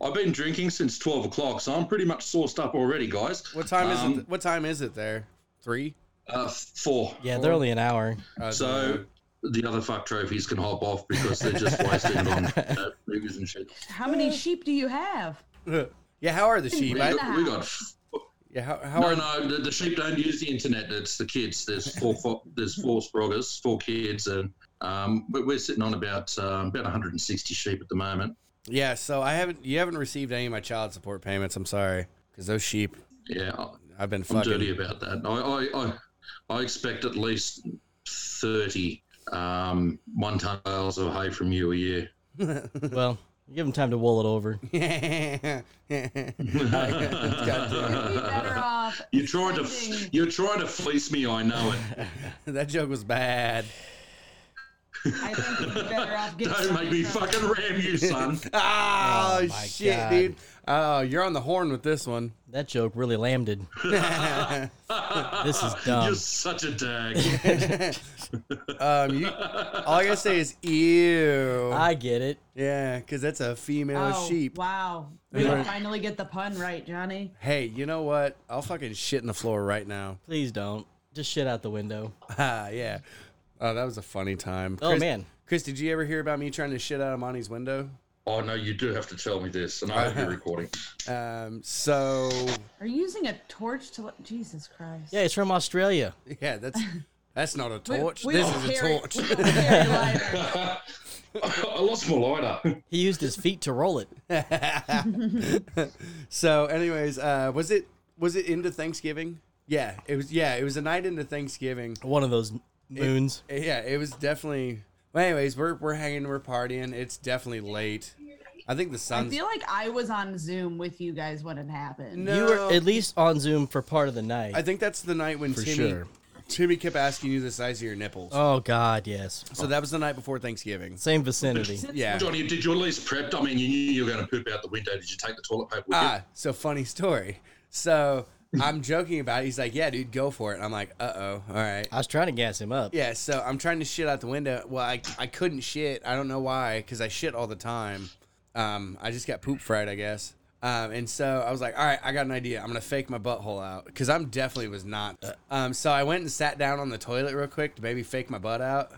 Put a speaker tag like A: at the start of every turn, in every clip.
A: I've been drinking since twelve o'clock, so I'm pretty much sourced up already, guys.
B: What time is it?
A: Um,
B: th- What time is it there? Three.
A: Uh, four.
C: Yeah, they're only an hour.
B: Uh,
A: So the other fuck trophies can hop off because they're just wasted on uh, movies and shit.
D: How many sheep do you have?
B: yeah. How are the sheep?
A: We
B: I,
A: got, we got f-
B: yeah. How, how
A: no,
B: are
A: no. The, the sheep don't use the internet. It's the kids. There's four. four there's four sproggers, four kids, and um, but we're sitting on about um, about 160 sheep at the moment.
B: Yeah. So I haven't. You haven't received any of my child support payments. I'm sorry, because those sheep.
A: Yeah, I-
B: I've been
A: I'm dirty
B: fucking.
A: about that. I I, I, I expect at least 30 um, one ton bales of hay from you a year.
C: Well, give them time to wool it over.
B: Goddamn.
D: You'd be better off.
A: You're trying to
D: spending-
A: you're trying to fleece me. I know it.
B: that joke was bad.
D: I think you'd be better off getting
A: Don't make me
D: something
A: fucking ram you, son.
B: Oh,
C: Oh, my
B: shit,
C: God.
B: dude. Oh, you're on the horn with this one. Um,
C: That joke really landed. this is
A: You're
C: dumb.
A: such a dag.
B: Um, you, all I gotta say is ew.
C: I get it.
B: yeah, because that's a female
D: from- Oh,
B: sheep.
D: Wow. We can finally get the pun right, Johnny.
B: Hey, you know what? I'll fucking shit in the floor right now.
C: Please don't. Just shit out the window.
B: Ah, yeah. Oh, that was a funny time.
C: Oh,
B: Chris-
C: man.
B: Chris, did you ever hear about me trying to shit out of Monty's window?
A: Oh no, you do have to tell me this, and I hope you're recording.
B: Um, so
D: Are you using a torch to. let- Jesus Christ.
C: Yeah, it's from Australia.
B: yeah, that's that's not a
D: We-
B: torch.
D: we
B: this
D: don't
B: is a
D: carry-
B: torch.
D: we don't carry lighters.
A: I lost my lighter.
C: He used his feet to roll it.
B: So, anyways, uh, was it was it into Thanksgiving? Yeah, it was. Yeah, it was a night into Thanksgiving.
C: One of those moons.
B: Yeah, it was definitely. Well, anyways, we're we're hanging, we're partying. It's definitely late. I think the
D: I
B: sun's.
D: feel like I was on Zoom with you guys when it happened.
B: No.
C: You were at least on Zoom for part of the night.
B: I think that's the night when Timmy
C: sure.
B: Timmy kept asking you the size of your nipples.
C: oh, God, yes.
B: so that was the night before Thanksgiving.
C: Same vicinity.
B: Yeah.
A: Johnny, did you at least prepped? I mean, you knew you were going to poop out the window. Did you take the toilet paper with
B: Ah, so funny story. So I'm joking about it. He's like, "Yeah, dude, go for it." I'm like, "Uh oh, all right."
C: I was trying to gas him up.
B: Yeah, so I'm trying to shit out the window. Well, I, I couldn't shit. I don't know why, because I shit all the time. Um, I just got poop fried, I guess. Um, and so I was like, all right, I got an idea. I'm gonna fake my butthole out because I'm definitely was not. Um, so I went and sat down on the toilet real quick to maybe fake my butt out,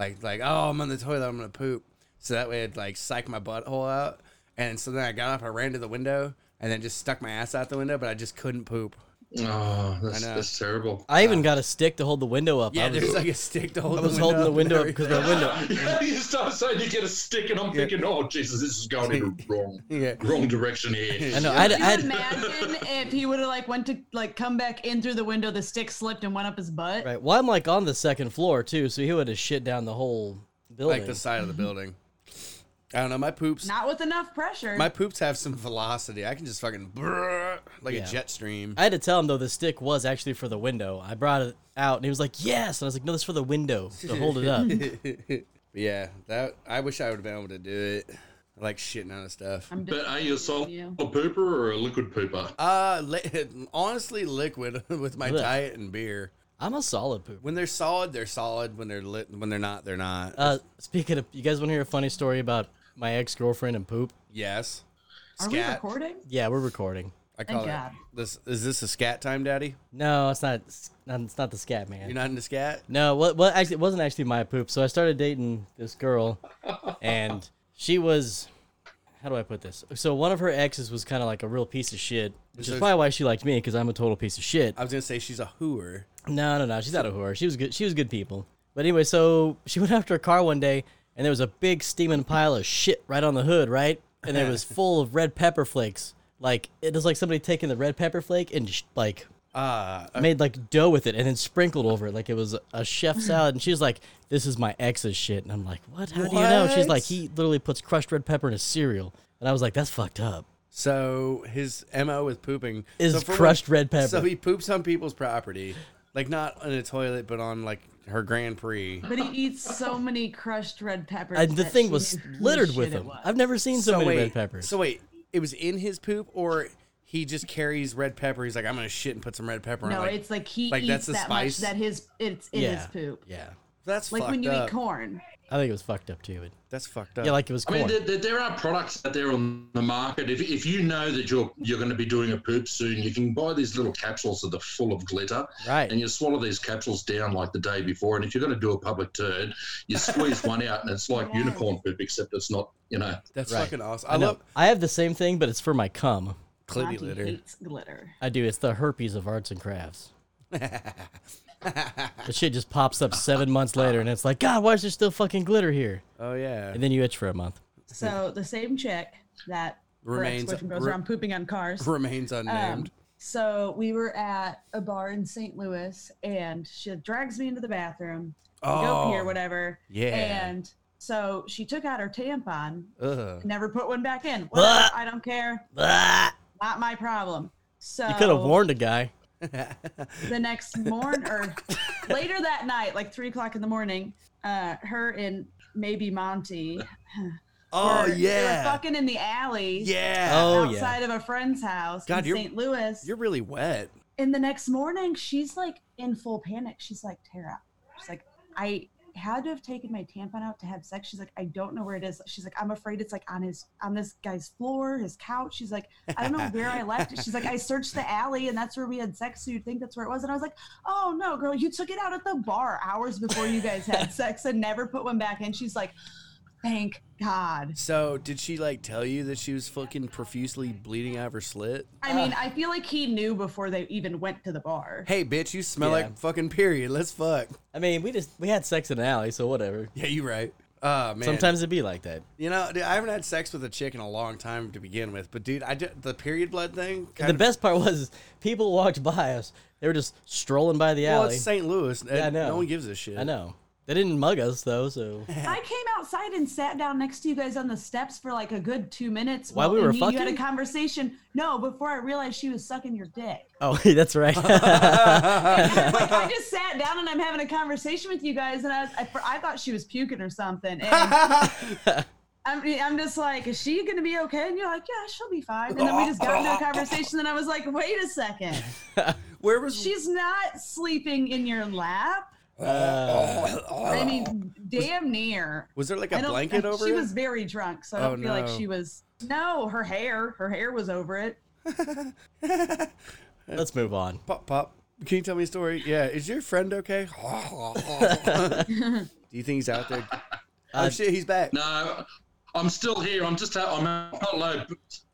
B: like like oh I'm on the toilet, I'm gonna poop. So that way I'd like psych my butthole out. And so then I got up, I ran to the window, and then just stuck my ass out the window, but I just couldn't poop.
A: you? Oh, that's,
B: I know.
A: that's terrible.
C: I even got a stick to hold the window up.
B: Yeah,
C: I was,
B: there's like a stick to hold.
C: I was holding the window up
B: and
C: because my window.
A: you start saying you get a stick, and I'm thinking, oh Jesus, this is going in the wrong,
B: Yeah.
A: wrong direction here.
C: I know. I'd,
D: Could you
C: I'd,
D: imagine if he would have like went to like come back in through the window, the stick slipped and went up his butt?
C: right. Well, I'm like on the second floor too, so he would have shit down the whole building.
B: like the side of the building. I don't know. My poops,
D: Not with enough pressure.
B: my poops have some velocity. I can just fucking brrr, like
C: Yeah.
B: a jet stream.
C: I had to tell him though the stick was actually for the window. I brought it out and he was like, "Yes," and I was like, "No, this is for the window to hold it up."
B: yeah, that I wish I would have been able to do it. I like shitting out of stuff.
D: I'm
A: But
D: just-
A: are you a solid
D: You.
A: pooper or a liquid pooper?
B: Uh, li- honestly, liquid with my
C: Ugh.
B: diet and beer.
C: I'm a solid poop.
B: When they're solid, they're solid. When they're lit, when they're not, they're not.
C: Uh, speaking of, you guys want to hear a funny story about my ex girlfriend and poop?
B: yes.
D: Are we recording?
C: Yeah, we're recording.
B: I call
D: Thank
B: it.
D: God.
B: This is this a scat time, Daddy?
C: No, it's not. It's not, it's not the scat man.
B: You're not into scat?
C: No, what what actually it wasn't actually my poop. So I started dating this girl and she was how do I put this? So one of her exes was kind of like a real piece of shit, which is
B: So-
C: probably why she liked me cuz I'm a total piece of shit.
B: I was gonna say she's a hooer.
C: No, no, no. She's not a whore. She was good she was good people. But anyway, so she went after a car one day and there was a big steaming pile of shit right on the hood, right? And it was full of red pepper flakes. Like it was like somebody taking the red pepper flake and sh- like
B: Uh,
C: made like dough with it and then sprinkled over it like it was a chef salad. And she was like, "This is my ex's shit." And I'm like, "What? How do you know?" She's like,
B: What?
C: "He literally puts crushed red pepper in his cereal." And I was like, "That's fucked up."
B: So his mo with pooping
C: Is
B: so for-
C: crushed red pepper.
B: So he poops on people's property, like not on a toilet, but on like her Grand Prix.
D: But he eats so many crushed red peppers.
C: And the
D: that
C: thing
D: she
C: was
D: knew whose
C: littered
D: shit
C: with
D: it
C: them.
D: was.
C: I've never seen so,
B: So
C: many
B: wait,
C: red peppers.
B: so wait, it was in his poop, or he just carries red pepper? He's like, I'm gonna shit and put some red pepper.
D: No,
B: on it.
D: it's like he
B: like,
D: eats
B: that's the
D: that
B: spice?
D: much that his it's in
C: yeah,
D: his poop.
C: yeah.
B: That's
D: like
B: fucked
D: when you
B: up.
D: eat corn.
C: I think it was fucked up too. But
B: That's fucked up.
C: yeah, like it was
A: I
C: corn.
A: mean, there, there, there are products out there on the market. If, if you know that you're you're going to be doing a poop soon, you can buy these little capsules that are full of glitter,
C: right.
A: and you swallow these capsules down like the day before. And if you're going to do a public turd, you squeeze one out, and it's like unicorn poop, except it's not. You know,
B: That's
C: Right.
B: fucking awesome. I,
C: I know.
B: love
C: I have the same thing, but it's for my cum.
B: clippy
D: Rocky
B: litter.
D: hates glitter.
C: I do. It's the herpes of arts and crafts. the shit just pops up seven months later, and it's like, God, why is there still fucking glitter here?
B: Oh yeah.
C: And then you itch for a month.
D: So the same chick that
B: Remains-
D: remains boyfriend goes
B: re-
D: around pooping on cars.
B: Remains unnamed.
D: Um, so we were at a bar in St. Louis, and she drags me into the bathroom. we
B: Oh,
D: go here, whatever.
B: yeah.
D: And so she took out her tampon,
B: Ugh.
D: never put one back in. Whatever,
C: Blah.
D: I don't care.
C: Ah!
D: Not my problem. So
C: You could have warned a guy.
D: the next morning or later that night, like three o'clock in the morning, uh, her and maybe Monty.
B: Oh
D: were- they were
B: yeah.
D: fucking in the alley.
B: Yeah.
C: Oh yeah.
D: outside of a friend's house
B: God,
D: in
B: you're-
D: St.
C: Oh.
D: Louis.
B: You're really wet.
D: And the next morning, she's like in full panic. She's like, Tara, she's like, I had to have taken my tampon out to have sex. She's like, I don't know where it is. She's like, I'm afraid it's like on his on this guy's floor, his couch. She's like, I don't know where I left it. She's like, I searched the alley and that's where we had sex. So you'd think that's where it was. And I was like, Oh no, girl, you took it out at the bar hours before you guys had sex and never put one back in. She's like, Thank God.
B: So did she like tell you that she was fucking profusely bleeding out of her slit?
D: I mean, I feel like he knew before they even went to the bar.
B: Hey bitch, you smell
C: Yeah.
B: like fucking period. Let's fuck.
C: I mean, we just we had sex in an alley, so whatever.
B: Yeah, you right. Oh man.
C: Sometimes it'd be like that.
B: you know, dude, I haven't had sex with a chick in a long time to begin with, but dude, I did, the period blood thing. kind
C: The
B: of-
C: best part was people walked by us. They were just strolling by the
B: Well,
C: alley.
B: it's St. Louis.
C: I know.
B: No one gives a shit.
C: I know. They didn't mug us though, so
D: I came outside and sat down next to you guys on the steps for like a good two minutes.
C: While we
D: and
C: were
D: you, you had
C: fucking?
D: a conversation. No, before I realized she was sucking your dick.
C: oh that's right.
D: Like, I just sat down and I'm having a conversation with you guys, and I, was, I, for- I thought she was puking or something. And I'm, I'm just like, is she gonna be okay? And you're like, yeah, she'll be fine. And then we just got into a conversation, and I was like, wait a second,
B: Where was
D: she's not sleeping in your lap.
C: Uh,
D: I mean, damn near.
B: Was there like
D: I
B: a
D: don't-
B: blanket
D: I-
B: over
D: she
B: it?
D: was very drunk, so I
B: Oh,
D: don't feel like
B: no.
D: she was. No, her hair, her hair was over it.
C: Let's move on.
B: Pop, pop. Can you tell me a story? Yeah. Is your friend okay? Do you think he's out there?
C: Uh,
B: oh shit, he's back.
A: No, I'm still here. I'm just ha- I'm I've got low.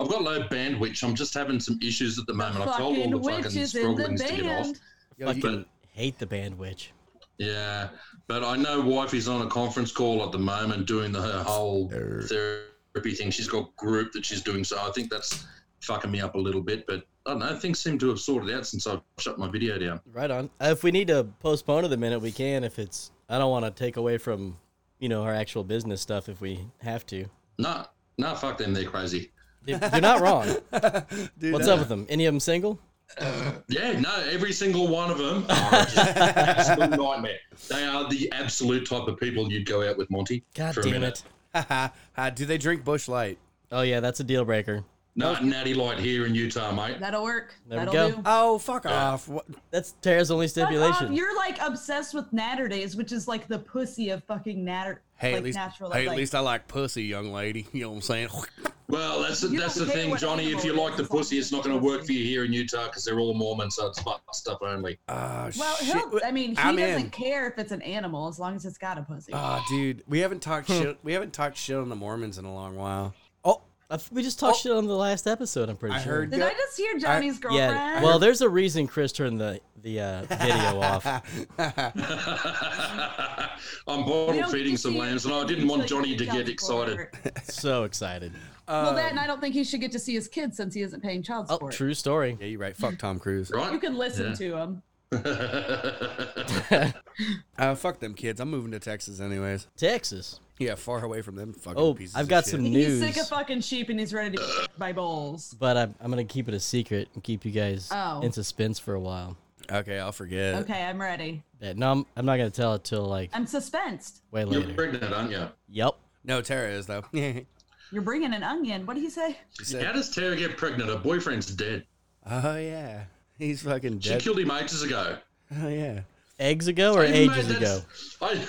A: I've got low bandwidth. I'm just having some issues at the moment. I've told all
D: Fucking
A: the fucking
D: witches in the
A: strugglings to get off.
D: band.
B: Yo, you-
C: Fucking hate the band witch.
A: Yeah, but I know wifey's on a conference call at the moment doing the, her whole therapy thing. She's got group that she's doing, so I think that's fucking me up a little bit. But I don't know. Things seem to have sorted out since I shut my video down.
C: Right on. Uh, If we need to postpone it a minute, we can. If it's, I don't want to take away from, you know, our actual business stuff if we have to.
A: No, no, fuck them. They're crazy.
C: You're you're not wrong.
B: dude,
C: What's
B: that-
C: up with them? Any of them single?
A: Yeah, no, every single one of them are just an absolute nightmare. They are the absolute type of people you'd go out with, Monty.
C: God
A: for a
C: damn
A: minute.
C: it.
B: Uh, do they drink Bush Light?
C: Oh yeah, that's a deal breaker.
A: No, natty light here in Utah, mate.
D: That'll work.
C: There we
D: That'll
C: go.
D: do.
B: Oh, fuck off. What?
C: That's Tara's only
D: Fuck off,
C: stipulation.
D: um, you're like obsessed with Natter Days, which is like the pussy of fucking Natter.
B: Hey,
D: like
B: at least,
D: natural.
B: hey, at
D: like-
B: least I like pussy, young lady. You know what I'm saying?
A: Well, that's
D: You
A: that's the
D: don't care
A: thing,
D: what
A: Johnny. If
D: animal
A: you
D: it is,
A: like the
D: as long
A: pussy,
D: as
A: it's
D: it's
A: not going to work
D: pussy.
A: for you here in Utah because they're all Mormon, so it's butt stuff only.
B: Oh,
D: well,
B: shit.
D: he'll, I mean, he
B: I'm
D: doesn't
B: in.
D: care if it's an animal as long as it's got a pussy.
B: Ah, dude, we haven't talked shit. We haven't talked shit on the Mormons in a long while.
C: Hmm. Oh, I f- we just talked shit on the last episode. I'm pretty
B: I
C: sure.
B: heard.
D: Did I just hear Johnny's girlfriend?
C: Yeah. Well, there's a reason Chris turned the the uh, video off.
B: Uh,
A: I'm
D: We
A: bottle
D: don't
A: feeding
D: get
A: some
D: to-
A: lambs, and I didn't want
D: until you
A: Johnny to
D: child
A: get excited.
D: support.
C: So excited.
B: Oh.
D: well, then I don't think he should get to see his kids since he isn't paying child
C: Oh,
D: support.
C: true story.
B: yeah, you're right. Fuck Tom Cruise.
D: You
A: Right?
D: can listen
A: Yeah.
D: to him.
B: Uh, fuck them kids. I'm moving to Texas anyways.
C: Texas.
B: Yeah, far away from them fucking
C: Oh,
B: pieces
C: I've
B: of
C: got
B: shit.
C: some
D: He's
C: news,
D: sick of fucking sheep and he's ready to get by bowls.
C: but I'm, I'm gonna keep it a secret and keep you guys
D: Oh.
C: in suspense for a while.
B: Okay, I'll
C: Uh,
B: forget.
D: Okay, I'm ready.
C: Yeah, no, I'm, I'm not gonna tell it till like
D: I'm suspensed.
C: way
A: You're
C: later.
A: pregnant, aren't you?
C: Yep.
B: No, Tara is though. She
D: You're bringing an onion. What do you say?
B: said,
A: How does Tara get pregnant? Her boyfriend's dead.
B: oh yeah, he's fucking
A: She
B: dead.
A: killed him ages ago.
B: oh yeah.
C: eggs ago or
A: I even
C: ages
A: made that-
C: ago?
A: I,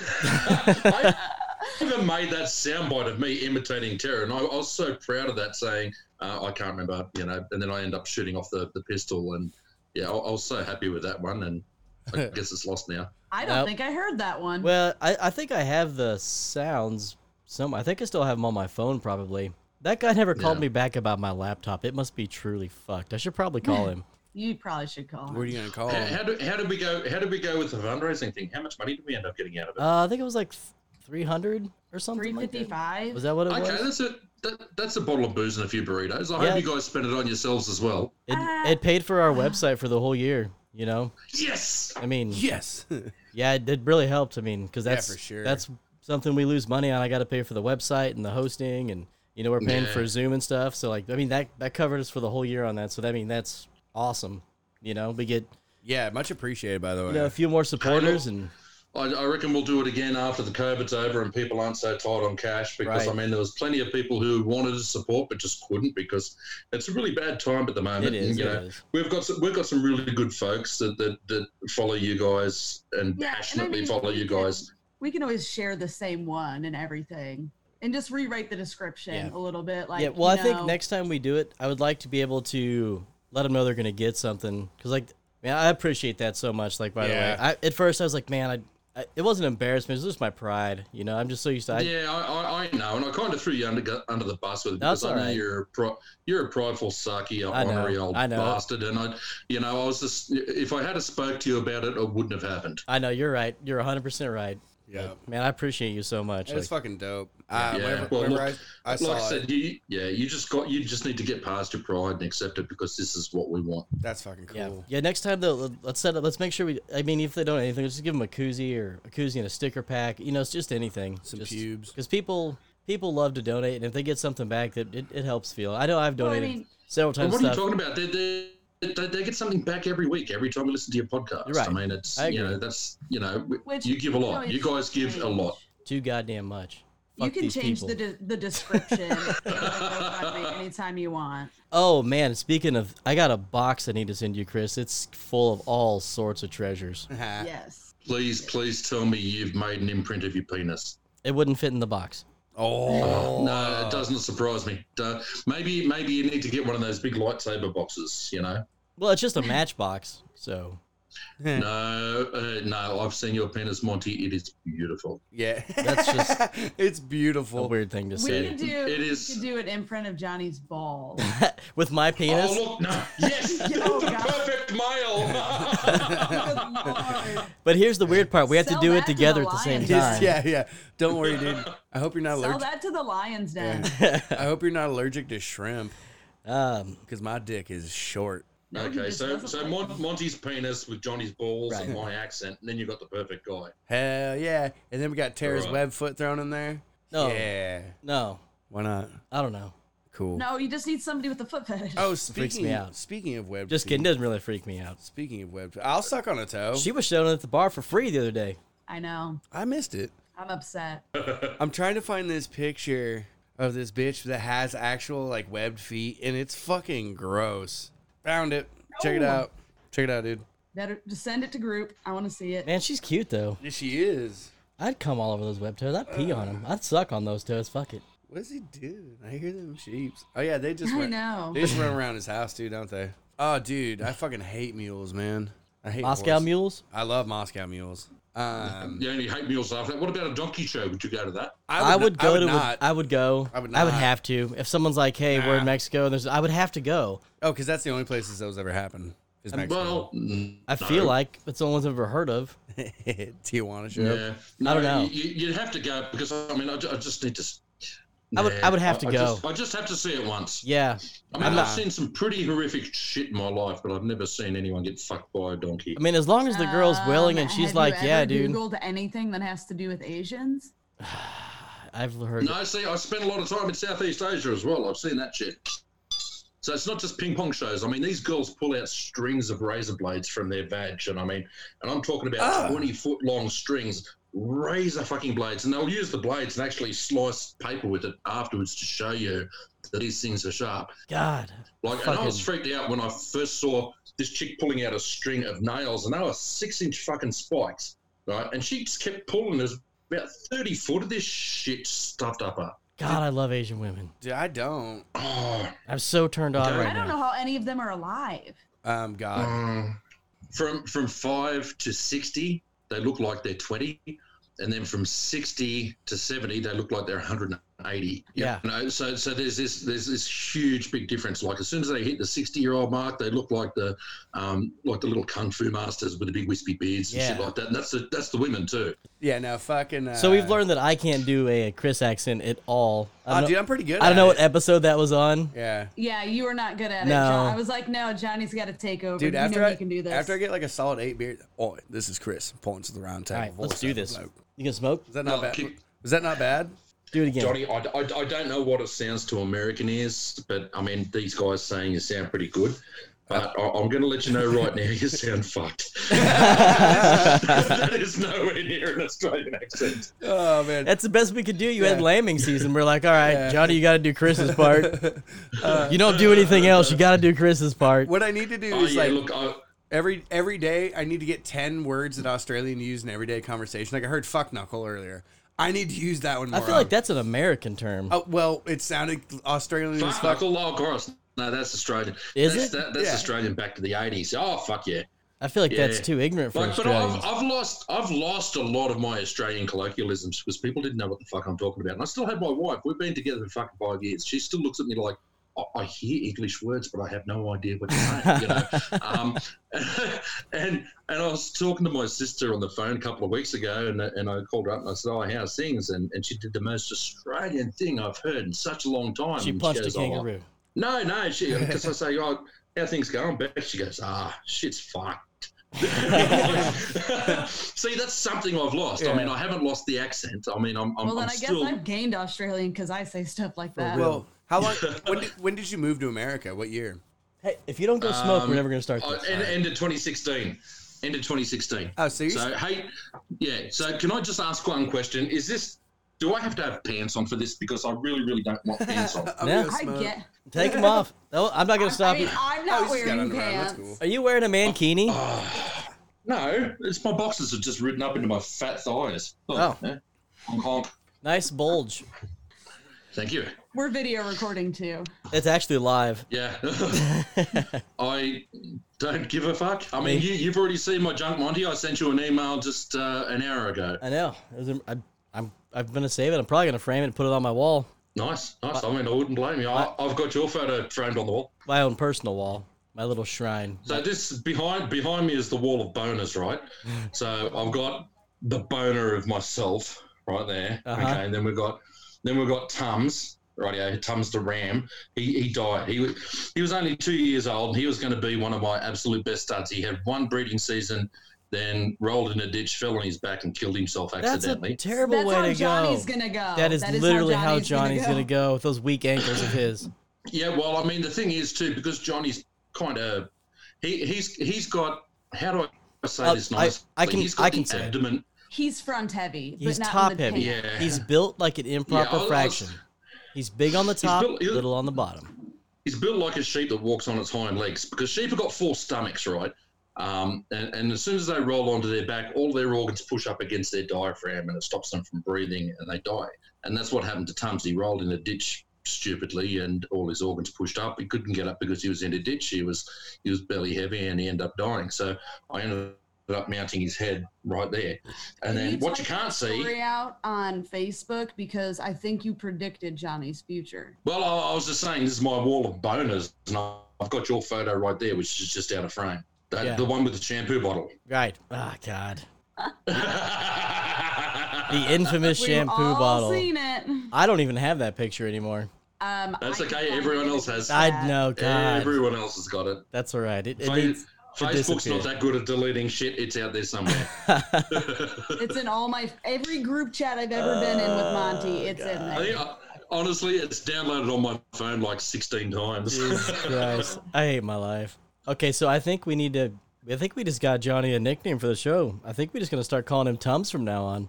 A: I even made that soundbite of me imitating Terror, and I, I was so proud of that, saying uh, I can't remember, you know. And then I end up shooting off the, the pistol, and yeah, I, I was so happy with that one, and I guess it's lost now.
D: I don't
C: Nope.
D: think I heard that one.
C: Well, I, I think I have the sounds. Some I think I still have them on my phone. Probably that guy never called
A: Yeah.
C: me back about my laptop. It must be truly fucked. I should probably call him.
D: you probably should call.
B: What are
D: him.
B: you gonna
C: Oh.
B: call
A: How,
B: him?
A: how, do, how did we go? How did we go with the fundraising thing? How much money did we end up getting out of it?
C: Uh, I think it was like three hundred or something. Like that.
D: 355.
C: Was that what it
A: okay,
C: was?
A: that's a that, that's a bottle of booze and a few burritos. I
C: Yeah.
A: hope you guys spend it on yourselves as well.
C: It,
D: Ah.
C: it paid for our website for the whole year. You know,
A: Yes.
C: I mean,
B: Yes.
C: yeah, it, it really helped. I mean, because
B: Yeah,
C: that's
B: for sure.
C: that's something we lose money on. I got to pay for the website and the hosting, and you know we're paying
A: Yeah.
C: for Zoom and stuff. So like, I mean that that covered us for the whole year on that. So that, I mean that's awesome. You know, we get
B: yeah, much appreciated by the way.
C: you know, a few more supporters and
A: I, I reckon we'll do it again after the COVID's over and people aren't so tight on cash because
C: Right.
A: I mean there was plenty of people who wanted to support but just couldn't because it's a really bad time at the moment.
C: it is.
A: and, you know,
C: it is.
A: we've got some, we've got some really good folks that that, that follow you guys and
D: Yeah, and I
A: passionately
D: mean,
A: follow
D: we
A: you
D: can-
A: guys.
D: we can always share the same one and everything and just rewrite the description
C: Yeah.
D: a little bit like
C: yeah. Well, I
D: you
C: think
D: know,
C: next time we do it, I would like to be able to let them know they're gonna get something because like, man, I appreciate that so much. Like, by
B: Yeah.
C: the way, I, at first I was like, man, I, I it wasn't embarrassment. It was just my pride. You know, I'm just so used to. I,
A: yeah, I, I, I know, and I kind of threw you under under the bus with it
C: That's
A: because I know
C: alright.
A: you're a pro, you're a prideful sucky,
C: I know,
A: ornery old
C: I know.
A: bastard, and I, you know, I was just if I had a spoke to you about it, it wouldn't have happened.
C: I know you're right. You're 100 percent right.
B: yeah.
C: Man, I appreciate you so much.
B: It was
C: Like,
B: fucking dope. Uh,
A: Yeah.
B: whenever-
A: Well,
B: whenever
A: look-
B: I, I saw
A: like I
B: it,
A: said, you, yeah, you just got you just need to get past your pride and accept it because this is what we want.
B: that's fucking
C: yeah,
B: cool.
C: yeah. Next time though, let's set up. Let's make sure we. I mean, if they don't anything, just give them a koozie or a koozie and a sticker pack. You know, it's just anything.
B: Some
C: just,
B: pubes.
C: Because people people love to donate, and if they get something back, that it, it helps feel. I know I've
D: Well, I
C: donated
D: mean-
C: several
A: But
C: times.
A: what are you
C: stuff.
A: talking about? They, they, they, they get something back every week, every time we listen to your podcast.
C: You're right.
A: I mean, it's
C: I
A: you
C: agree.
A: know that's you know w-
D: Which,
A: you give a
D: you
A: lot.
D: know,
A: You
D: it's
A: guys give a
D: strange.
A: lot.
C: Too goddamn much.
D: you
C: Fuck
D: can
C: these
D: change
C: people.
D: the, de- the description of the GoFundMe anytime you want
C: oh man, speaking of, I got a box I need to send you, Chris. It's full of all sorts of treasures.
D: yes
A: Please, please tell me you've made an imprint of your penis.
C: It wouldn't fit in the box.
B: Oh
A: No, it doesn't surprise me. Duh. maybe, maybe you need to get one of those big lightsaber boxes. You know,
C: Well, it's just a matchbox, so
A: no, uh, no. I've seen your penis, Monty. It is beautiful.
B: Yeah,
C: That's
B: just it's
C: a
B: beautiful.
C: weird thing to
D: we
C: say.
D: could do
A: It
D: we
A: is-
D: could do an imprint of johnny's balls
C: With my penis.
A: Oh look, no, yes,
D: Oh,
A: the
D: God.
A: perfect male.
D: Good lord.
C: But here's the weird part: we have to
D: Sell
C: do
D: that
C: it
D: to the
C: together at the same
D: lions.
C: time.
B: yeah, yeah. Don't worry, dude. I hope you're not
D: sell
B: allergic.
D: that to the lions den
B: I hope you're not allergic to shrimp
C: Um,
B: because my dick is short.
D: No, he
A: Okay,
D: just
A: so
D: doesn't
A: so
D: like
A: Mon-
D: them.
A: Monty's penis with Johnny's balls
C: Right.
A: and my accent, and then you've got the perfect guy.
B: Hell yeah! And then we got Tara's
A: Alright.
B: web foot thrown in there.
C: No.
B: Yeah.
C: no,
B: Why not?
C: I don't know.
B: Cool.
D: no you just need somebody with a foot fetish
B: Oh,
C: me
B: speaking
C: out.
B: speaking of web,
C: Just
B: feet-
C: kidding. Doesn't really freak me out.
B: Speaking of web, I'll suck on a toe.
C: She was shown at the bar for free the other day.
D: i know
B: I missed it.
D: i'm upset
B: I'm trying to find this picture of this bitch that has actual like webbed feet, and it's fucking gross. Found it. Check it
D: No.
B: out. Check it out, dude.
D: better just send it to group i want to see it
C: Man, she's cute though.
B: Yes, she is.
C: I'd come all over those web toes. I'd pee on them. I'd suck on those toes. Fuck it.
B: What is he doing? I hear them sheeps. Oh yeah, they just
D: i
B: went.
D: know
B: They just run around his house, dude, don't they? Oh, dude, I fucking hate mules, man. I hate
C: Moscow
B: horses.
C: mules.
B: I love Moscow mules.
C: Hmm.
B: Um,
A: You only hate mules after that. What about a donkey show? Would you go to that?
C: I would,
B: I
C: go
B: would
C: to.
B: not.
C: I would go.
B: I would
C: I would
B: not.
C: have to. If someone's like, "Hey, we're in Mexico," and there's, I would have to go.
B: oh, because that's the only places those ever happen. Is Mexico.
A: Well, mm,
C: I
A: no.
C: feel like it's the only ones I've ever heard of.
B: Tijuana show.
A: Yeah. No,
C: I don't know.
A: You, you'd have to go because I mean, I, ju- I just need to. s-
C: I would-
A: Nah,
C: I would have to
A: I
C: go.
A: just- I just have to see it once. I
C: Yeah,
A: mean,
B: I'm
A: I've
B: not-
A: seen some pretty horrific shit in my life, but I've never seen anyone get fucked by a donkey.
C: I mean, as long as the girl's willing and
D: Um,
C: she's
D: have
C: like,
D: you
C: "Yeah,
D: ever
C: dude,"
D: Googled anything that has to do with Asians?
C: I've heard.
A: No, see, I spent a lot of time in Southeast Asia as well. I've seen that shit. So it's not just ping pong shows. I mean, these girls pull out strings of razor blades from their badge, and I mean, and I'm talking about
B: Ah.
A: 20 foot long strings razor fucking blades, and they'll use the blades and actually slice paper with it afterwards to show you that these things are sharp.
C: God.
A: Like, and I was freaked out when I first saw this chick pulling out a string of nails, and they were six inch fucking spikes, right? And she just kept pulling. There's about thirty foot of this shit stuffed up her.
C: God, I love Asian women.
B: Dude, I don't.
A: Oh,
C: I'm so turned on
A: Okay.
C: right
D: I don't
C: now.
D: know how any of them are alive.
B: Um, God.
C: mm.
A: um, from from five to sixty, they look like they're twenty, and then from sixty to seventy, they look like they're one hundred and eighty.
C: Yeah.
A: You know, so so there's this there's this huge big difference. Like as soon as they hit the sixty year old mark, they look like the um like the little kung fu masters with the big wispy beards and shit
C: Yeah.
A: like that. And that's the that's the women too.
B: Yeah, no, fucking. Uh,
C: So we've learned that I can't do a Chris accent at all. I
B: Oh,
C: don't,
B: dude,
C: know,
B: I'm pretty good.
C: I don't
B: at
C: know
B: it.
C: what e- episode that was on.
B: Yeah.
D: Yeah, you were not good at it.
C: No.
D: John. I was like, no, Johnny's got to take over.
B: Dude,
D: you
B: after
D: know
B: I
D: you can do this.
B: after I get like a solid eight beer, oh, this is Chris. I'm pulling to the round
C: All
B: table.
C: right, let's do this. You can smoke?
B: Is that not
A: No,
B: bad?
A: keep-
B: Is that not bad?
C: Do it again.
A: Johnny, I, I, I don't know what it sounds to American ears, but I mean these guys saying you sound pretty good. But I, I'm going to let you know right now, you sound fucked. that is nowhere near an Australian accent.
B: Oh man.
C: That's the best we could do. You had
B: Yeah.
C: lambing season. We're like, all right,
B: Yeah.
C: Johnny, you got to do Chris's part. you don't do anything else. You got to do Chris's part.
B: What I need to do
A: Oh,
B: is
A: yeah,
B: like
A: look, I,
B: every every day I need to get ten words that Australian use in everyday conversation. Like I heard fuck knuckle earlier. I need to use that one
C: I
B: more.
C: feel like
B: often.
C: that's an American term.
B: Oh, well, it sounded Australian as
A: fuck
B: fuck.
A: knuckle, oh, of course. No, that's Australian.
C: Is
A: that's
C: it?
A: That, that's
B: Yeah.
A: Australian back to the 80s. Oh, fuck yeah.
C: I feel like that's
A: yeah.
C: too ignorant for
A: Like, but
C: Australians.
A: I've, I've lost I've lost a lot of my Australian colloquialisms because people didn't know what the fuck I'm talking about. And I still have my wife. We've been together for fucking five years. She still looks at me like I, I hear English words, but I have no idea what you're saying. you know. Um, and and I was talking to my sister on the phone a couple of weeks ago, and and I called her up and I said, "Oh, how's things?" And and she did the most Australian thing I've heard in such a long time.
C: she
A: And
C: punched
A: goes,
C: a
A: "Oh,
C: kangaroo.
A: no, no, she because I say, oh, how things going, Beth? She goes, ah, shit's fucked. See, that's something I've lost. I mean, I haven't lost the accent. I mean, I'm, I'm,
D: well, then
A: I'm
D: i guess
A: still.
D: I've gained Australian because I say stuff like that.
B: Well, how long? when, did, when did you move to America? What year?
C: Hey, if you don't go smoke,
A: Um,
C: we're never going to start
A: I,
C: this.
A: end, end of 2016. End of 2016.
B: Oh, so, you're,
A: So, hey, yeah. So, can I just ask one question? Is this? Do I have to have pants on for this? Because I really, really don't want pants on.
B: I'm
C: Yeah.
B: gonna
D: I
B: smoke.
D: get.
C: Take them off. No, I'm not going to stop
D: I mean,
C: you.
D: I'm
B: Oh,
D: not
B: he's Oh, just got
D: wearing
B: underwear. on,
D: pants.
B: That's cool.
C: Are you wearing a mankini?
A: No, it's my boxes have just ridden up into my fat thighs.
C: Oh.
A: yeah. Honk, honk.
C: Nice bulge.
A: Thank you.
D: We're video recording too.
C: It's actually live.
A: Yeah. I don't give a fuck. I mean,
C: Me-
A: you, you've already seen my junk, Monty. I sent you an email just uh, an hour ago.
C: I know. It was, I, I'm, I'm going to save it. I'm probably going to frame it and put it on my wall,
A: Nice, nice. I mean, I wouldn't blame you. I, I've got your photo framed on the wall.
C: my own personal wall, my little shrine.
A: So this behind behind me is the wall of boners, right? So I've got the boner of myself right there.
C: Uh-huh.
A: Okay, and then we've got then we've got Tums. Right, yeah, Tums the Ram. He, he died. He wa- he was only two years old, and he was going to be one of my absolute best studs. He had one breeding season, then rolled in a ditch, fell on his back, and killed himself
C: That's a
A: accidentally.
C: terrible
D: That's
C: way
D: how
C: to
D: Johnny's
C: go.
D: gonna go.
C: That is,
D: That
C: literally how
D: Johnny's,
C: Johnny's
D: gonna go.
C: go with those weak ankles of his.
A: yeah, well, I mean, the thing is too, because Johnny's kind of he he's he's got how do I say
C: Uh,
A: this
C: I-
A: nicely?
C: I can-
A: he's got
C: I can
A: the
C: say it.
A: abdomen.
D: He's front heavy,
C: He's
D: but not
C: top
D: in the
C: heavy.
D: pants.
A: Yeah.
C: He's built like an improper
A: I was-
C: fraction. He's big on the top,
A: built- he was-
C: little on the bottom.
A: He's built like a sheep that walks on its hind legs because sheep have got four stomachs, right? Um, and, and as soon as they roll onto their back, all their organs push up against their diaphragm and it stops them from breathing and they die. And that's what happened to Tums. He rolled in a ditch stupidly and all his organs pushed up. He couldn't get up because he was in a ditch. He was he was belly heavy and he ended up dying. So I ended up mounting his head right there. And
D: Can
A: then what you
D: type
A: can't
D: that
A: see
D: story out on Facebook because I think you predicted Johnny's future.
A: Well, I, I was just saying, this is my wall of boners, and I- I've got your photo right there, which is just out of frame. That,
C: Yeah.
A: The one with the shampoo bottle.
C: Right. Ah, God. The
A: That's
C: infamous
D: We've
C: shampoo
D: all
C: bottle.
D: Seen it. Um,
C: I don't even have that picture anymore.
D: I can
A: okay.
D: find
A: Everyone
D: it.
A: else has.
C: I know, Oh, God.
A: Everyone else has got it.
C: That's all right. It, it
A: Fa-
C: needs- to
A: Facebook's
C: disappear.
A: not that good at deleting shit. It's out there somewhere.
D: It's in all my every group chat I've ever been in with
C: Oh,
D: Monty. It's in
A: I think,
D: there.
A: I, honestly, it's downloaded on my phone like 16 times.
C: Christ. I hate my life. Okay, so I think we need to. I think we just got Johnny a nickname for the show. I think we're just gonna start calling him Tums from now on.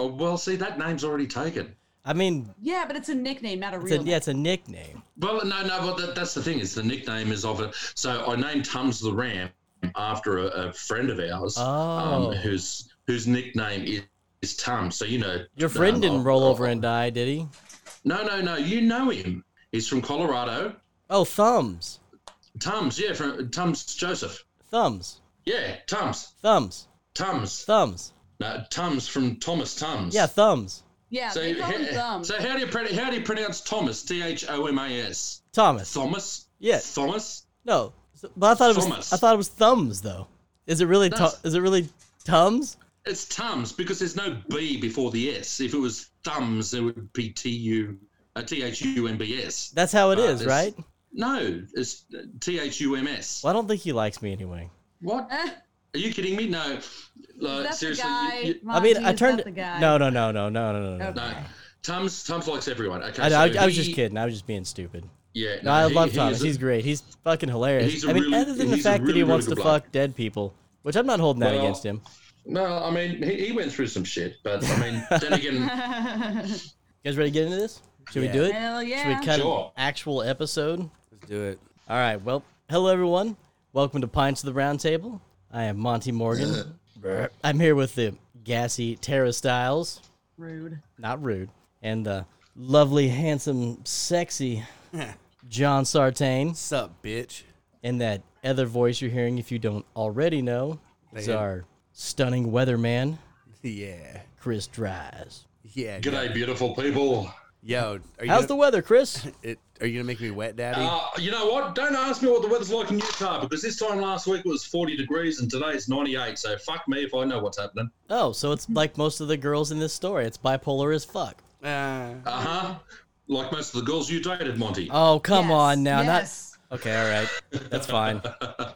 A: Oh, well, see, that name's already taken.
C: I mean,
D: Yeah, but it's a nickname, not a
C: it's a,
D: real.
C: yeah, it's a nickname.
A: Well, no, no, but that, that's the thing. Is the nickname is of it. So I named Tums the Ram after a, a friend of ours,
C: Oh.
A: um, whose whose nickname is, is Tums. So you know,
C: Your friend
A: um,
C: didn't
A: I'll-
C: roll
A: I'll-
C: over and die, did he?
A: No, no, no. You know him. He's from Colorado.
C: Oh, thumbs,
A: Tums, yeah, from Tums Joseph.
C: thumbs,
A: Yeah, Tums,
C: thumbs,
A: Tums,
C: thumbs.
A: no, Tums from Thomas Tums.
C: Yeah, thumbs.
D: Yeah,
A: So,
D: they call him
A: he-
D: thumb.
A: so how do you pronounce how do you pronounce Thomas? T H O M A S.
C: Thomas.
A: Thomas.
C: Yeah.
A: Thomas.
C: No, so- but I thought it was.
A: Thomas.
C: I thought it was thumbs though. Is it really? Tu-
A: That's-
C: is it really tums?
A: It's Tums because there's no B before the S. If it was thumbs, it would be T U uh, T H U M B S.
C: That's how it
A: Uh,
C: is,
A: it's-
C: right?
A: No, it's T H U M S.
C: Well, I don't think he likes me anyway.
A: What?
D: Eh,
A: Are you kidding me? No. Like,
D: that's the
A: uh, seriously. you-
D: guy.
A: you-
C: I mean,
D: Monty,
C: I
D: is
C: turned.
D: that the guy.
C: No, no, no, no, no, no, no. no.
D: Okay.
A: no. Tums Tums likes everyone. Okay.
C: I, know, I,
A: so
C: I was just
A: he-
C: kidding. I was just being stupid.
A: Yeah.
C: No, I
A: he-
C: love
A: he
C: Thomas.
A: is a-
C: he's great. He's fucking hilarious.
A: he's a
C: I mean,
A: really-
C: other than the
A: he's a
C: fact that he
A: really,
C: wants
A: really good
C: to
A: bloke.
C: fuck dead people, which I'm not holding that
A: Well-
C: against him.
A: No, I mean he, he went through some shit, but I mean then again,
C: You guys ready to get into this? Should
B: Yeah.
C: we do it?
D: Hell
C: Should we
D: yeah.
C: cut
A: Sure.
C: an actual episode?
B: Let's do it.
C: All right. Well, hello everyone. Welcome to Pints of the Round Table. I am Monty Morgan. I'm here with the gassy Tara Styles,
D: Rude.
C: not rude, and the lovely, handsome, sexy John Sartain.
B: Sup, bitch.
C: And that other voice you're hearing, if you don't already know, is
B: Damn.
C: our stunning weatherman,
B: Yeah.
C: Chris Dries.
B: Yeah.
A: good
B: dude.
A: day, beautiful people.
B: Yo, are you
C: How's the
B: gonna,
C: weather, Chris?
B: it, are you gonna make me wet, Daddy?
A: Uh, you know what? Don't ask me what the weather's like in Utah because this time last week it was 40 degrees and today it's 98. So fuck me if I know what's happening.
C: Oh, so it's like most of the girls in this story. It's bipolar as fuck.
B: Uh,
A: Uh huh. Like most of the girls you dated, Monty.
C: Oh, come
D: Yes,
C: on now. Not
D: Yes.
C: Okay, all right. That's fine.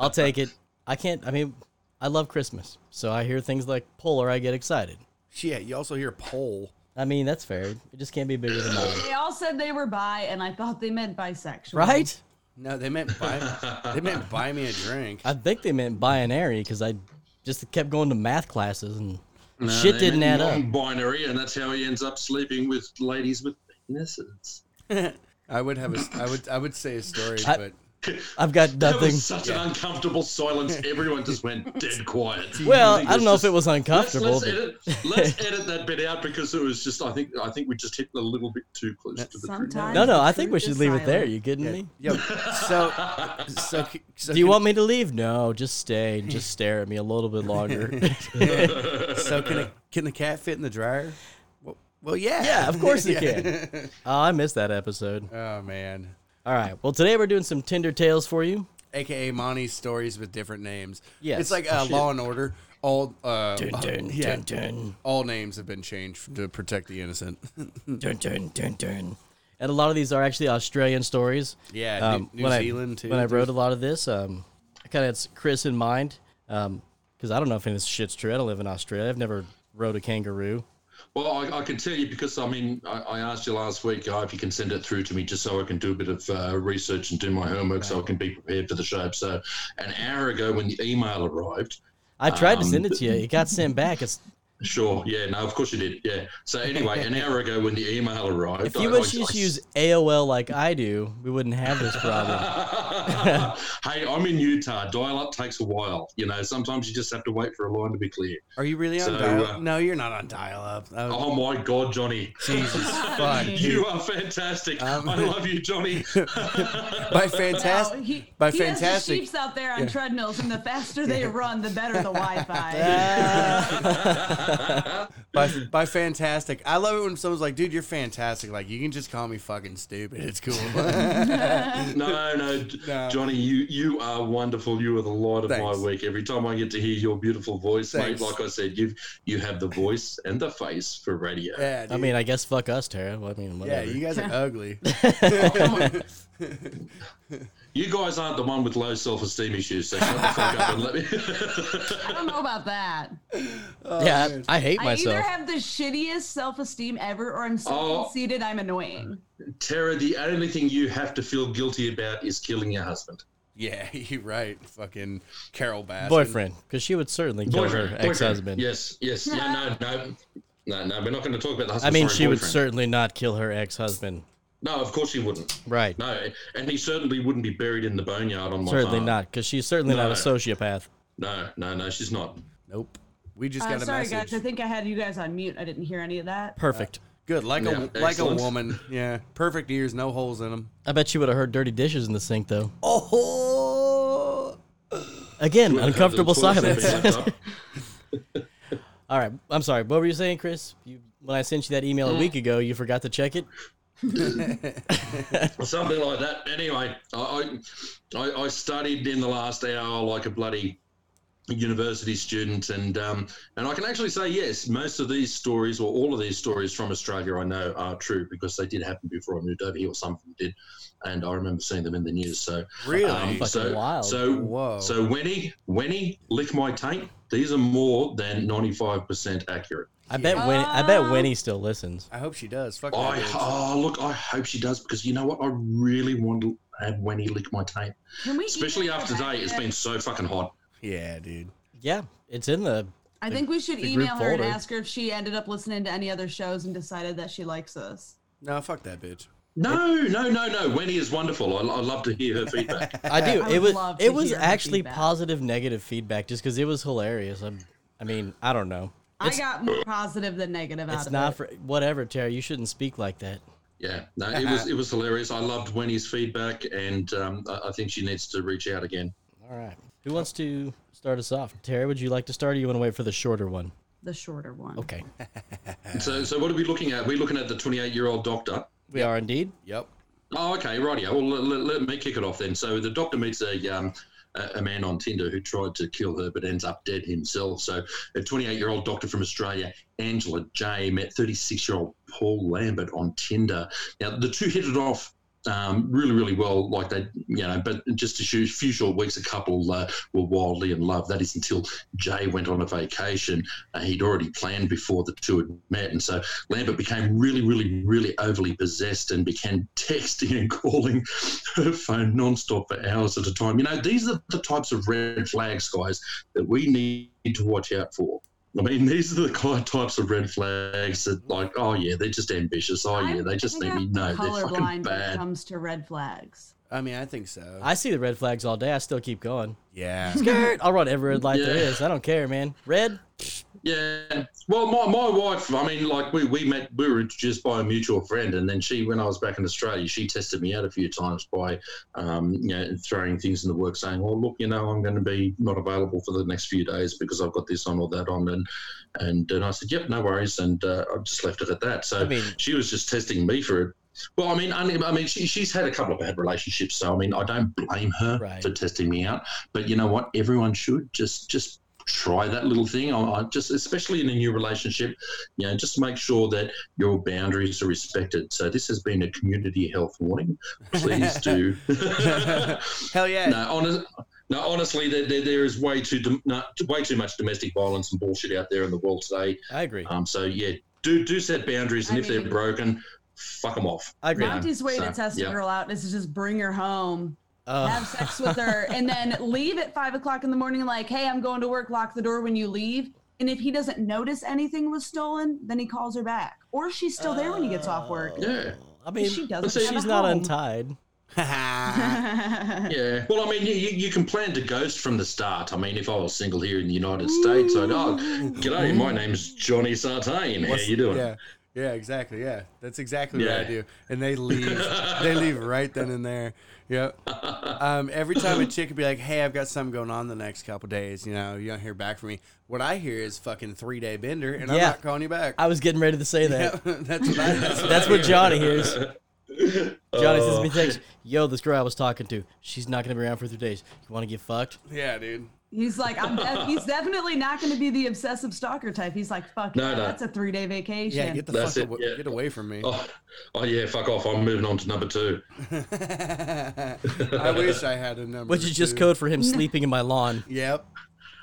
C: I'll take it. I can't. I mean, I love Christmas, so I hear things like polar. I get excited.
B: shit. You also hear pole.
C: I mean, that's fair. It just can't be bigger than mine,
D: They all said they were bi, and I thought they meant bisexual.
C: right?
B: No, they meant buy. they meant buy me a drink.
C: I think they meant binary because I just kept going to math classes and
A: No,
C: shit
A: they
C: didn't add
A: meant
C: up.
A: Non-binary, and that's how he ends up sleeping with ladies with penises.
B: I would have a. s- I would. I would say a story,
C: I-
B: but
C: I've got
A: That
C: nothing.
A: was such an uncomfortable silence. Everyone just went dead quiet.
C: Well,
A: think
C: I don't know if
A: just-
C: it was
A: Let's,
C: uncomfortable.
A: let's,
C: but
A: edit, let's edit that bit out because it was just. I think. I think we just hit a little bit too close to the truth.
D: Sometimes.
C: no, no,
D: the
C: I think we
D: truth
C: should
D: is
C: leave it there.
D: silent.
C: you kidding
B: yeah,
C: me?
B: yo, so, so, c- so
C: Do you
B: can-
C: want me to leave? No, just stay and just stare at me a little bit longer.
B: So can it, can the cat fit in the dryer? Well, well yeah.
C: yeah, of course you can. Oh, I missed that episode.
B: Oh man.
C: All right. Well, today we're doing some Tinder tales for you.
B: AKA Monty's stories with different names.
C: Yes. Oh,
B: It's like uh, Law and Order. All uh, uh, yeah,
C: dun,
B: all names have been changed to protect the innocent. Mm.
C: dun, dun, dun, dun. And a lot of these are actually Australian stories.
B: Yeah,
C: Um,
B: New, New
C: when
B: Zealand
C: I,
B: too.
C: When I wrote a lot of this, um, I kind of had Chris in mind because I don't know if any of this shit's true. I don't live in Australia. I've never rode a kangaroo.
A: Well, I, I can tell you because I mean, I, I asked you last week. I hope you can send it through to me just so I can do a bit of uh, research and do my homework so I can be prepared for the show. So, an hour ago when the email arrived,
C: I tried to
A: Um,
C: send it to you. It got sent back. It's
A: sure, yeah, no, of course you did, yeah. So anyway, an hour ago when the email arrived,
C: if you
A: I-
C: would
A: I-
C: just
A: I-
C: use AOL like I do, we wouldn't have this problem.
A: hey, I'm in Utah. Dial up takes a while. You know, sometimes you just have to wait for a line to be clear.
B: Are you really on
A: So,
B: dial?
A: uh,
B: no, you're not on dial up. Oh,
A: Oh my God, Johnny.
D: Oh.
B: Jesus fuck.
A: You are fantastic.
B: Um,
A: I love you, Johnny.
B: By
D: Wow,
B: fantastic.
D: he,
B: by
D: he has the
B: fantastic.
D: sheeps out there on treadmills, and the faster they run, the better the Wi-Fi.
C: Ah.
B: by, by fantastic. I love it when someone's like, dude, you're fantastic. Like, you can just call me fucking stupid. It's cool.
A: No, no, J-
B: No.
A: Johnny, you you are wonderful. You are the light of
B: Thanks.
A: my week. Every time I get to hear your beautiful voice, mate,
B: Thanks.
A: like I said, you have you have the voice and the face for radio.
B: yeah, dude.
C: I mean, I guess fuck us, Tara. Well, I mean,
B: yeah,
C: whatever.
B: you guys are ugly.
A: You guys aren't the one with low self esteem issues, so shut the fuck up and let me.
D: I don't know about that.
B: Oh,
C: Yeah, I, I hate
D: I
C: myself.
D: either have the shittiest self-esteem ever, or I'm so
A: Oh.
D: conceited I'm annoying.
A: Tara, the only thing you have to feel guilty about is killing your husband.
B: yeah, you're right. Fucking Carol Baskin.
C: boyfriend, because she would certainly kill her
A: boyfriend.
C: ex-husband.
A: Yes, yes. Yeah, no, no. No, no, we're not going to talk about the
C: I
A: husband.
C: mean,
A: sorry,
C: she would
A: boyfriend.
C: certainly not kill her ex-husband.
A: No, of course she wouldn't.
C: Right.
A: No, and he certainly wouldn't be buried in the boneyard on my
C: certainly
A: farm.
C: not, because she's certainly not
A: No.
C: a sociopath.
A: No, no, no, she's not.
B: Nope. We just
D: Uh,
B: got a
D: sorry,
B: message.
D: guys. I think I had you guys on mute. I didn't hear any of that.
C: Perfect.
B: Good, like
A: Yeah,
B: a like a
A: excellent.
B: woman. Yeah, perfect ears, no holes in them.
C: I bet she would have heard dirty dishes in the sink, though.
B: Oh,
A: Wouldn't have
C: Again,
A: the
C: uncomfortable
A: toilet
C: silence.
A: sitting left up.
C: All right, I'm sorry. What were you saying, Chris? You, when I sent you that
A: Mm.
C: email a week ago, you forgot to check it.
A: Something like that. Anyway, I, I- I I studied in the last hour like a bloody university student, and um, and I can actually say yes, most of these stories or all of these stories from Australia I know are true because they did happen before I moved over here, or some of them did, and I remember seeing them in the news. So
B: really?
A: um,
C: Fucking
A: so
C: wild.
A: so
B: Whoa.
A: so Winnie Winnie lick my taint. These are more than ninety five percent accurate.
C: I bet Winnie. I bet
D: Oh.
C: Winnie still listens.
B: I hope she does. Fuck that
A: I
B: bitch.
A: oh look, I hope she does because you know what? I really want to have Winnie lick my taint.
D: Can we?
A: Especially
D: email
A: after
D: her
A: today,
D: that
A: it's
D: yet?
A: been so fucking hot.
B: Yeah, dude.
C: Yeah, it's in the.
D: I think we should
C: the group
D: email her and
C: folder.
D: ask her if she ended up listening to any other shows and decided that she likes us.
B: No, fuck that bitch.
A: No, no, no, no. Winnie is wonderful. I, I love to hear her feedback.
C: I do.
D: I would
C: it was.
D: love to
C: It was
D: hear her
C: actually
D: feedback.
C: positive, negative feedback, just because it was hilarious. I'm, I mean, I don't know. It's,
D: I got more positive than negative out
C: it's
D: of
C: not
D: it.
C: for whatever, Tara. You shouldn't speak like that.
A: Yeah, no, it was it was hilarious. I loved Winnie's feedback, and um, I, I think she needs to reach out again.
C: All right. Who wants to start us off? Tara, would you like to start, or you want to wait for the shorter one?
D: the shorter one.
C: Okay.
A: So, so what are we looking at? We're looking at the 28 year old doctor.
C: We are indeed.
B: Yep.
A: Oh, okay, rightio. Well, let, let, let me kick it off then. So the doctor meets a um, a a man on Tinder who tried to kill her but ends up dead himself. So a 28-year-old doctor from Australia, Angela J, met 36-year-old Paul Lambert on Tinder. Now the two hit it off. Um, really, really well, like they, you know, but just a few, few short weeks, a couple uh, were wildly in love. That is until Jay went on a vacation. Uh, he'd already planned before the two had met. And so Lambert became really, really, really overly possessed and began texting and calling her phone nonstop for hours at a time. You know, these are the types of red flags, guys, that we need to watch out for. I mean, these are the kind of types of red flags that, like, oh yeah, they're just ambitious. Oh yeah,
D: I'm-
A: they just
D: I think
A: need me.
D: I'm
A: No, they're fucking
D: colorblind when it
A: bad.
D: comes to red flags.
B: I mean, I think so.
C: I see the red flags all day. I still keep going.
B: yeah.
C: Skirt. I'll run every red light there
A: Yeah.
C: is. I don't care, man. Red.
A: Yeah. Well, my, my wife, I mean, like, we, we met, we were introduced by a mutual friend. And then she, when I was back in Australia, she tested me out a few times by, um, you know, throwing things in the work, saying, well, look, you know, I'm going to be not available for the next few days because I've got this on or that on. And, and, and I said, yep, no worries. And uh, I just left it at that. So
C: I mean,
A: she was just testing me for it. Well, I mean, I, I mean, she, she's had a couple of bad relationships, so I mean, I don't blame her
C: Right.
A: for testing me out. But you know what? Everyone should just just try that little thing. I, I just, especially in a new relationship, you know, just make sure that your boundaries are respected. So this has been a community health warning. Please do.
B: Hell yeah.
A: No, honest, no honestly, there, there, there is way too dom- no, way too much domestic violence and bullshit out there in the world today.
C: I agree.
A: Um, so yeah, do do set boundaries, and
D: I
A: if
D: mean-
A: they're broken, fuck them off.
C: I agree.
A: Yeah,
D: Monty's way
A: so,
D: to test
A: yeah.
D: a girl out is to just bring her home,
C: Uh,
D: have sex with her, and then leave at five o'clock in the morning. Like, hey, I'm going to work. Lock the door when you leave. And if he doesn't notice anything was stolen, then he calls her back, or she's still there when he gets off work.
A: Yeah.
C: Uh, I mean,
D: She doesn't
A: Let's say-
D: have a
C: she's not
D: home.
C: untied.
A: Yeah. Well, I mean, you, you you can plan to ghost from the start. I mean, if I was single here in the United States, I'd, oh, g'day, my name's Johnny Sartain. How you doing?
B: Yeah. Yeah, exactly. Yeah, that's exactly what I
A: Yeah.
B: do. And they leave. they leave right then and there. Yep. Um, every time a chick would be like, "Hey, I've got something going on the next couple days. You know, you don't hear back from me." What I hear is fucking three day bender, and I'm
C: Yeah.
B: not calling you back.
C: I was getting ready to say that.
B: Yeah, that's what I. That's
C: That's what Johnny hears. Johnny
A: Oh.
C: sends me text. Yo, this girl I was talking to, she's not gonna be around for three days. You want to get fucked?
B: Yeah, dude.
D: He's like, I'm def- he's definitely not going to be the obsessive stalker type. He's like, fuck,
A: No,
D: it,
A: no.
D: that's a three day vacation.
B: Yeah, get the
A: That's
B: fuck
A: it,
B: away,
A: yeah.
B: get away from me.
A: Oh, oh, yeah, fuck off. I'm moving on to number two.
B: I wish I had a number.
C: Which is just
B: two.
C: code for him sleeping in my lawn.
B: Yep.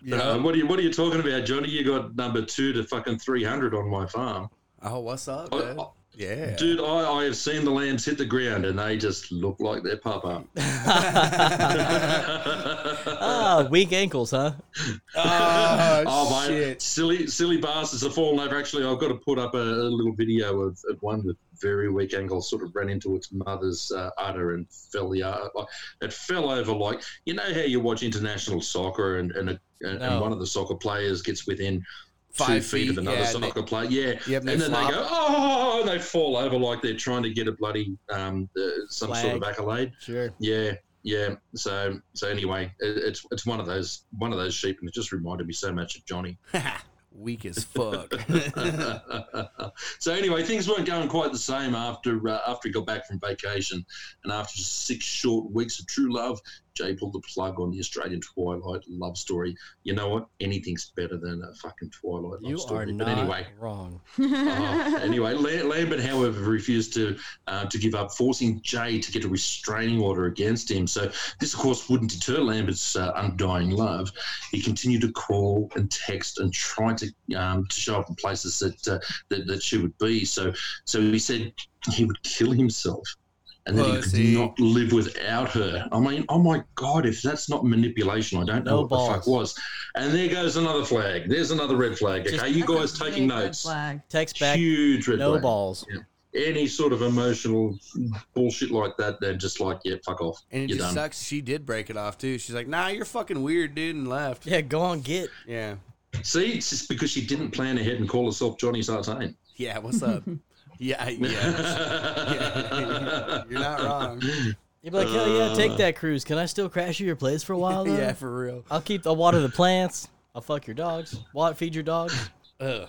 B: Yep.
A: Uh, what are you What are you talking about, Johnny? You got number two to fucking three hundred on my farm,
B: oh, what's up,
A: I-
B: dude?
A: I-
B: yeah.
A: dude. I, I have seen the lambs hit the ground, and they just look like their papa.
C: Ah, weak Ah, ankles, huh?
B: Oh,
A: oh,
B: shit.
A: silly, silly bastards are falling over. Actually, I've got to put up a, a little video of, of one with very weak angle sort of ran into its mother's uh, udder and fell the uh, like, it fell over like you know how you watch international soccer and and, a, and,
C: No.
A: one of the soccer players gets within two
B: Five
A: feet,
B: feet,
A: of another
B: yeah, and
A: soccer player. Yeah,
B: Yep,
A: and then they go, oh, and they fall over like they're trying to get a bloody um, uh, some sort of
C: Flag.
A: accolade.
C: Sure.
A: Yeah, yeah. So, so anyway, it, it's it's one of those one of those sheep, and it just reminded me so much of Johnny.
B: Weak as fuck.
A: so anyway, things weren't going quite the same after uh, after he got back from vacation, and after six short weeks of true love, Jay pulled the plug on the Australian Twilight love story. You know what? Anything's better than a fucking Twilight
C: You
A: love
C: are
A: story.
C: not
A: But anyway,
C: wrong.
A: Oh, anyway, La- Lambert, however, refused to uh, to give up, forcing Jay to get a restraining order against him. So this, of course, wouldn't deter Lambert's uh, undying love. He continued to call and text and try to um, to show up in places that, uh, that that she would be. So so he said he would kill himself. And that he
B: Pussy.
A: could not live without her. I mean, oh my God, if that's not manipulation, I don't know
C: No
A: what the fuck
C: balls.
A: was. And there goes another flag. There's another red flag.
C: Just-
A: okay, you guys
D: That's a
A: taking
D: big red
A: notes
D: Flag.
C: Text back.
A: huge red
C: No
A: flag.
C: balls.
A: Any sort of emotional bullshit like that, they're just like, yeah, fuck off.
B: And it
A: You're
B: just
A: done.
B: sucks. She did break it off too. She's like, "Nah, you're fucking weird, dude," and left.
C: Yeah, go on, get.
B: Yeah.
A: See, it's just because she didn't plan ahead and call herself Johnny Sartain.
B: Yeah. What's up? yeah. Yeah. Yeah. You're not wrong.
C: You'd be like, hell yeah, take that cruise. Can I still crash at your place for a while? Though?
B: yeah, for real.
C: I'll keep. I'll water the plants. I'll fuck your dogs. What feed your dogs?
B: Ugh.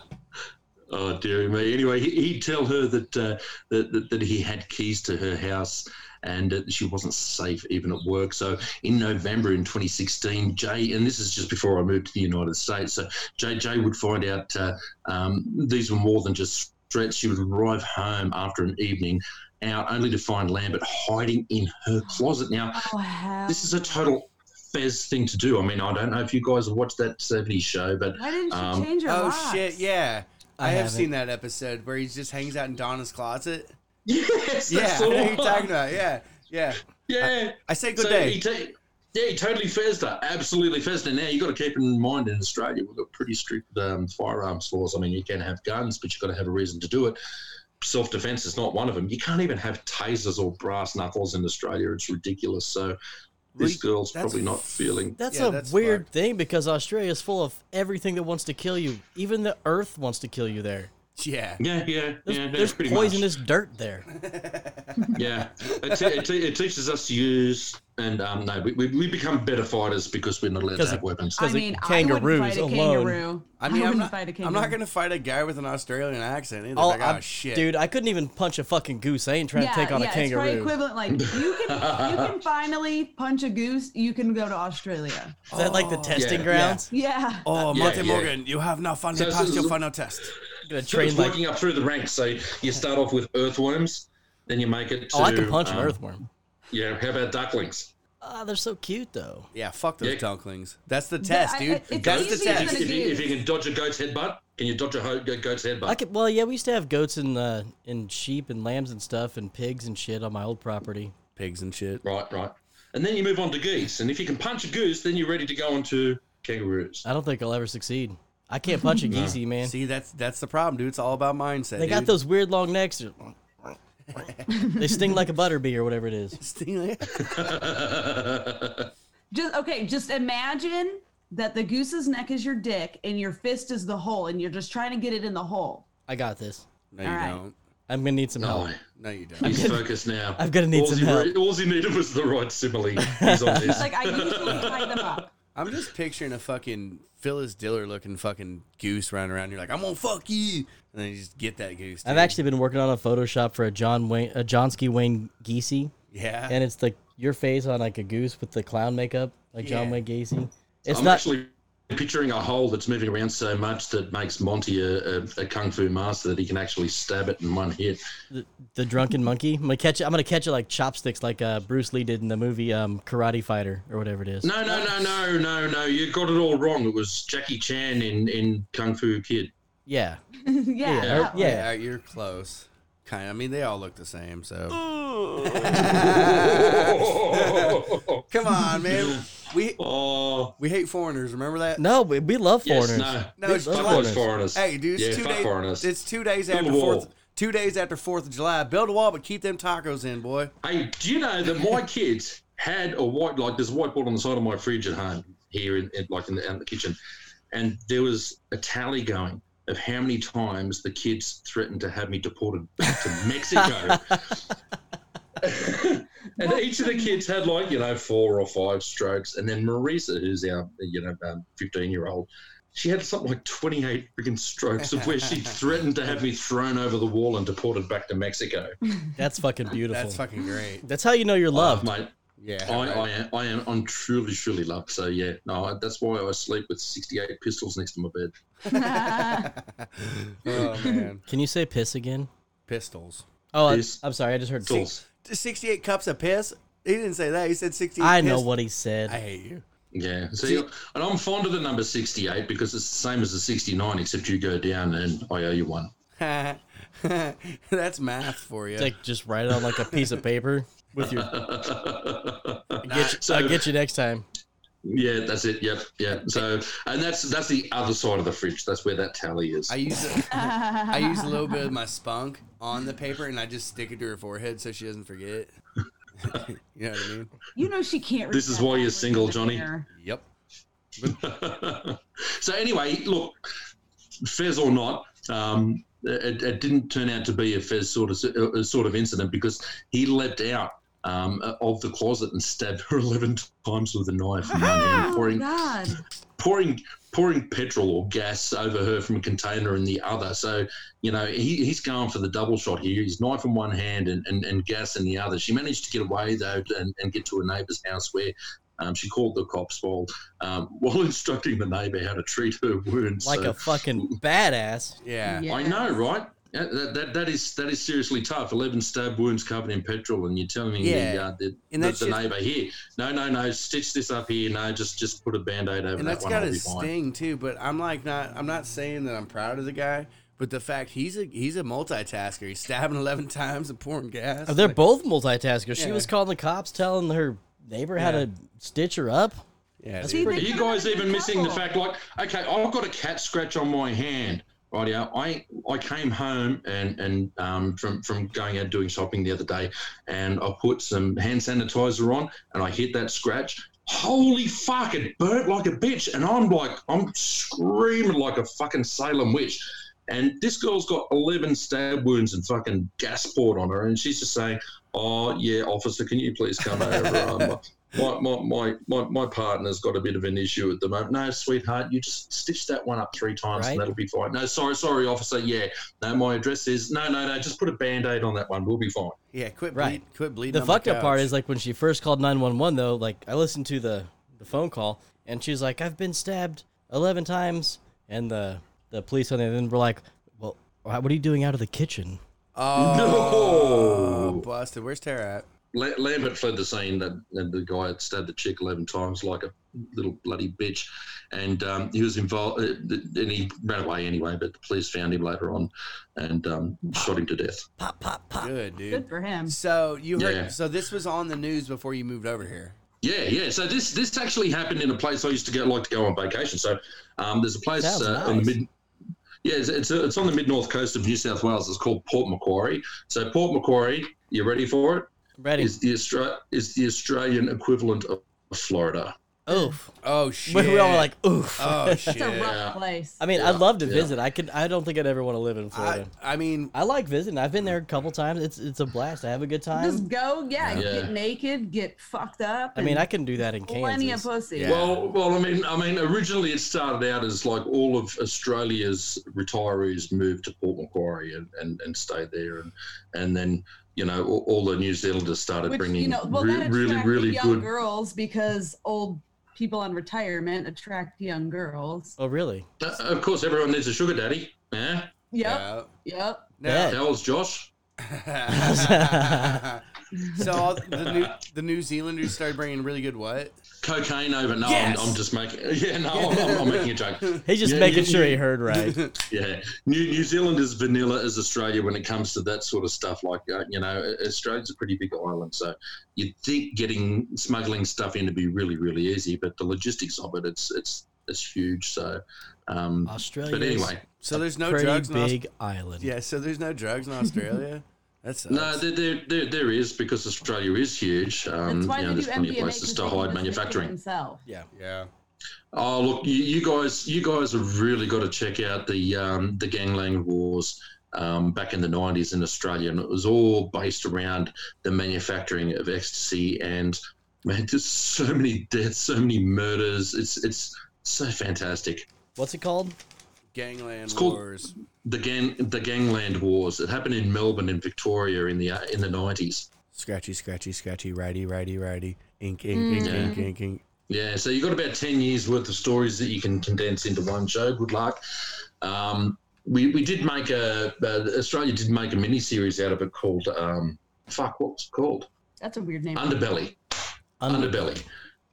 A: Oh dear me! Anyway, he, he'd tell her that, uh, that, that that he had keys to her house and that she wasn't safe even at work. So in November in 2016, Jay and this is just before I moved to the United States. So Jay Jay would find out uh, um, these were more than just threats. She would arrive home after an evening out only to find Lambert hiding in her closet. Now
D: Oh hell!
A: this is a total fez thing to do. I mean, I don't know if you guys have watched that 70s show, but
D: Why didn't she
A: um,
D: change her
B: Oh
D: locks?
B: shit. Yeah. I,
C: I
B: have
C: haven't.
B: seen that episode where he just hangs out in Donna's closet.
A: yes, that's
B: Yeah.
A: the
B: I know what
A: one.
B: you're talking about. Yeah. Yeah.
A: Yeah.
B: I say good
A: so
B: day.
A: He ta- yeah, he totally Fezda, absolutely Fezda. Now you got to keep in mind in Australia we've got pretty strict um, firearms laws. I mean, you can have guns, but you've got to have a reason to do it. Self defense is not one of them. You can't even have tasers or brass knuckles in Australia. It's ridiculous. So this
B: Really?
A: girl's
B: That's
A: probably not
B: f-
A: feeling.
C: That's
B: Yeah,
C: a
B: that's
C: weird
B: fucked.
C: thing because Australia is full of everything that wants to kill you. Even the earth wants to kill you there.
B: yeah.
A: Yeah, yeah,
C: There's,
A: yeah.
C: there's
A: pretty much.
C: poisonous dirt there.
A: yeah, it, te- it, te- it teaches us to use, and um, no, we, we, we become better fighters because we're not allowed to
C: Because
A: have
C: of-
A: weapons.
D: I
C: Because of
D: mean, I
C: kangaroos
D: wouldn't fight a
C: alone.
D: kangaroo.
B: I mean, I'm
D: wouldn't
B: not.
D: fight a
B: I'm
D: kangaroo.
B: not gonna fight a guy with an Australian accent either.
C: Oh,
B: like,
C: I'm-
B: oh shit,
C: Dude, I couldn't even punch a fucking goose. I ain't trying
D: yeah,
C: to take on
D: yeah,
C: a
D: it's probably
C: kangaroo.
D: equivalent. Like you can, you can finally punch a goose. You can go to Australia.
C: Is that like the testing
A: yeah.
C: grounds?
D: Yeah.
B: Oh,
A: Yeah,
B: Monty
A: yeah.
B: Morgan, you have now finally
A: So- so-
B: passed your
A: so-
B: final test.
C: I'm gonna
A: So it's
C: train like.
A: working up through the ranks. So you start off with earthworms, then you make it. To,
C: Oh, I can punch
A: um,
C: an earthworm.
A: Yeah, how about ducklings?
C: Ah, they're so cute though.
B: Yeah, fuck those
A: Yeah.
B: dunklings. That's the test,
D: I-
B: dude.
D: it- it's
B: That's the
D: easier
B: test.
D: than
A: If,
D: a-
A: if, you, if you can dodge a goat's headbutt, can you dodge a ho- go- goat's headbutt?
C: I could. Well, yeah, we used to have goats and uh, and sheep and lambs and stuff and pigs and shit on my old property.
B: Pigs and shit.
A: Right, right. And then you move on to geese, and if you can punch a goose, then you're ready to go on to kangaroos.
C: I don't think I'll ever succeed. I can't punch a geesey, man.
B: See, that's that's the problem, dude. It's all about mindset.
C: they got
B: dude.
C: those weird long necks. They're- they sting like a butterbee or whatever it is. Uh,
D: Just okay. Just imagine that the goose's neck is your dick and your fist is the hole, and you're just trying to get it in the hole.
C: I got this.
B: no, you
D: All right.
B: don't.
C: I'm gonna need some help.
A: No,
B: No, you don't.
A: he's focused now.
C: I'm gonna need
A: all
C: some
A: he,
C: help.
A: All he needed was the right simile. He's on this.
D: Like I usually tie them up.
B: I'm just picturing a fucking Phyllis Diller looking fucking goose running around. You're like, I'm gonna fuck you, and then you just get that goose.
C: I've
B: dude.
C: actually been working on a Photoshop for a John Wayne, a Johnsky Wayne Gacy,
B: yeah.
C: and it's like your face on like a goose with the clown makeup, like John
B: Yeah.
C: Wayne Gacy. It's
A: I'm
C: not.
A: actually picturing a hole that's moving around so much that makes Monty a, a, a kung fu master that he can actually stab it in one hit.
C: the, the drunken monkey. I'm gonna catch it. I'm gonna catch it like chopsticks, like uh, Bruce Lee did in the movie um, Karate Fighter or whatever it is.
A: No, no, no, no, no, no. You got it all wrong. It was Jackie Chan in, in Kung Fu Kid.
C: Yeah,
D: yeah.
C: Yeah.
D: that one.
C: Yeah.
B: Oh, Yeah, you're close. Kind of. I mean, they all look the same. So
A: oh,
B: come on, man. We
A: Oh,
B: we hate foreigners. Remember that?
C: No, we, we love
A: yes,
C: foreigners.
B: No,
A: no.
B: it's
A: Fuck
C: foreigners.
A: those foreigners.
B: Hey, dude,
A: yeah,
B: it's two
A: fuck
B: days.
A: foreigners.
B: It's two days
A: Build
B: after
A: a wall.
B: Fourth. Two days after Fourth of July. Build a wall, but keep them tacos in, boy.
A: Hey, do you know that my kids had a white like there's a whiteboard on the side of my fridge at home here in, in- like in the, out in the kitchen, and there was a tally going of how many times the kids threatened to have me deported back to Mexico. and each of the kids had like you know four or five strokes, and then Marisa, who's our you know um, fifteen year old. She had something like 28 freaking strokes of where she threatened to have me thrown over the wall and deported back to Mexico.
C: That's fucking beautiful.
B: That's
C: That's,
B: fucking great.
C: how you know you're loved.
A: Mate,
B: Yeah.
A: I, I am. I am. I'm truly, truly loved. So yeah, no, I, that's why I sleep with 68 pistols next to my bed.
B: oh man,
C: Can you say piss again?
B: pistols.
C: Oh, I,
A: Piss.
C: I'm sorry. I just heard.
A: Pistols.
B: Sixty-eight cups of piss. He didn't say that. He said sixty-eight.
C: I know
B: piss-
C: what he said.
B: I hate you.
A: Yeah. See, and I'm fond of the number 68 because it's the same as the 69, except you go down and I owe you one.
B: That's math for you.
C: It's like just write it on like a piece of paper with your. Get you,
A: So-
C: I'll get you next time.
A: Yeah, that's it. Yep. Yeah. So, and that's that's the other side of the fridge. That's where that tally is.
B: I use a, I use a little bit of my spunk on the paper, and I just stick it to her forehead so she doesn't forget. you know what I mean?
D: you know she can't. read
A: This is
D: that
A: why you're
D: backwards
A: single,
D: in the
A: Johnny.
D: mirror.
B: Yep.
A: so anyway, look, Fez or not, um, it, it didn't turn out to be a Fez sort of a sort of incident because he leapt out um, of the closet and stabbed her eleven times with a knife, in one hand,
D: Oh
A: pouring
D: God!
A: pouring pouring petrol or gas over her from a container in the other. So you know he, he's going for the double shot here. He's knife in one hand and, and, and gas in the other. She managed to get away though and, and get to a neighbour's house where. Um, she called the cops while um, while instructing the neighbour how to treat her wounds.
C: Like
A: so,
C: a fucking badass.
B: Yeah.
A: I know, right? Yeah, That, that, that is that is seriously tough. Eleven stab wounds covered in petrol, and you're telling me the,
B: Yeah.
A: uh, the,
B: And
A: the,
B: that
A: the
B: shit-
A: neighbour here, no, no, no, stitch this up here. No, just just put a band aid over
B: and
A: that
B: that's
A: one.
B: got
A: I'll
B: his
A: be fine.
B: sting too. But I'm like not I'm not saying that I'm proud of the guy, but the fact he's a he's a multitasker. He's stabbing eleven times and pouring gas.
C: Oh, They're
B: Like,
C: both multitaskers. She
B: Yeah.
C: was calling the cops, telling her neighbor how
B: Yeah.
C: to stitch her up.
B: yeah,
C: That's
B: dude.
A: Are
C: pretty.
A: you guys even missing the fact, like, okay, I've got a cat scratch on my hand, right? Yeah, I I came home and and um, from from going out doing shopping the other day, and I put some hand sanitizer on, and I hit that scratch. Holy fuck! It burnt like a bitch, and I'm like, I'm screaming like a fucking Salem witch. And this girl's got 11 stab wounds and fucking gas poured on her, and she's just saying, "Oh yeah, officer, can you please come over? Um, my, my, my, my, my partner's got a bit of an issue at the moment. No, sweetheart, you just stitch that one up three times
C: Right.
A: and that'll be fine. No, sorry, sorry, officer. Yeah, no, my address is no, no, no. Just put a band aid on that one. We'll be fine.
B: yeah. Quit
C: Right.
B: bleed, quit bleeding.
C: The
B: on my
C: fucked up part
B: couch.
C: is like when she first called 911 though, like I listened to the the phone call and she's like I've been stabbed 11 times and the the police on the other end were like, "Well, why- what are you doing out of the kitchen?"
B: oh,
A: No.
B: busted. Where's Tara at?
A: La- Lambert fled the scene. That, that the guy had stabbed the chick eleven times like a little bloody bitch, and um, he was involved. Uh, th- and he ran away anyway. But the police found him later on, and um, shot him to death.
C: Pop pop pop.
B: Good
D: Good
B: dude.
D: for him.
B: So you heard.
A: Yeah.
B: So this was on the news before you moved over here.
A: Yeah, yeah. So this this actually happened in a place I used to go like to go on vacation. So um, there's a place
C: Sounds
A: uh, on the
C: nice.
A: mid. Yeah, it's it's, it's on the mid north coast of New South Wales. It's called Port Macquarie. So Port Macquarie, you ready for it?
C: Ready.
A: Is the Austra- is the Australian equivalent of Florida?
C: Oof.
B: Oh shit.
C: We, we all were like, "Oof."
B: oh shit.
D: It's a
A: Yeah.
D: rough place.
C: I mean,
A: Yeah,
C: I'd love to
A: yeah.
C: visit. I could I don't think I'd ever want to live in
B: I,
C: Florida.
B: I mean,
C: I, like visiting. I've been there a couple times. It's it's a blast. I have a good
D: Just
C: time.
D: go, yeah,
A: Yeah.
D: get naked, get fucked up.
C: I mean,
D: and
C: I can do that in
D: plenty
C: Kansas.
D: of pussy.
B: Yeah.
A: Well, well, I mean, I mean, originally it started out as like all of Australia's retirees moved to Port Macquarie and, and, and stayed there, and and then you know all, all the New Zealanders started
D: Which
A: bringing
D: you know, well,
A: re-
D: that
A: really
D: attracted
A: really
D: young
A: good
D: girls because old people on retirement attract young girls.
C: Oh, really?
A: Uh, of course, everyone needs a sugar daddy. Yeah.
D: Yep,
B: yeah.
D: yep.
B: Now,
C: Yeah.
A: How old's Josh?
B: so all the new the New Zealanders started bringing really good what?
A: Cocaine over. No,
C: Yes.
A: I'm, I'm just making. Yeah, no, I'm, I'm, I'm making a joke.
C: He's just
A: Yeah,
C: making
A: yeah,
C: sure
A: yeah.
C: he heard right.
A: Yeah, New New Zealand is vanilla as Australia when it comes to that sort of stuff. Like uh, you know, A- Australia's a pretty big island, so you'd think getting smuggling stuff in would be really really easy, but the logistics of it it's it's it's huge. So, um,
C: Australia.
A: but anyway,
B: So there's no
C: pretty
B: drugs in Aus-
C: big island.
B: Yeah, so there's no drugs in Australia. That's
A: no, there, there there there is because Australia is huge. Um,
D: That's why
A: you know,
D: they
A: there's
D: do
A: plenty
D: MDMA
A: of
D: 'cause
A: places to
D: they can
A: hide
D: just make it
A: manufacturing.
D: themselves.
C: Yeah.
B: yeah.
A: Oh look, you, you guys, you guys have really got to check out the um, the gangland wars um, back in the '90s in Australia, and it was all based around the manufacturing of ecstasy. And man, there's so many deaths, so many murders. It's it's so fantastic.
C: What's it called?
B: Gangland
A: It's called-
B: wars.
A: The gang the gangland wars. It happened in Melbourne and Victoria in the uh, in the '90s.
B: Scratchy, scratchy, scratchy, righty, righty, righty. Ink, ink, ink,
D: Mm.
A: Yeah.
B: ink, ink, ink.
A: Yeah, so you've got about 10 years worth of stories that you can condense into one show. Good luck. Um, we, we did make a, uh, Australia did make a mini series out of it called, um, fuck, what's it called?
D: That's a weird name.
A: Underbelly.
C: Under-
A: Underbelly.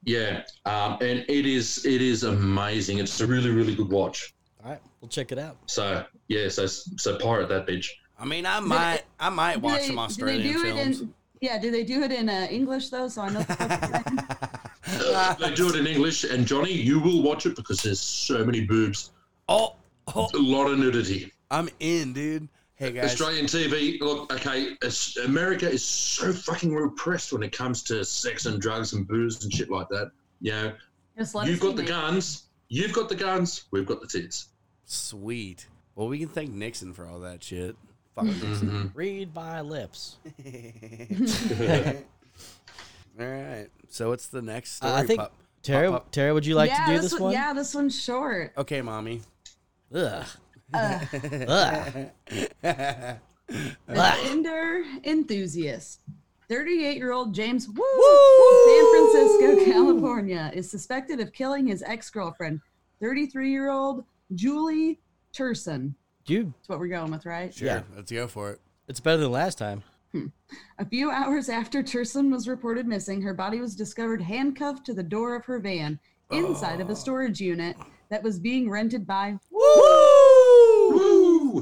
A: Yeah. Um, and it is, it is amazing. It's a really, really good watch.
C: All right, we'll check it out.
A: So, yeah, so, so pirate that bitch.
B: I mean, I might, I might
D: Do
B: watch
D: they-
B: some
D: do they
B: Australian
D: do it
B: films.
D: in- yeah, do they do it in uh, English though? So I know.
A: Uh, they do it in English. And Johnny, you will watch it because there's so many boobs,
B: oh, oh,
A: a lot of nudity.
B: I'm in, dude. Hey guys,
A: Australian TV, look, okay, it's- America is so fucking repressed when it comes to sex and drugs and booze and shit like that. You know,
D: Just let
A: you've
D: us
A: got the
D: be
A: guns, you've got the guns, we've got the tits.
B: sweet. Well, we can thank Nixon for all that shit. Fuck
D: Mm-hmm.
A: Mhm.
C: Read by lips.
B: Nixon. all right. So what's the next
C: Uh,
B: story?
C: I think
B: pup?
C: Tara,
B: Pop, pop.
C: Tara, would you like
D: yeah,
C: to do this, one?
D: Yeah, this one's short.
B: Okay, mommy.
C: Ugh.
D: Uh,
C: Ugh.
D: An Tinder enthusiast. 38 year old James Woo, from San Francisco, California, is suspected of killing his ex girlfriend, 33 year old Julie Turson.
C: You,
D: That's what we're going with, right?
B: Sure.
C: Yeah.
B: Let's go for it.
C: it's better than last time.
D: A few hours after Turson was reported missing, her body was discovered handcuffed to the door of her van inside
C: Oh.
D: of a storage unit that was being rented by.
A: Woo!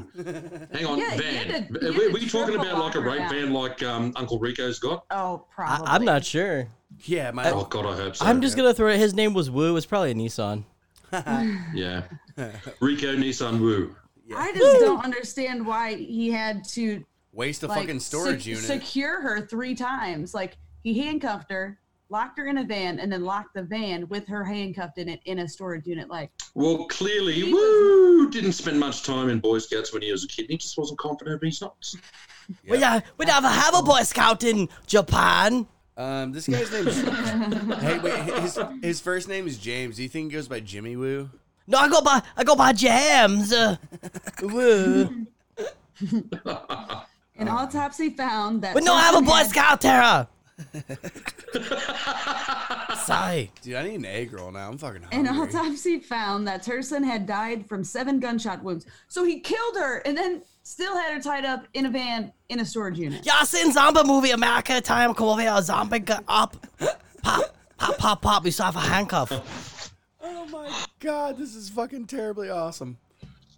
A: Hang on,
D: Yeah, you
A: van.
D: did- you
A: Are we,
D: did
A: we talking
D: triple
A: about like a
D: lock her
A: rape
D: out.
A: van like um, Uncle Rico's got?
D: Oh,
C: I,
D: probably.
C: I'm not sure.
B: Yeah, my.
A: Oh, God, I hope so.
C: Uh, I'm just gonna throw it. His name was Wu. It's probably a Nissan.
A: Yeah. Rico Nissan Woo.
D: I just don't understand why he had to
B: Waste a
D: like,
B: fucking storage
D: sec-
B: unit.
D: secure her three times. Like he handcuffed her, locked her in a van, and then locked the van with her handcuffed in it in a storage unit. Like
A: Well, clearly,
D: He was-
A: Woo didn't spend much time in Boy Scouts when he was a kid. He just wasn't confident of his nuts.
C: We are, we never have a Boy Scout in Japan.
B: Um, this guy's name. Is, hey, wait, his his first name is James. Do you think he goes by Jimmy Woo?
C: No, I go by I go by jams. Uh, Woo.
B: Oh.
D: an autopsy found that.
C: We don't have a
D: Thurston
C: Boy
D: had-
C: Scout, Tara. Sorry.
B: Dude, I need an egg roll now. I'm fucking
D: An
B: hungry.
D: autopsy found that Turson had died from seven gunshot wounds. So he killed her and then still had her tied up in a van in a storage unit.
C: Y'all seen zombie movie America time? Come over here, zombie got up. Pop, pop, pop, pop. We saw a handcuff.
B: oh my god, this is fucking terribly awesome.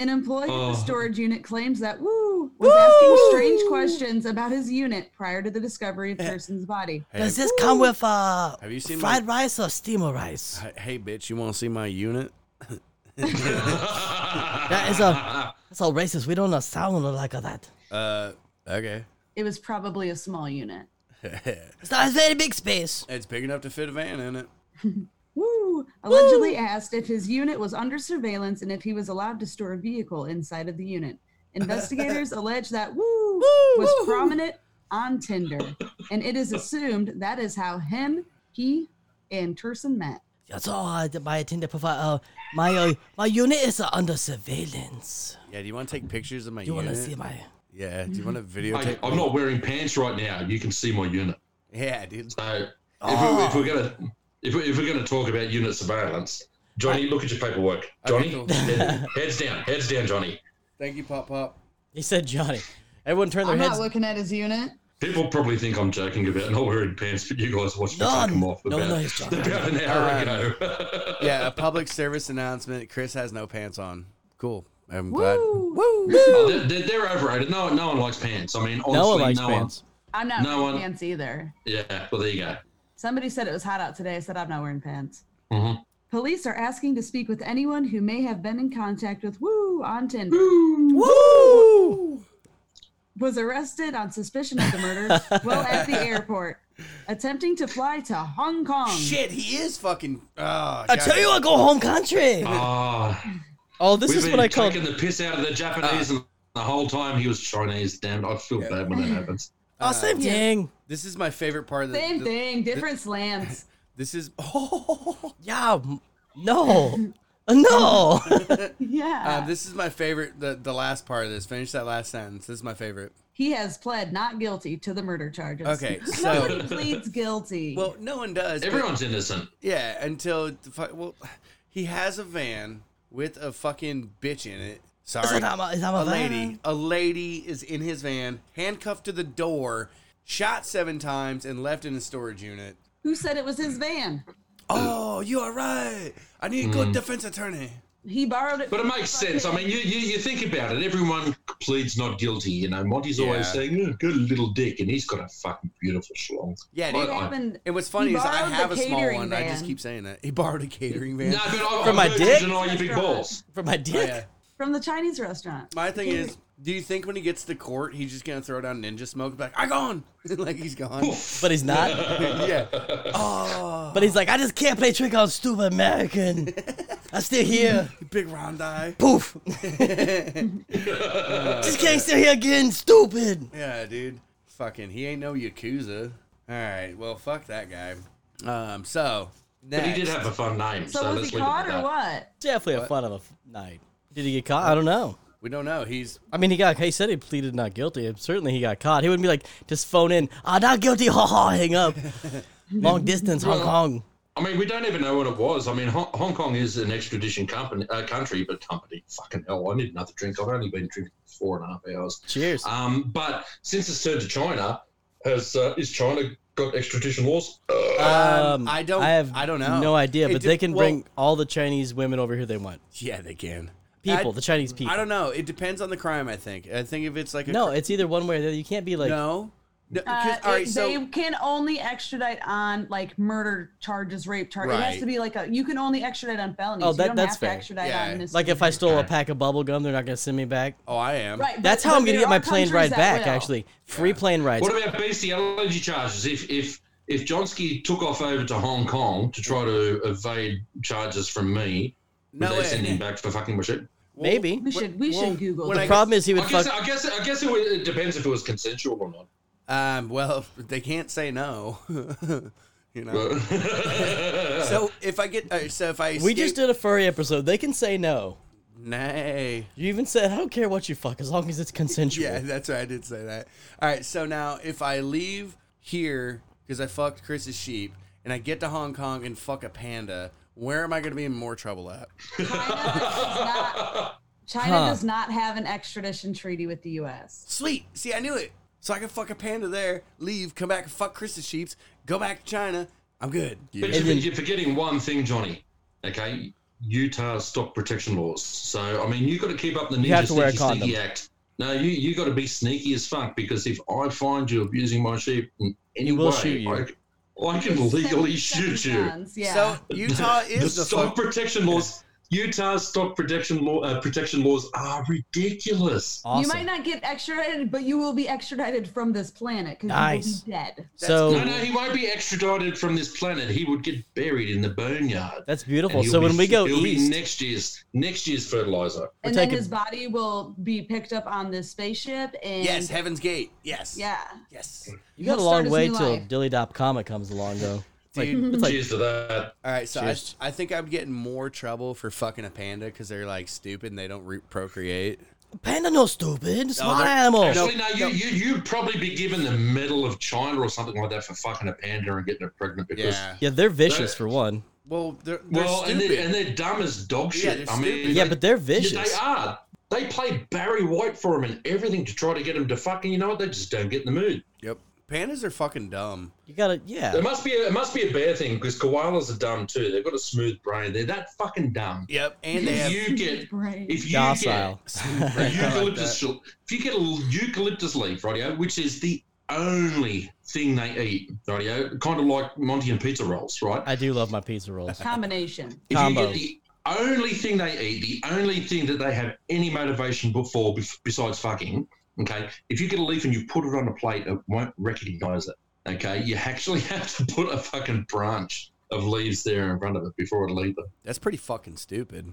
D: An employee of the storage unit claims that Woo was asking strange questions about his unit prior to the discovery
B: Eh.
D: of Turson's body.
B: Hey,
C: Does this come with uh,
B: Have you seen
C: fried rice or steamer rice?
B: hey, hey, bitch, you want to see my unit?
C: That is a that's all racist. We don't uh, sound like that.
B: Uh, okay.
D: It was probably a small unit.
C: It's not a very big space.
B: It's big enough to fit a van in it.
D: Woo! Allegedly asked if his unit was under surveillance and if he was allowed to store a vehicle inside of the unit. Investigators allege that Woo was prominent on Tinder, and it is assumed that is how him, he, and Turson met.
C: That's all uh, my Tinder profile. Uh, my uh, my unit is uh, under surveillance.
B: Yeah, do you want to take pictures of my
C: You
B: unit?
C: want to see my?
B: Yeah, do you want to
A: I,
B: videotape?
A: I'm not wearing pants right now. You can see my unit.
B: Yeah, dude.
A: So if,
C: oh.
A: we, if we're gonna if, we, if we're gonna talk about unit surveillance, Johnny, look at your paperwork.
B: Okay,
A: Johnny,
B: cool.
A: head- heads down, heads down, Johnny.
B: Thank you, Pop Pop.
C: He said Johnny. Everyone turned their
E: I'm
C: heads.
E: not looking at his unit.
A: People probably think I'm joking about not wearing pants, but you guys watched me
C: No,
A: take them off
C: no,
A: about,
C: no, he's joking.
A: about an hour
B: Um,
A: ago.
B: Yeah, a public service announcement. Chris has no pants on. Cool. I'm glad.
E: Woo!
A: Oh, they're- they're, they're overrated. No, no one likes pants. I mean, honestly,
C: no one likes
A: no
C: pants.
D: I'm not
A: No
D: wearing
A: one-
D: pants either.
A: Yeah, well, there you go.
D: Somebody said it was hot out today. I said I'm not wearing pants.
A: Mhm.
D: Police are asking to speak with anyone who may have been in contact with Woo on Tinder.
C: Woo!
D: Was arrested on suspicion of the murder while at the airport, attempting to fly to Hong Kong.
B: Shit, he is fucking. Oh,
C: I tell you, I go home country.
A: Ah,
C: Oh, this
A: we've
C: is what
A: been
C: I call. Ah.
A: taking the piss out of the Japanese, and the whole time he was Chinese. Damn, I feel
B: Yeah.
A: bad when that happens.
C: Oh, same thing.
B: This is my favorite part of the.
D: Same
B: the-
D: thing, different slants.
B: This is. Oh,
C: Yeah. m- No. no.
D: Yeah.
B: uh, this is my favorite. The the last part of this. Finish that last sentence. This is my favorite.
D: he has pled not guilty to the murder charges.
B: Okay, so-
D: Nobody pleads guilty.
B: Well, no one does. but-
A: Everyone's innocent.
B: Yeah, until the fu- well, he has a van with a fucking bitch in it.
C: Is
B: Sorry,
C: that my, is that my
B: a
C: van?
B: lady. A lady is in his van, handcuffed to the door, shot seven times, and left in a storage unit.
D: Who said it was his van?
B: Oh, you are right. I need a good defense attorney.
D: He borrowed it.
A: But it
D: from
A: makes
D: the
A: sense. I
D: fucking-
A: mean, you, you, you think about it. Everyone pleads not guilty. You know, Monty's always
B: Yeah.
A: saying, oh, good little dick, and he's got a fucking beautiful schlong.
B: Yeah,
A: I-
B: dude.
D: It happened.
B: And what's funny
D: He
B: is I
D: borrowed the
B: have a small
D: catering
B: one. I just
D: van.
B: keep saying that. He borrowed a catering
A: No,
B: van.
A: but I,
C: For
A: I'm
C: my
A: going to
C: dick?
A: deny you big balls.
C: For my dick.
B: Oh, yeah.
D: from the Chinese restaurant.
B: My thing is, do you think when he gets to court, he's just gonna throw down ninja smoke, be like, "I gone," like he's gone?
C: But he's not.
B: yeah. Oh,
C: But he's like, I just can't play trick on stupid American. I'm still here.
B: big round eye.
C: Poof.
B: Oh,
C: just can't stay here again. Stupid.
B: Yeah, dude. Fucking, he ain't no yakuza. All right, well, fuck that guy. Um, so next,
A: But he did have a fun name, so,
D: So was
A: let's
D: he
A: leave it at
D: caught
A: that.
D: or what?
C: Definitely a fun of a f- night. Did he get caught? I don't know.
B: we don't know. He's
C: I mean, he got. He said he pleaded not guilty. Certainly, he got caught. He would be like, just phone in. Ah, not guilty. Ha ha. Hang up. Long distance, Hong Kong.
A: I mean, we don't even know what it was. I mean, Hong, Hong Kong is an extradition company, uh, country, but company, fucking hell, I need another drink. I've only been drinking for four and a half hours.
C: Cheers.
A: Um, but since it's turned to China, has uh, is China got extradition laws? Uh,
B: um, I don't.
C: I have.
B: I don't know.
C: No idea.
B: It
C: But
B: de-
C: they can
B: well,
C: bring all the Chinese women over here they want.
B: Yeah, they can.
C: People,
B: I-
C: the Chinese people.
B: I don't know. It depends on the crime. I think. I think if it's like a
C: No,
B: cr-
C: it's either one way or the other. You can't be like.
B: no. No,
D: Uh,
B: 'cause- all right,
D: it-
B: so
D: they can only extradite on like murder charges, rape charges. It
B: Right.
D: has to be like a. You can only extradite on felonies.
C: Oh,
D: you
C: that-
D: don't
C: that's
D: have
C: fair.
D: to extradite
B: Yeah.
D: on this.
C: Like if I stole a pack of bubble gum, they're not gonna send me back.
B: oh, I am.
D: Right. but-
C: That's how
D: but
C: I'm gonna
D: there
C: get my
D: are
C: plane
D: countries
C: ride
D: that
C: back.
D: will.
C: Actually, free plane rides.
A: what about bestiality charges? If if if Johnsky took off over to Hong Kong to try to evade charges from me, would
B: No
A: they send him
B: way.
A: back for fucking bullshit?
C: Maybe.
D: We should we
B: Well,
D: should Google.
B: when
D: that.
B: I
C: The problem is he would
A: I guess,
C: fuck.
A: I guess I guess it, would- it depends if it was consensual or not.
B: Um. Well, they can't say no. you know.
A: But-
B: So if I get, uh, so if I,
C: We just
B: escape-
C: did a furry episode. They can say no.
B: Nay.
C: You even said, I don't care what you fuck as long as it's consensual.
B: Yeah, that's right. I did say that. All right. So now, if I leave here because I fucked Chris's sheep and I get to Hong Kong and fuck a panda, where am I going to be in more trouble at?
D: China does not. China
C: Huh.
D: does not have an extradition treaty with the U.S.
B: Sweet. See, I knew it. So I can fuck a panda there, leave, come back and fuck Chris's sheep, go back to China. I'm good.
A: But
C: And
A: you're,
C: then-
A: you're forgetting one thing, Johnny. Okay, Utah's stock protection laws. So I mean, you got to keep up the
C: have
A: ninja
C: to wear a
A: sneaky,
C: condom.
A: sneaky act. No, you you got to be sneaky as fuck because if I find you abusing my sheep in any
C: will
A: way,
C: shoot you.
A: I, c- I can legally shoot you.
D: Guns, Yeah.
B: So Utah is
A: the,
B: the,
A: stock
B: fuck.
A: protection laws. Utah's stock protection law uh, protection laws are ridiculous.
C: Awesome.
D: You might not get extradited, but you will be extradited from this planet because
C: Nice.
D: you will be dead.
C: so
A: No, no, he won't be extradited from this planet. He would get buried in the boneyard.
C: that's
A: And
C: beautiful.
A: he'll
C: So
A: be
C: when we
A: sh-
C: go
A: he'll be
C: east,
A: next year's next year's fertilizer.
D: and
C: taking-
D: then his body will be picked up on this spaceship. And
B: Yes, Heaven's Gate. Yes.
D: Yeah.
B: Yes.
C: you got a
D: He'll start
C: long
D: his
C: way
D: new
C: till
D: life.
C: Dilly Dop Comic comes along, though. It's like,
B: Dude.
C: it's like
A: Cheers to that.
B: All right, so I,
C: Cheers.
B: I think I'm getting more trouble for fucking a panda because they're like stupid and they don't re- procreate.
C: panda no stupid, smart
B: they're-
C: animal.
A: Actually, no, you, you, you'd probably be given the Medal of China or something like that for fucking a panda and getting it pregnant because.
B: Yeah.
C: Yeah, they're vicious
A: They're-
C: for one.
B: Well, they're, they're
A: Well, and
B: stupid.
A: they're, and they're dumb as dog
B: Yeah,
A: shit.
B: they're
A: I mean,
B: stupid.
C: Yeah, but they're vicious.
A: they are. They play Barry White for him and everything to try to get him to fucking. You know what? They just don't get in the mood.
B: Yep. Pandas are fucking dumb.
C: You gotta, yeah.
A: It must be a, it must be a bear thing because koalas are dumb too. They've got a smooth brain. They're that fucking dumb.
B: Yep. And they have
A: you get
D: Brain.
A: if you
C: Docile.
A: get a eucalyptus, if you get a eucalyptus leaf, rightio, which is the only thing they eat, rightio, kind of like Monty and pizza rolls, right?
C: I do love my pizza rolls.
D: Combination.
A: If you
C: Combo.
A: get the only thing they eat, the only thing that they have any motivation for bef- besides fucking, okay, if you get a leaf and you put it on a plate, it won't recognize it, okay? You actually have to put a fucking branch of leaves there in front of it before it'll eat them.
B: that's pretty fucking stupid.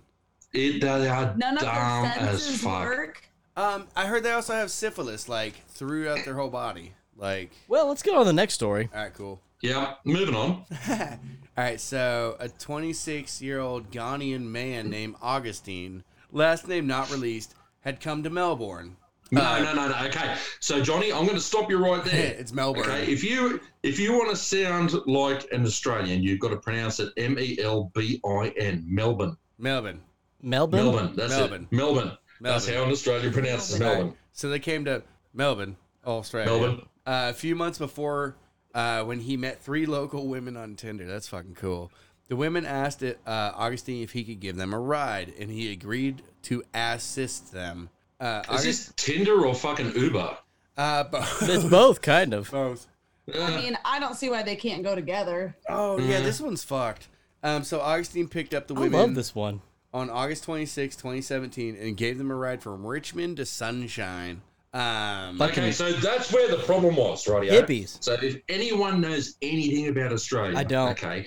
A: It, they are
D: None of
A: dumb
D: the
A: as
D: senses
A: fuck.
D: work.
B: Um, I heard they also have syphilis like throughout their whole body. Like,
C: Well, let's get on to the next story.
B: all right, cool.
A: Yeah, moving on.
B: All right, so a 26 year old Ghanaian man named Augustine, last name not released, had come to Melbourne.
A: No, no, no, no. Okay, so Johnny, I'm going to stop you right there.
B: it's Melbourne.
A: Okay, if you if you want to sound like an Australian, you've got to pronounce it M E L B I N, Melbourne.
B: Melbourne.
C: Melbourne?
A: Melbourne. That's
B: Melbourne.
A: it. Melbourne. That's
B: Melbourne.
A: how an Australian pronounces Melbourne.
B: So they came to Melbourne, Australia.
A: Melbourne.
B: Uh, a few months before uh, when he met three local women on Tinder. That's fucking cool. The women asked it, uh, Augustine if he could give them a ride, and he agreed to assist them. Uh,
A: Is
B: August-
A: this Tinder or fucking Uber?
B: uh, both.
C: It's both, kind of.
B: both.
D: I mean, I don't see why they can't go together.
B: Oh yeah, this onene's fucked. Um, so Augustine picked up the
C: Mm-hmm. I
B: women
C: love this one.
B: on August 26, 2017, and gave them a ride from Richmond to Sunshine. Um,
C: Fuck.
A: Okay, so that's where the problem was, right?
C: Hippies.
A: So if anyone knows anything about Australia,
C: I don't.
A: Okay,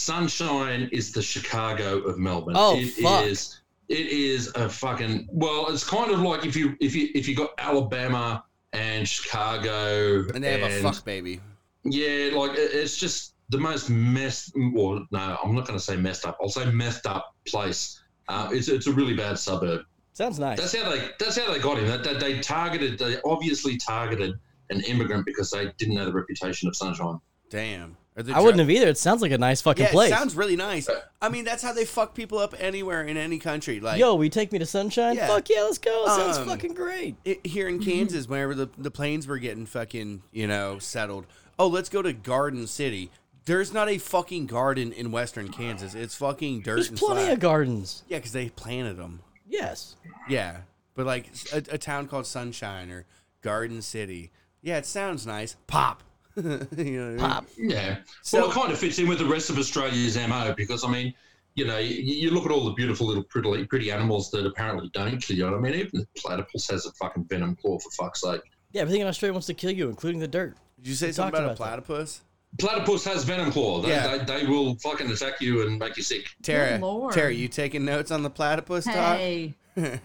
A: Sunshine is the Chicago of Melbourne.
C: Oh,
A: It
C: fuck.
A: is- It is a fucking well. It's kind of like if you if you if you got Alabama and Chicago
B: and they have a fuck baby.
A: Yeah, like it- it's just the most messed. Well, no, I'm not going to say messed up. I'll say messed up place. Uh, it's it's a really bad suburb.
C: Sounds nice.
A: That's how they that's how they got him. That, that they targeted. They obviously targeted an immigrant because they didn't know the reputation of Sunshine.
B: Damn. Or the
C: I wouldn't have either. It sounds like a nice fucking
B: Yeah,
C: place.
B: it sounds really nice. I mean, that's how they fuck people up anywhere in any country. Like
C: Yo, will you take me to Sunshine?
B: Yeah.
C: Fuck yeah, let's go. sounds
B: Um,
C: fucking great.
B: i- here in Kansas, whenever the, the planes were getting fucking, you know, settled. Oh, let's go to Garden City. There's not a fucking garden in western Kansas. It's fucking dirt
C: There's
B: and
C: plenty
B: flat.
C: of gardens.
B: yeah, because they planted them.
C: Yes.
B: Yeah, but like s- a, a town called Sunshine or Garden City. Yeah, it sounds nice. Pop. you know what I mean?
C: Pop.
A: Yeah.
B: So-
A: well, it kind of fits in with the rest of Australia's mo because I mean, you know, you, you look at all the beautiful little pretty pretty animals that apparently don't kill you. I mean, even the platypus has a fucking venom claw for fuck's sake.
C: Yeah, everything in Australia wants to kill you, including the dirt.
B: Did you say
C: We
B: something
C: talked
B: about a
C: about
B: platypus?
A: Platypus has venom claw. They,
B: Yeah.
A: they, they will fucking attack you and make you sick.
B: Tara,
D: lord.
B: Tara, you taking notes on the platypus
D: Hey,
B: talk?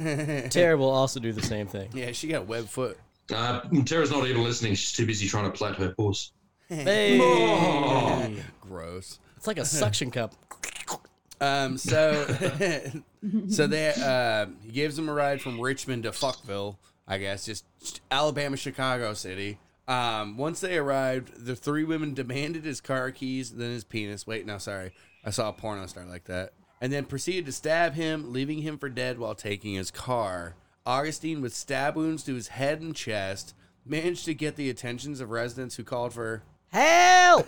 C: Tara will also do the same thing.
B: yeah, she got web foot.
A: Uh, Tara's not even listening. She's too busy trying to plait her horse. Oh.
C: Hey.
B: Gross.
C: It's like a suction cup.
B: Um, so, so they uh, he gives them a ride from Richmond to Fuckville, I guess, just Alabama, Chicago City. Um, once they arrived, the three women demanded his car keys, then his penis. Wait, no, sorry, I saw a porno star like that, and then proceeded to stab him, leaving him for dead while taking his car. Augustine, with stab wounds to his head and chest, managed to get the attentions of residents who called for
C: Help!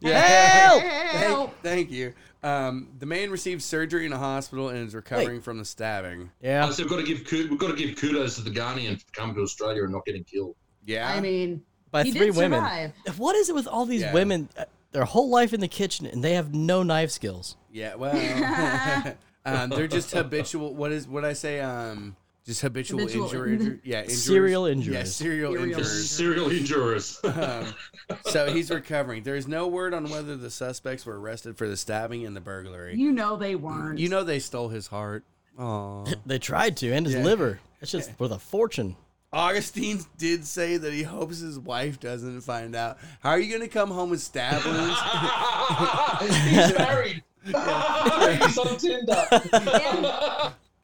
B: yeah.
D: Help!
B: Thank, thank you. Um, the man received surgery in a hospital and is recovering from the stabbing.
C: Yeah.
A: So we've got to give ku- we've got to give kudos to the Ghanaian for coming to Australia and not getting killed.
B: Yeah.
D: I mean,
C: By
D: he
C: Uh, three
D: did
C: women.
D: survive.
C: What is it with all these
B: Yeah.
C: women? uh, Their whole life in the kitchen, and they have no knife skills.
B: yeah. Well, um, they're just habitual. What is what I say? Um, just habitual,
D: Habitual
B: injury.
D: in-
B: yeah. Injuries.
C: Serial
B: Yeah.
C: injuries.
B: Serial,
D: Serial
B: injuries.
A: Serial injurious.
B: Um, so he's recovering. There is no word on whether the suspects were arrested for the stabbing and the burglary.
D: You know they weren't.
B: You know they stole his heart. Aww.
C: They tried to, and his
B: Yeah.
C: liver. That's just worth a fortune.
B: Augustine did say that he hopes his wife doesn't find out. How are you going to come home with stab wounds?
A: He's married. He's on Tinder.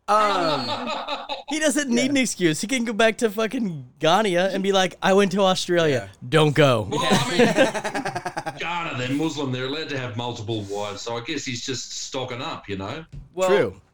B: Um,
C: He doesn't need an excuse. He can go back to fucking Ghana and be like, "I went to Australia. Don't go."
A: Well, I mean, Ghana, they're Muslim. They're allowed to have multiple wives, so I guess he's just stocking up, you know.
B: well,
C: True.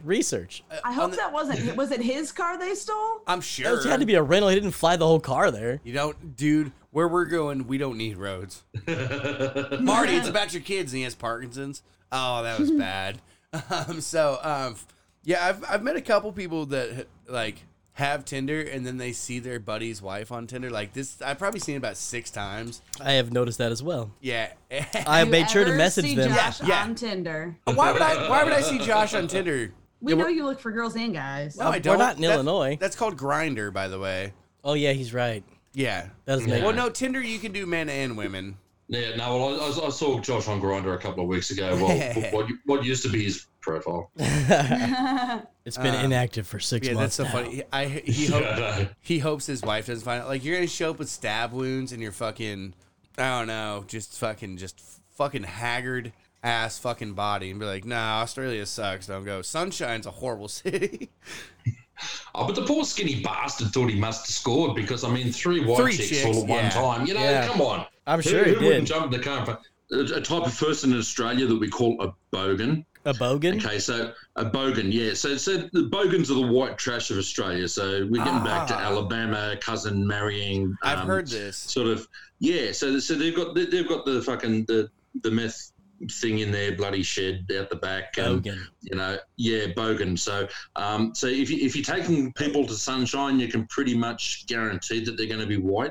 B: Um,
C: research.
D: I hope that wasn't. Was it his car they stole?
B: I'm sure.
C: It had to be a rental. He didn't fly the whole car there.
B: You don't, dude. Where we're going, we don't need roads. Marty, it's about your kids, and he has Parkinson's. Oh, that was bad. Um, so, um, yeah, I've I've met a couple people that like have Tinder, and then they see their buddy's wife on Tinder. Like this, I've probably seen it about six times.
C: I have noticed that as well.
B: Yeah.
C: I
D: You
C: made sure to
D: ever
C: message
D: see
C: them.
D: Josh
B: Yeah, yeah.
D: on Tinder.
B: why would I? Why would I see Josh on Tinder?
D: We know you look for girls and guys.
B: No, I
C: we're
B: don't.
C: not in Illinois.
B: That's called Grinder, by the way.
C: Oh yeah, he's right.
B: Yeah.
C: That doesn't make
B: Well, no, Tinder you can do men and women.
A: Yeah, no, well, I, I, I saw Josh on Grinder a couple of weeks ago. Well, what, what used to be his profile.
C: It's been inactive for six
B: Um, Yeah, that's
C: months.
B: so
C: now.
B: funny. I he
A: Yeah,
B: hope,
A: I know.
B: he hopes his wife doesn't find out. Like you're gonna show up with stab wounds and you're fucking, I don't know, just fucking, just fucking haggard ass fucking body, and be like, nah, Australia sucks. Don't go. Sunshine's a horrible city.
A: Oh, but the poor skinny bastard thought he must have scored because I mean, three white
B: Three
A: chicks,
B: chicks,
A: all at one
B: yeah.
A: time. You know,
B: Yeah.
A: come on.
C: I'm
A: Who-
C: sure
A: who,
C: he
A: wouldn't
C: did.
A: jump in the car? in front- A, a type of person in Australia that we call a bogan.
C: A bogan.
A: Okay, so a bogan, yeah. So, so the bogans are the white trash of Australia. So we're getting back to
B: Ah.
A: Alabama, cousin marrying.
B: I've
A: um,
B: heard this.
A: sort of yeah. So so they've got they've got the fucking the the meth thing in their bloody shed out the back. um, And,
C: Bogan.
A: you know, yeah, bogan. So, um, so if, you, if you're taking people to sunshine, you can pretty much guarantee that they're going to be white.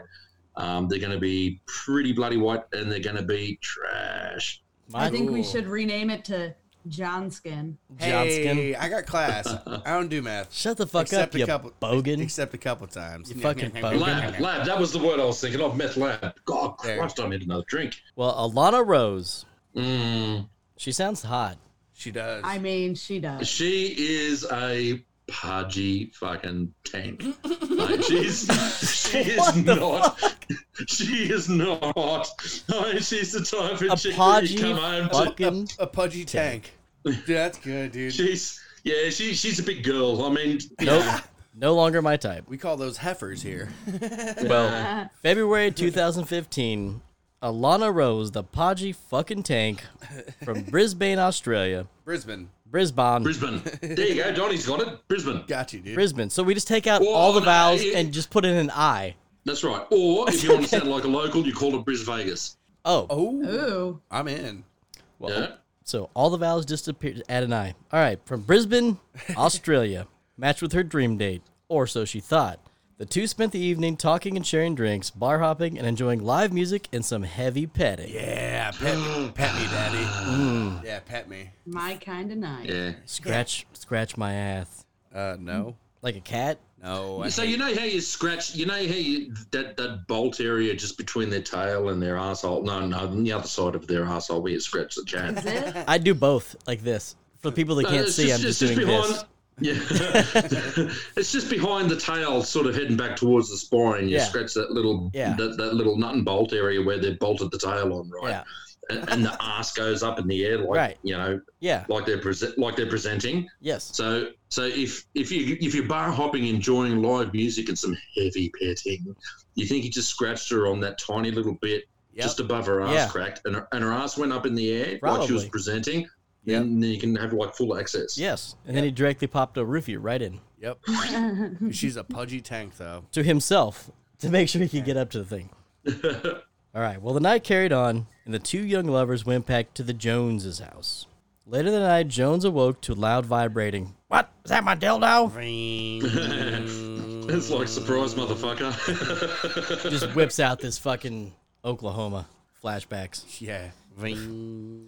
A: Um, they're going to be pretty bloody white, and they're going to be trash.
D: I think we
B: Ooh.
D: should rename it to Johnskin.
C: Johnskin.
B: Hey, I got class. I don't do math.
C: Shut the fuck
B: Except
C: up,
B: a
C: you
B: couple-
C: bogan.
B: Except a couple times.
C: You fucking bogan.
A: Lab, lab. That was the word I was thinking of. Meth lab. God
B: There.
A: Christ, I need another drink.
C: well, Alana Rose.
A: Mm,
C: She sounds hot.
B: She does.
D: I mean, she does.
A: she is a pudgy fucking tank. Like, she's she is not. She is not. I mean, she's the type of
C: A
A: chick that
C: podgy
A: you come home to.
C: fucking.
B: a pudgy tank. Dude, that's good, dude.
A: She's yeah, she, she's a big girl. I mean,
C: Nope. No longer my type.
B: we call those heifers here.
C: Well, February 2015, Alana Rose, the podgy fucking tank from Brisbane, Australia.
B: Brisbane.
C: Brisbane.
A: Brisbane. There you go, Johnny's got it. Brisbane.
B: Got you, dude.
C: Brisbane. So we just take out
A: Well,
C: all the
A: no,
C: vowels
A: it-
C: and just put in an I.
A: That's right. Or if you want to sound like a local, you call it Bris Vegas.
C: Oh,
B: Oh,
D: Ooh.
B: I'm in.
A: Yeah.
C: so all the vowels disappear. Add an I. All right, from Brisbane, Australia. Matched with her dream date, or so she thought. The two spent the evening talking and sharing drinks, bar hopping, and enjoying live music and some heavy petting.
B: Yeah, pet, pet me, daddy.
C: Mm.
B: Yeah, pet me.
D: My kind of night.
A: Yeah.
C: Scratch, scratch my ass
B: Uh, no,
C: like a cat.
B: no. I
A: So
B: hate-
A: you know how you scratch, you know how you, that that bolt area just between their tail and their asshole. No, no, on the other side of their asshole where you scratch the chin.
D: Is it?
C: I do both like this for the people that
A: No,
C: can't
A: Uh, it's
C: see. I'm just, doing
A: behind,
C: this.
A: Yeah, it's just behind the tail, sort of heading back towards the spine. You
C: Yeah.
A: scratch that little
C: Yeah.
A: that, that little nut and bolt area where they bolted the tail on, right?
C: Yeah,
A: and, and the ass goes up in the air, like
C: Right.
A: you know,
C: yeah,
A: like they're present, like they're presenting.
C: yes.
A: So, so if if you if you're bar hopping, enjoying live music and some heavy petting, you think he just scratched her on that tiny little bit
B: Yep.
A: just above her ass
C: Yeah.
A: crack, and her, and her ass went up in the air like she was
C: Probably.
A: presenting.
B: Yep.
A: And then you can have like full access.
C: Yes, and then he directly popped a roofie right in
B: Yep. She's a pudgy tank, though.
C: to himself to make sure he could get up to the thing. All right. Well, the night carried on, and the two young lovers went back to the Joneses' house. Later that night, Jones awoke to loud vibrating. What is that? My dildo?
A: It's like surprise, motherfucker.
C: Just whips out this fucking Oklahoma flashbacks.
B: yeah. Ring.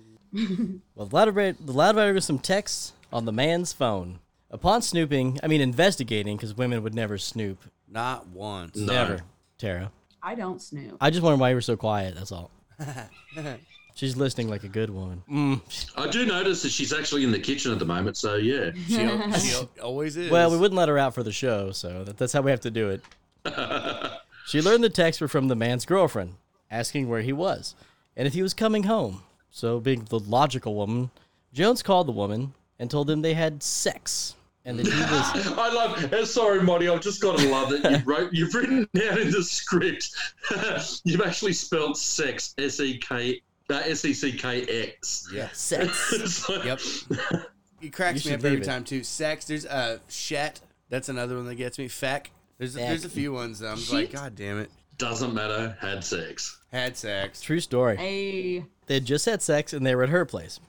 C: Well, the loud vibrator, the loud vibrator was some texts on the man's phone. Upon snooping, I mean investigating, because women would never snoop.
B: Not once.
A: No.
C: Never. Tara.
D: I don't snoop.
C: I just wonder why you were so quiet, that's all. She's listening like a good woman.
A: I do notice that she's actually in the kitchen at the moment, so yeah.
B: She, al- she al- always is.
C: Well, we wouldn't let her out for the show, so that, that's how we have to do it. she learned the texts were from the man's girlfriend, asking where he was and if he was coming home. So, being the logical woman, Jones called the woman and told them they had sex and that he was
A: I love. uh, Sorry, Monty. I've just got to love that you wrote. You've written down in the script. you've actually spelled sex. S e k. S e c k x.
B: Yes.
C: sex.
A: It's like-
B: Yep. it cracks
C: You
B: me
C: should
B: up every
C: leave it.
B: time too. Sex. There's a uh, shet. That's another one that gets me. Feck. There's a,
C: Feck.
B: there's a few ones that I'm just like,
D: Shit.
B: God damn it,
A: Doesn't matter. Had sex.
B: had sex.
C: True story.
D: Hey,
C: They had just had sex and they were at her place.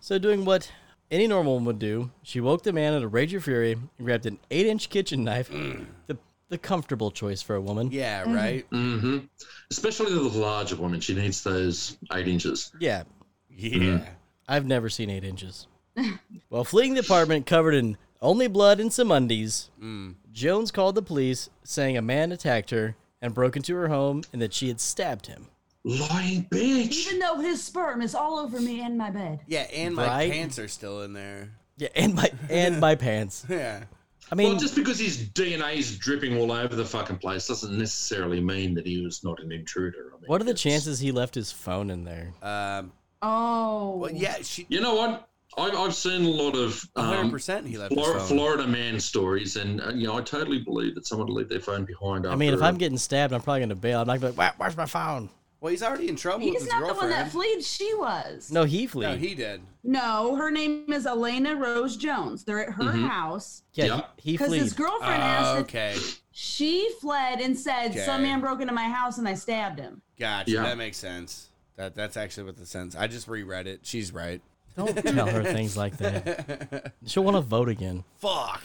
C: so, doing what any normal woman would do, she woke the man in a rage of fury and grabbed an eight inch kitchen knife, the, the comfortable choice for a woman. Yeah.
B: Yeah,
C: Mm.
B: right.
A: hmm Especially the larger woman. She needs those eight inches.
B: Yeah.
C: I've never seen eight inches. While fleeing the apartment covered in only blood and some undies,
B: Mm.
C: Jones called the police saying a man attacked her and broke into her home and that she had stabbed him.
A: Lying bitch.
D: even though his sperm is all over me and my bed.
B: Yeah, and my
C: Right?
B: pants are still in there.
C: Yeah, and my and my pants.
B: Yeah.
C: I mean,
A: well, just because his DNA's dripping all over the fucking place doesn't necessarily mean that he was not an intruder. I mean,
C: what are the
A: it's-
C: chances he left his phone in there?
B: Um.
D: Oh.
B: Well, yeah. She.
A: You know what? I've, I've seen a lot of
B: Hundred
A: um,
B: percent. He left his
A: Florida,
B: phone.
A: Florida man stories, and uh, you know, I totally believe that someone would leave their phone behind. After
C: I mean, if
A: a-
C: I'm getting stabbed, I'm probably gonna bail. I'm not gonna be like, "Where- "Where's my phone?"
B: Well, he's already in trouble with
D: He's
B: his
D: not the
B: girlfriend.
D: one that fleed. She was.
C: No, he flew.
B: no, he did.
D: No, her name is Elena Rose Jones. They're at her house
C: yeah,
A: Yeah.
C: Mm-hmm. he, he
D: because
C: fleed.
D: his girlfriend
B: Oh,
D: asked. if-
B: okay.
D: She fled and said,
B: Okay.
D: "Some man broke into my house and I stabbed him."
B: Gotcha.
A: Yeah.
B: That makes sense. That that's actually what the sense. I just reread it. She's right.
C: Don't tell her things like that. She'll want to vote again.
B: Fuck.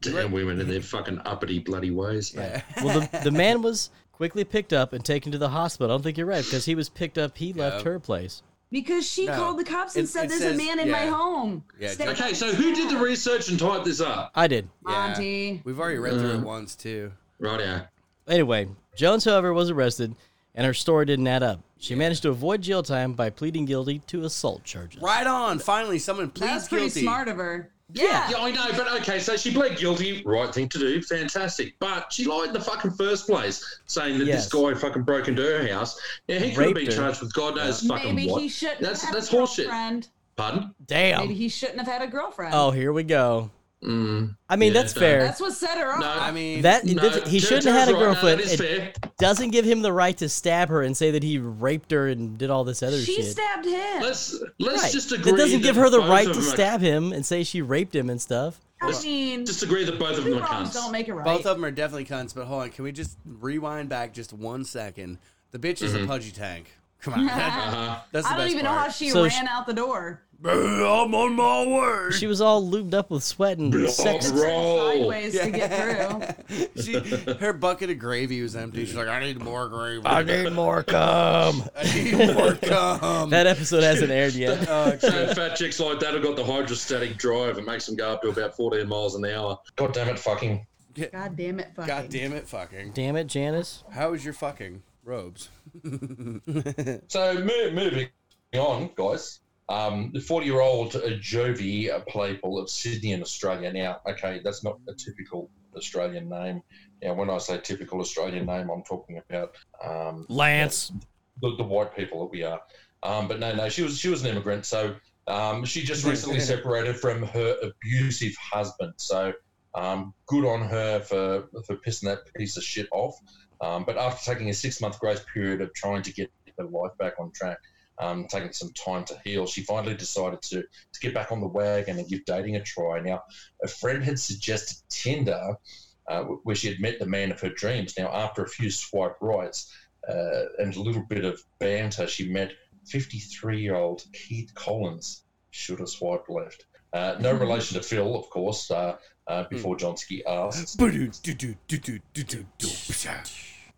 A: damn women in their fucking uppity bloody ways. Yeah.
C: Well, the, the man was quickly picked up and taken to the hospital. I don't think you're right because he was picked up. He left her place.
D: Because she
B: No.
D: called the cops and
B: It-
D: said,
B: it
D: "There's
B: says-
D: a man in my
B: yeah.
D: home."
B: Yeah,
D: Stay-
A: Okay, so who did the research and typed this up?
C: I did.
D: Auntie.
B: We've already read
C: Uh-huh.
B: through it once too.
A: Right, yeah.
C: Anyway, Jones, however, was arrested, and her story didn't add up. She managed to avoid jail time by pleading guilty to assault charges.
B: Right on. Finally, someone pleads
D: That's pretty
B: guilty.
D: smart of her. Yeah.
A: Yeah, I know, but okay, so she pled guilty, right thing to do, fantastic. But she lied in the fucking first place, saying that
C: Yes.
A: this guy fucking broke into her house. Now he could have
C: Raped
A: been
C: her.
A: charged with God knows fucking
D: Maybe
A: what.
D: he shouldn't.
A: That's
D: have had
A: that's
D: a
A: horseshit.
D: girlfriend.
A: Pardon?
D: Maybe
C: Damn.
D: he shouldn't have had a girlfriend.
C: Oh, here we go.
A: Mm,
C: I mean,
A: Yeah,
C: that's
A: no.
C: fair.
D: that's what set her off.
A: No.
B: I mean,
C: That
A: no,
C: that's- he
A: Ter-
C: shouldn't have
A: Ter's
C: had a
A: right, no,
C: girlfriend.
A: that is
C: It
A: fair.
C: doesn't give him the right to stab her and say that he raped her and did all this other
D: she
C: shit.
D: stabbed him.
A: Let's let's
C: Right.
A: just agree.
C: that doesn't give
A: that
C: her the
A: both
C: right
A: of
C: to
A: them are-
C: stab him and say she raped him and stuff.
D: I mean,
A: Just agree that both of
D: two
A: them are
D: wrongs
A: cunts.
D: don't make it right.
B: both of them are definitely cunts. But hold on, can we just rewind back just one second? The bitch is
C: Mm-hmm.
B: a pudgy tank. Come on.
A: uh-huh.
B: That's the
D: I don't
B: best
D: even know how
B: part.
D: she
C: So
D: ran
C: she-
D: out the door.
B: I'm on my way.
C: She was all lubed up with sweat and sex.
A: Oh, Bro. Roll.
D: Sideways to get through.
B: She, her bucket of gravy was empty. She's like, I need more gravy.
C: need more cum.
B: I need more cum.
C: That episode hasn't aired yet.
A: So fat chicks like that have got the hydrostatic drive. It makes them go up to about 14 miles an hour. God damn it, fucking.
D: God damn it, fucking.
B: God damn it, fucking.
C: Damn it, Janice.
B: How is your fucking robes?
A: So mo- moving on, guys. Um, the 40 year old Jovi uh, Playful of Sydney in Australia. Now, okay, that's not a typical Australian name. Now, when I say typical Australian name, I'm talking about um,
C: Lance.
A: the, the white people that we are. Um, but no, no, she was she was an immigrant, so um, she just recently separated from her abusive husband. So um, good on her for for pissing that piece of shit off. Um, but after taking a six month grace period of trying to get her life back on track, um, taking some time to heal, she finally decided to to get back on the wagon and give dating a try. Now, a friend had suggested Tinder. Uh, where she had met the man of her dreams. Now, after a few swipe rights, uh, and a little bit of banter, she met 53 year old Keith Collins. Should have swiped left. Uh, no relation to Phil, of course, uh, uh, before Johnsky asked.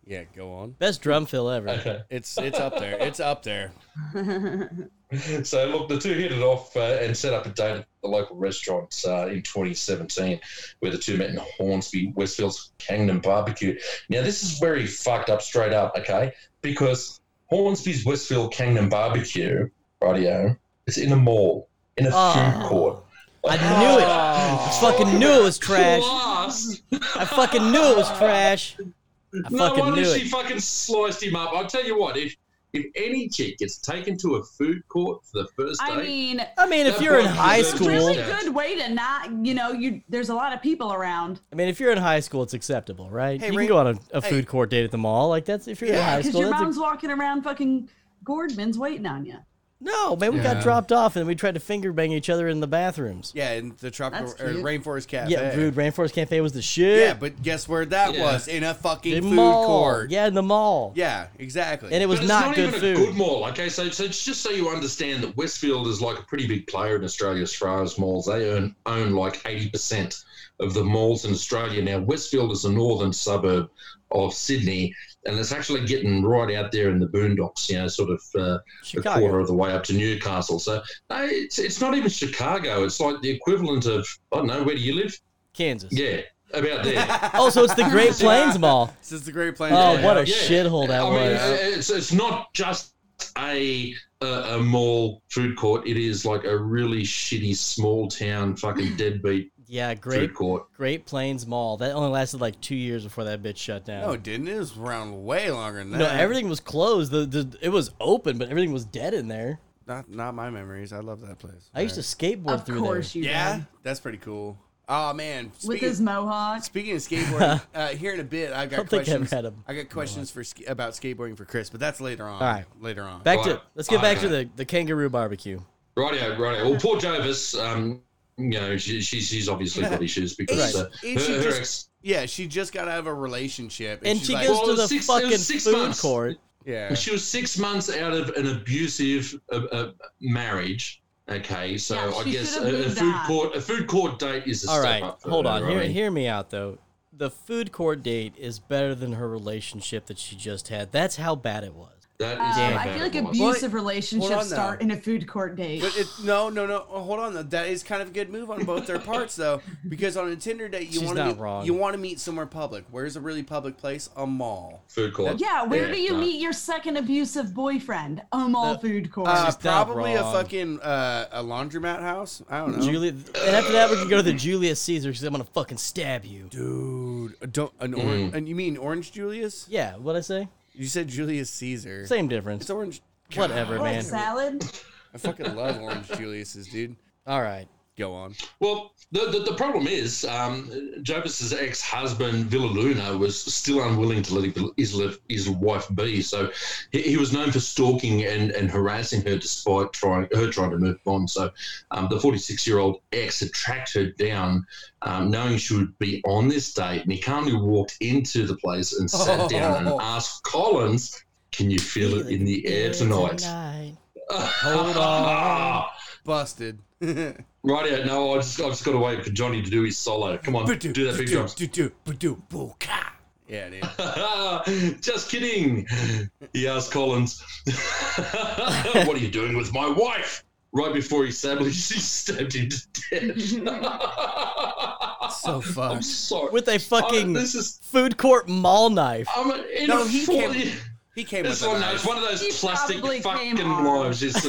B: Yeah, go on.
C: Best drum fill ever.
A: Okay.
B: It's it's up there. It's up there.
A: So, look, the two hit it off uh, and set up a date at the local restaurant uh, in 2017, where the two met in Hornsby, Westfield's Kingdom Barbecue. Now, this is where he fucked up straight up, okay? Because Hornsby's Westfield Kingdom Barbecue, radio, it's in a mall, in a food court.
C: Oh. I knew it. I fucking knew it was trash.
A: Class.
C: I fucking knew it was trash. I
A: No
C: fucking
A: wonder
C: knew
A: she
C: it.
A: fucking sliced him up. I'll tell you what, if if any chick gets taken to a food court for the first date,
D: I mean,
C: I mean, if
A: That
C: you're in
A: boy
C: high
A: deserves
D: it's a
C: school,
D: really
A: Cool.
D: good way to not, you know, you. There's a lot of people around.
C: I mean, if you're in high school, it's acceptable, right?
B: Hey,
C: you can
B: Ray-
C: go on a, a food court date at the mall. Like that's if you're in
B: Yeah,
C: high
D: Because
C: school.
D: your
C: That's
D: mom's
C: a,
D: walking around fucking Gordman's waiting on you.
C: No, man, we got
B: Yeah.
C: dropped off and we tried to finger bang each other in the bathrooms.
B: Yeah, in the tropical
D: That's
B: or
D: cute.
B: rainforest cafe.
C: Yeah, dude, Rainforest Cafe was the shit.
B: Yeah, but guess where that
A: Yeah.
B: was? In a fucking
C: the
B: food
C: mall.
B: court.
C: Yeah, in the mall.
B: Yeah, exactly.
C: And it was
A: But it's
C: not,
A: not,
C: good
A: even
C: food.
A: a good mall. Okay, so, so it's just so you understand that Westfield is like a pretty big player in Australia as far as malls. They own, own like 80% of the malls in Australia. Now, Westfield is a northern suburb of Sydney, and it's actually getting right out there in the boondocks, you know, sort of uh, a quarter
C: Chicago.
A: of the way up to Newcastle. So no, it's, it's not even Chicago. It's like the equivalent of, I don't know, where do you live?
C: Kansas.
A: Yeah, about there.
C: Oh, so it's the Great Plains Mall.
B: This is the Great Plains.
C: Oh,
B: Mall.
C: what a
A: Yeah.
C: shithole that uh,
A: I mean, uh,
C: was.
A: it's, it's not just a, a a mall food court. It is like a really shitty small town fucking deadbeat
C: yeah, Great
A: food court.
C: Great Plains Mall. That only lasted like two years before that bitch shut down.
B: No, it didn't. It was around way longer than that.
C: No, everything was closed. The, the it was open, but everything was dead in there.
B: Not, not my memories. I love that place.
C: I used to skateboard
D: Of
C: through
D: course you
B: Yeah,
D: did.
B: that's pretty cool. Oh man,
D: With
B: speaking,
D: his mohawk.
B: speaking of skateboarding, uh, here in a bit, I've got
C: don't think I've
B: questions.
C: had 'em.
B: I got questions for sk- about skateboarding for Chris, but that's later on.
C: All right.
B: later on.
C: there. Back to
A: Alright.
C: let's get back to
A: Alright.
C: the, the kangaroo barbecue.
A: Rightio, rightio. Well, poor Jovis, um, you know, she, she, she's obviously got issues because
B: Right.
A: uh,
B: Ain't she
A: her, her
B: just-
A: ex.
B: yeah, she just got out of a relationship, and,
C: And
B: she's
C: she
B: like,
C: goes
A: Well,
C: to
A: it was
C: the
A: six- it was
C: fucking
A: six
C: food
A: months.
C: court.
B: yeah,
A: She was six months out of an abusive uh, uh, marriage. Okay, so
D: Yeah,
A: I
D: she
A: guess a,
D: should've
A: a
D: moved
A: food
D: on.
A: court a food court date is a
C: All
A: step
C: right,
A: up. for
C: hold
A: her,
C: on.
A: I
C: Hear,
A: mean.
C: hear me out though. The food court date is better than her relationship that she just had. That's how bad it was.
A: That is
D: Um,
A: how
D: I
A: bad
D: feel
A: it
D: like
A: was.
D: abusive
B: hold
D: relationships
B: on now.
D: start in a food court date.
B: But it, no, no, no. oh, Hold on. though. That is kind of a good move on both their parts, though, because on a Tinder date, you
C: She's
B: want to
C: not
B: meet,
C: wrong.
B: you want to meet somewhere public. Where's a really public place? A mall.
A: food court.
D: yeah, where do you
A: no.
D: meet your second abusive boyfriend? Um, all food court.
B: Uh,
C: She's not
B: probably a
C: wrong.
B: fucking uh, a laundromat house. I don't know.
C: Julia, and after that we can go to the Julius Caesar because I'm gonna fucking stab you.
B: Dude, don't an orange. And you mean Orange Julius?
C: Yeah, what I say?
B: You said Julius Caesar.
C: Same difference.
B: It's orange.
C: Whatever,
D: I like
C: man.
D: salad.
B: I fucking love Orange Julius's, dude.
C: All right.
B: Go on.
A: Well, the, the, the problem is, um, Jovis's ex husband, Villaluna, was still unwilling to let his, his wife be. So he, he was known for stalking and, and harassing her despite trying her trying to move on. So um, the 46 year old ex had tracked her down, um, knowing she would be on this date. And he calmly walked into the place and sat down and
B: Oh.
A: asked Collins, Can you feel it in the air tonight?
C: Hold on.
B: Busted. do
A: Right out. No, I just, I've just got to wait for Johnny to do his solo. Come on, do that big drums.
B: Yeah, dude.
A: just kidding. He asked Collins, What are you doing with my wife? Right before he sadly she stabbed him to death.
B: So
A: I'm
B: fucked.
A: sorry.
C: With a fucking
A: I, this is.
C: food court mall knife.
A: I'm in
B: No,
A: a
B: he
A: full-
B: came- He came
A: It's
B: with a
A: one,
B: knife.
A: it's one of those
D: He
A: plastic
D: probably
A: fucking
D: came armed.
A: knives. It's,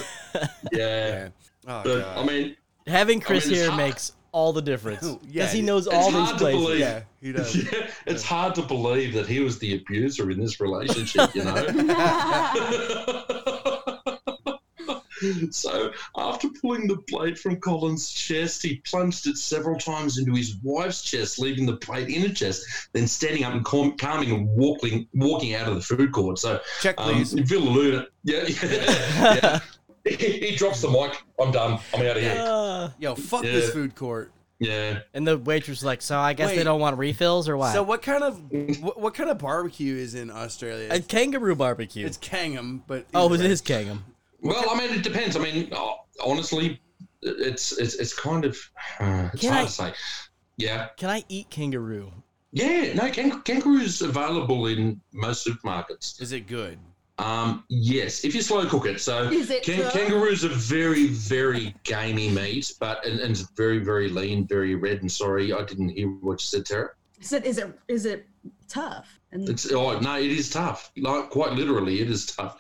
A: yeah.
B: Yeah. Oh,
A: But,
B: God.
A: I mean,
C: Having Chris
A: I mean, it's
C: here
A: hot.
C: makes all the difference because
B: Yeah,
C: he
B: dude.
C: knows
A: It's
C: all these
A: hard to
C: places.
A: believe.
B: yeah, he does.
A: yeah, it's hard to believe that he was the abuser in this relationship, you know? so, after pulling the blade from Colin's chest, he plunged it several times into his wife's chest, leaving the blade in her chest, then standing up and calm, calming and walking walking out of the food court. So,
B: Check,
A: um,
B: please.
A: Villaluna, yeah, yeah, yeah. He, he drops the mic. I'm done. I'm out of here.
C: Uh,
B: Yo, fuck this
A: yeah.
B: food court.
A: Yeah.
C: and the waitress was like, so I guess
B: Wait.
C: they don't want refills or what?
B: So, what kind of what, what kind of barbecue is in Australia?
C: a kangaroo barbecue.
B: It's Kangham, but
C: oh, it
B: either way.
C: is kangaroo.
A: Well, I mean, it depends. I mean, oh, honestly, it's it's it's kind of uh, it's
C: Can
A: hard
C: I-
A: to say. Yeah,
C: Can I eat kangaroo?
A: yeah. No, kang- kangaroo's available in most supermarkets.
B: Is it good?
A: Um, yes, if you slow cook it. So
D: Is it
A: kan-
D: slow?
A: kangaroos are very very gamey meat, but and, and it's very very lean, very red. And sorry, I didn't hear what you said, Tara.
D: Is it is it is it tough?
B: Mm.
D: And
A: It's oh no, it is tough. Like quite literally, it is tough.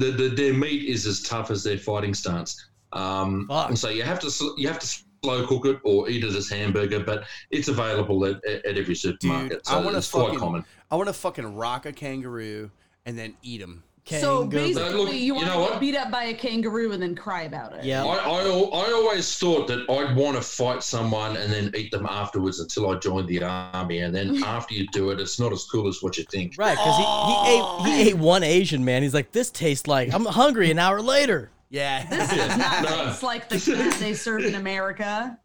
A: The, the, their meat is as tough as their fighting stance. Um,
C: Fuck.
A: and so you have to sl- you have to slow cook it or eat it as hamburger, but it's available at, at, at every supermarket.
B: I
A: so
B: wanna
A: it's quite
B: fucking-
A: common.
B: I want to fucking rock a kangaroo and then eat him.
D: so
C: Kangaroo.
D: basically,
A: Look, you
D: you want
A: know
D: to
A: what?
D: get beat up by a kangaroo and then cry about it.
A: I,
C: yeah.
A: I, al- I always thought that I'd want to fight someone and then eat them afterwards until I joined the army. And then after you do it, it's not as cool as what you think. Oh.
C: Right, because he, he ate he ate one Asian man. He's like, this tastes like I'm hungry an hour later.
B: Yeah.
D: This is not
A: No.
D: taste like the cat they serve in America.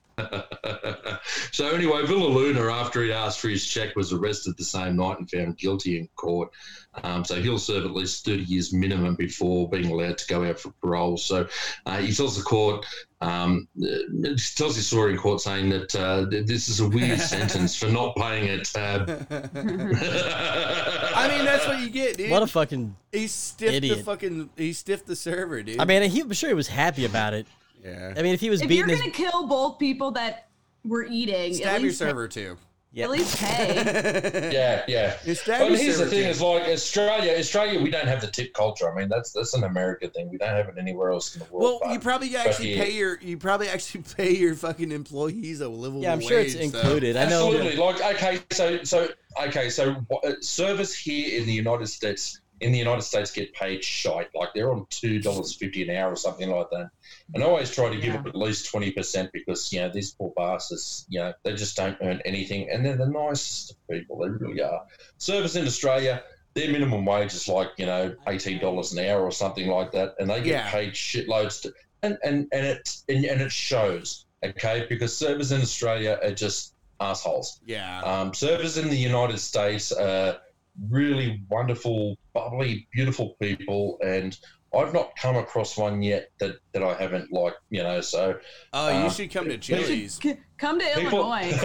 A: so anyway, Villaluna, after he asked for his check, was arrested the same night and found guilty in court. Um, so he'll serve at least 30 years minimum before being allowed to go out for parole. So uh, he tells the court, um, uh, he tells his story in court, saying that uh, th- this is a weird sentence for not paying it. Uh,
B: I
A: I
B: mean, that's what you get, dude.
C: What a fucking.
B: he stiffed the
C: idiot.
B: fucking. He stiffed the server, dude.
C: I mean, he, I'm sure he was happy about it.
B: yeah.
C: I mean, if he was
D: If you're
C: beating his.
D: gonna kill both people that were eating, at
B: Stab your
D: least,
B: server too.
D: at least pay.
A: yeah, yeah.
B: It's stab
A: But
B: your
A: here's the
B: server
A: thing:
B: too.
A: is like Australia, Australia, we don't have the tip culture. I mean, that's that's an American thing. We don't have it anywhere else in the world.
B: Well, you
A: but-
B: probably actually
A: yeah.
B: pay your you probably actually pay your fucking employees a livable wage.
C: Yeah, I'm sure it's
B: so-
C: included. I know.
A: Absolutely. Like, okay, so so okay, so wh- uh, servers here in the United States in the United States get paid shite. Like they're on two dollars fifty an hour or something like that. And I always try to give
D: Yeah.
A: up at least twenty percent because you know these poor bastards, you know, they just don't earn anything, and they're the nicest of people. They really are. Servers in Australia. Their minimum wage is like you know eighteen dollars an hour or something like that, and they get
B: Yeah.
A: paid shitloads to, and and and it and, and it shows, okay? Because servers in Australia are just assholes.
B: Yeah.
A: Um, servers in the United States are really wonderful, bubbly, beautiful people, and I've not come across one yet that, that I haven't liked, you know. So
B: Oh, you
A: uh,
B: should come to
A: should-
B: Chili's.
D: C- Come to Illinois.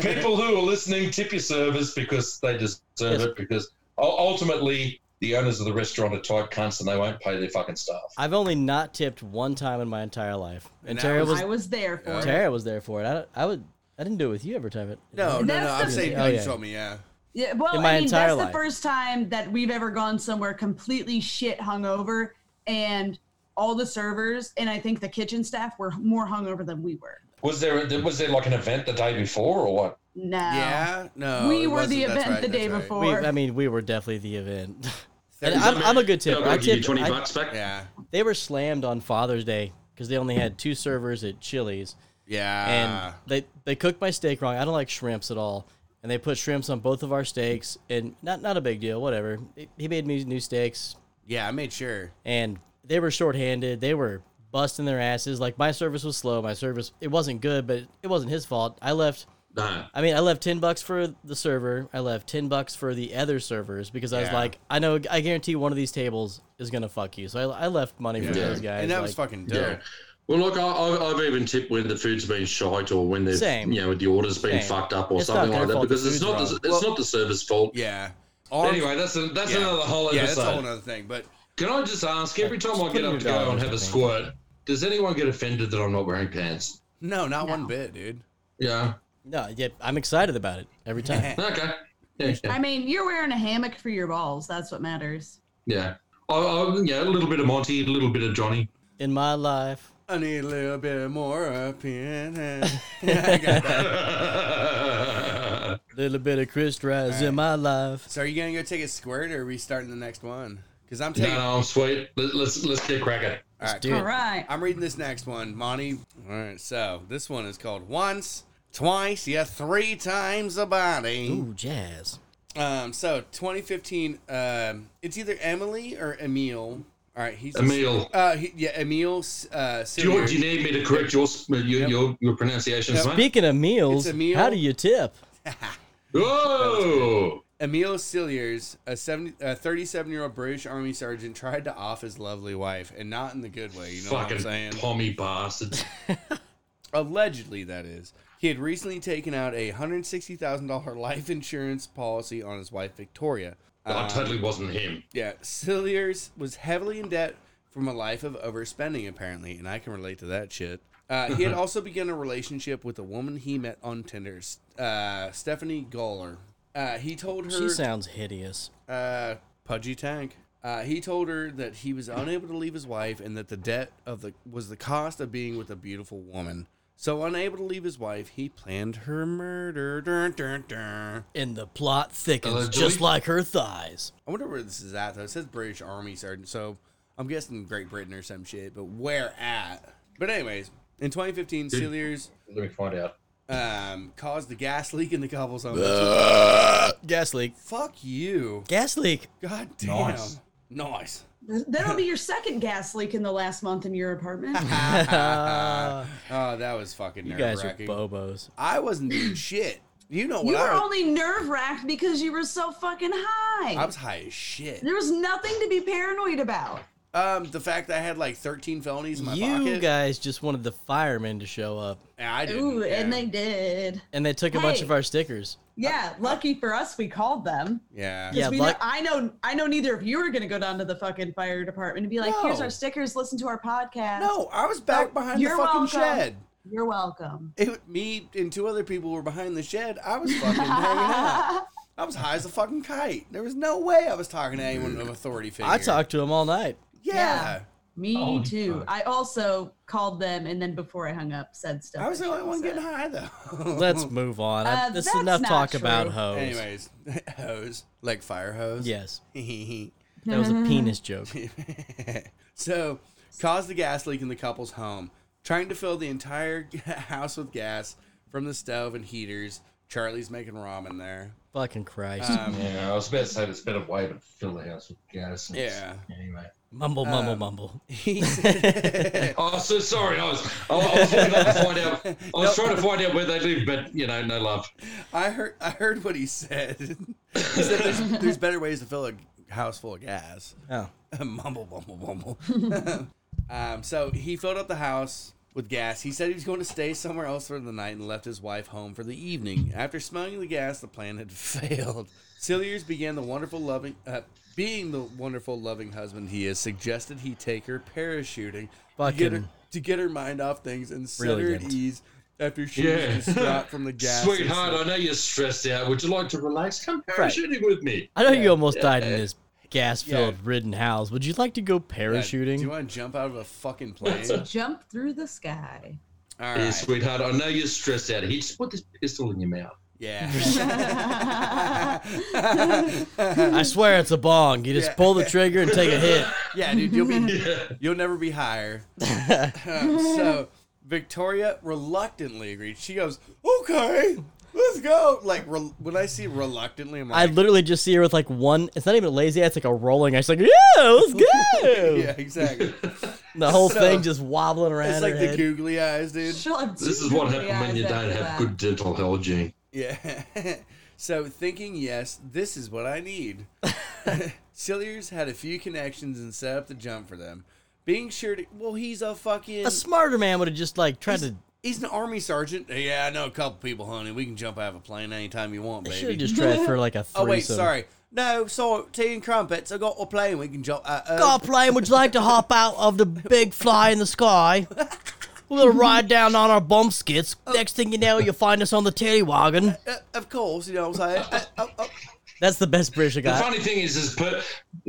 A: people who are listening, tip your servers because they deserve it. Because u- ultimately, the owners of the restaurant are tight cunts, and they won't pay their fucking staff.
C: I've only not tipped one time in my entire life. And
B: And that
C: Tara
B: was-
C: was,
D: I was there for it.
C: Tara was there for it. I, I would I didn't do it with you ever time it.
B: No, no, no.
D: That's
B: I'm
D: the-
B: saying
C: Oh,
B: you
C: yeah.
B: told me, yeah.
D: Yeah, well,
C: in my
D: I mean,
C: entire
D: that's
C: life.
D: the first time that we've ever gone somewhere completely shit hungover, and all the servers and I think the kitchen staff were more hungover than we were.
A: Was there was there like an event the day before or what?
D: No,
B: Yeah, no.
D: we
B: it
D: were the
B: wasn't. That's
D: event
B: right,
D: the
B: that's
D: day
B: right.
D: before.
C: We, I mean, we were definitely the event. and
B: Is
C: I'm, I'm a good
A: Did
C: tipper.
A: I
C: I
A: give you
C: tipped-
A: twenty
C: I-
A: bucks back?
B: Yeah,
C: they were slammed on Father's Day because they only had two servers at Chili's, and
B: yeah.
C: they they cooked my steak wrong. I don't like shrimps at all, and they put shrimps on both of our steaks, and not not a big deal. Whatever. He- He made me new steaks,
B: yeah, I made sure.
C: and they were shorthanded. They were busting their asses. Like my service was slow. My service it wasn't good, but it wasn't his fault. I left.
A: No.
C: I mean, I left ten bucks for the server. I left ten bucks for the other servers because I was
B: Yeah.
C: like, I know, I guarantee one of these tables is gonna fuck you. So I, I left money for
B: Yeah.
C: those guys.
B: and that
C: like-
B: was fucking
A: Yeah.
B: dope.
A: Well, look, I, I've, I've even tipped when the food's been shite or when the
C: Same.
A: you know the order's been
C: Same.
A: fucked up or
C: It's not
A: something
C: their
A: like that
C: fault
A: because
C: the
A: it's
C: food's
A: not the,
C: wrong.
A: it's not the server's fault.
B: Yeah. Arms-
A: Anyway, that's a, that's
B: Yeah.
A: another whole
B: yeah, that's
A: episode.
B: a whole other thing. But
A: Can I just ask? Every time I
C: put
A: get
C: in
A: up
C: your
A: to go
C: dollars,
A: and have
C: I
A: a
C: think.
A: squirt, does anyone get offended that I'm not wearing pants?
B: no, not
D: No.
B: one bit, dude.
A: Yeah.
C: no, yet I'm excited about it every time.
A: Okay. Yeah.
D: I mean, you're wearing a hammock for your balls. That's what matters.
A: Yeah. I, I, yeah. A little bit of Monty, a little bit of Johnny.
C: In my life,
B: I need a little bit more up in here. Yeah, I got that.
C: little bit of Chris Rise
B: Alright.
C: in my life.
B: So are you gonna go take a squirt, or are we starting the next one? Because I'm
A: no,
B: taking.
A: no, I'm sweet. Let, let's let's get cracking.
B: All right,
C: Dude,
D: All right.
B: I'm reading this next one, Monty. All right, so this one is called "Once, Twice, Yeah, Three Times a Body."
C: ooh, jazz.
B: Um, so 2015, um, it's either Emily or Emil. All right, he's
A: Emil.
B: Uh, he, yeah, Emil. s- Uh,
A: Do you,
B: Sirier.
A: do you need me to correct your s- your your, your, pronunciations, mate?
C: Speaking of meals,
B: It's a meal.
C: how do you tip?
A: Whoa!
B: Emil Silliers, a 70, uh, 37-year-old British Army sergeant, tried to off his lovely wife, and not in the good way. You know what I'm
A: Fucking
B: saying?
A: Tommy bastards.
B: Allegedly, that is. He had recently taken out a $160,000 life insurance policy on his wife, Victoria.
A: I
B: Um,
A: totally wasn't him.
B: Yeah, Silliers was heavily in debt from a life of overspending, apparently, and I can relate to that shit. Uh, he had also begun a relationship with a woman he met on Tinder, S- uh, Stephanie Goller. Uh, he told her
C: She sounds hideous.
B: uh, Pudgy Tank. Uh, he told her that he was unable to leave his wife and that the debt of the was the cost of being with a beautiful woman. So unable to leave his wife, he planned her murder. Dun, dun, dun.
C: And the plot thickens,
A: Uh,
C: just
A: Joey?
C: like her thighs.
B: I wonder where this is at though. It says British Army Sergeant, so I'm guessing Great Britain or some shit. But where at? But anyways, in 2015, Sealiers
A: Let me find out.
B: um, caused the gas leak in the cobblestone.
C: Gas leak.
B: Fuck you!
C: Gas leak.
B: God damn.
A: Nice.
B: Nice.
D: Th- That'll be your second gas leak in the last month in your apartment.
B: oh, that was fucking
C: You guys
B: nerve
C: are
B: wracking.
C: bobos.
B: I wasn't doing shit. You know what
D: you
B: I
D: were
B: was.
D: only nerve wracked because you were so fucking high.
B: I was high as shit.
D: there was nothing to be paranoid about.
B: Um, the fact that I had like 13 felonies in my
C: You
B: pocket.
C: guys just wanted the firemen to show up,
B: Yeah, I didn't.
D: Ooh,
B: yeah.
D: and they did.
C: and they took a bunch
D: Hey.
C: of our stickers.
D: Yeah, lucky for us, we called them.
B: Yeah.
C: Yeah.
D: Yeah, we
C: luck-
D: know, I know. I know. Neither of you are going to go down to the fucking fire department and be like, "Here's
B: No.
D: our stickers. Listen to our podcast."
B: No, I was
C: Oh,
B: back
D: No,
B: behind the
D: you're
B: fucking
D: welcome.
B: shed.
D: you're welcome.
B: It, me and two other people were behind the shed. I was fucking hanging out. I was high as a fucking kite. There was no way I was talking to anyone of authority figure.
C: I talked to them all night.
B: Yeah.
D: Me
A: Oh,
D: too.
A: fuck.
D: I also called them, and then before I hung up, said stuff.
B: I was the
D: I
B: only
D: shouldn't
B: one
D: have
B: getting
D: said.
B: high though.
C: Let's move on. I-
D: Uh,
C: this is
D: that's
C: enough
D: not
C: talk
D: true.
C: about hoes.
B: Anyways, hose like fire hose.
C: Yes,
B: Yeah.
C: that was a penis joke.
B: so, caused the gas leak in the couple's home. Trying to fill the entire house with gas from the stove and heaters. Charlie's making ramen there.
C: Fucking Christ.
B: Um,
A: Yeah, I was about to say there's a better way to fill the house with gas. and-
B: Yeah.
A: Anyway.
C: mumble, mumble,
B: um,
C: mumble.
B: he said-
A: Oh, so sorry. I was, I was looking up to find out. I was trying to find out where they live, but you know, no love.
B: I heard. I heard what he said. he said there's, there's better ways to fill a house full of gas.
C: Oh,
B: mumble, mumble, mumble. um, so he filled up the house with gas. He said he was going to stay somewhere else for the night and left his wife home for the evening. After smelling the gas, the plan had failed. Silliers began the wonderful loving, uh, being the wonderful loving husband he is, suggested he take her parachuting to get her,
C: Fucking-
B: to get her mind off things and set her
C: Brilliant.
B: at ease after she
A: Yeah.
B: was distraught from the gas.
A: Sweetheart, I know you're stressed out. Would you like to relax? Come parachuting with me.
C: I know you almost died in this gas-filled
B: Yeah.
C: ridden house. Would you like to go
B: Yeah,
C: parachuting?
B: Do you want to jump out of a fucking plane? All
D: Jump through the sky.
B: right.
A: Yeah, sweetheart, I know you're stressed out. He just put this pistol in your mouth.
B: Yeah.
C: I swear it's a bong. You just
B: Yeah.
C: pull the trigger and take a hit.
B: yeah, dude, you'll be
A: Yeah.
B: you'll never be higher. Um, so Victoria reluctantly agreed. She goes, "Okay, let's go." Like re- when I see reluctantly, I'm
C: I
B: like,
C: literally just see her with like one. It's not even a lazy. eye, It's like a rolling. I just like, yeah, let's go.
B: yeah, exactly.
C: The whole
B: So-
C: thing just wobbling around.
B: it's like
C: her
B: the
C: head.
B: googly eyes, dude.
D: She'll have
A: This
D: two
A: is what
D: googly
A: happened when
D: eyes
A: you don't
D: after
A: have
D: that.
A: good dental hygiene.
B: Yeah. so thinking, yes, this is what I need. Silliers had a few connections and set up the jump for them. Being sure to well, he's a fucking
C: A smarter man would have just like tried to.
B: He's an army sergeant. Yeah, I know a couple people, honey. We can jump out of a plane anytime you want,
C: They should have
B: baby.
C: just tried for like a
B: Oh
C: threesome.
B: wait, sorry. No, sorry. Tea and crumpets. I got a plane. We can jump. Uh, uh,
C: Got a plane? Would you like to hop out of the big fly in the sky? We're gonna ride down on our bum skits.
B: Oh.
C: Next thing you know, you'll find us on the teddy wagon.
B: uh, of course, you know what I'm saying. Uh, uh, uh,
C: That's the best British I
A: The
C: got.
A: funny thing is, is per,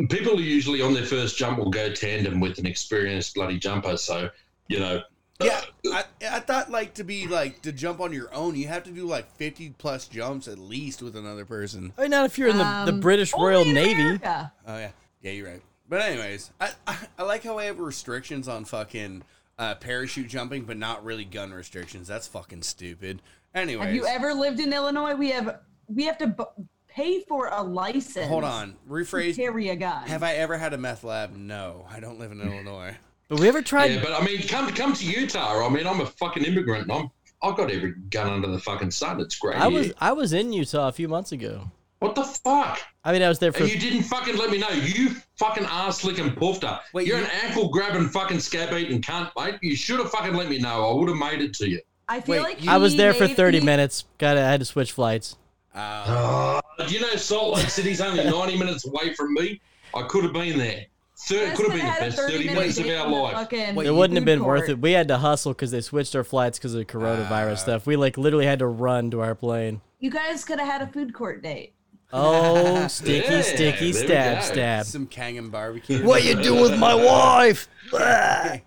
A: people usually on their first jump will go tandem with an experienced bloody jumper. So you know,
B: yeah, I, I thought like to be like to jump on your own, you have to do like fifty plus jumps at least with another person.
C: I mean, not if you're in the, the
D: Um,
C: British
D: only
C: Royal
D: in
C: Navy.
D: America.
B: Oh yeah, yeah, you're right. But anyways, I I, I like how I have restrictions on fucking uh, parachute jumping, but not really gun restrictions. That's fucking stupid. Anyways,
D: Have you ever lived in Illinois? We have. We have to b- pay for a license.
B: hold on,
D: to
B: rephrase.
D: Carry a gun.
B: Have I ever had a meth lab? No, I don't live in Illinois.
C: But we ever tried?
A: yeah. But I mean, come come to Utah. I mean, I'm a fucking immigrant. And I'm I've got every gun under the fucking sun. It's great.
C: I
A: here.
C: was I was in Utah a few months ago.
A: What the fuck?
C: I mean, I was there for
A: And you didn't fucking let me know. You fucking ass licking poofter.
B: Wait,
A: You're
B: you-
A: an ankle grabbing fucking scab eating cunt, mate. You should have fucking let me know. I would have made it to you.
D: I feel
B: Wait,
D: like
C: I was
D: he
C: there for
D: made-
C: 30
D: he-
C: minutes. Got I had to switch flights.
B: Uh,
A: Uh, do you know Salt Lake City's only 90 minutes away from me? I could have been there. Thir-
D: Justin
A: could have been the
D: had a
A: best 30
D: minute
A: minutes of
D: date
A: our
D: in the
A: life.
D: fucking
B: Wait,
C: It wouldn't have
D: food
C: been worth
D: court.
C: it. We had to hustle because they switched our flights because of the coronavirus
B: Ah.
C: stuff. We like literally had to run to our plane.
D: You guys could have had a food court date.
C: Oh, sticky,
A: Yeah,
C: sticky,
A: there we
C: stab,
A: go.
C: stab.
B: some Kangen barbecue.
C: What you doing with my wife? Ah.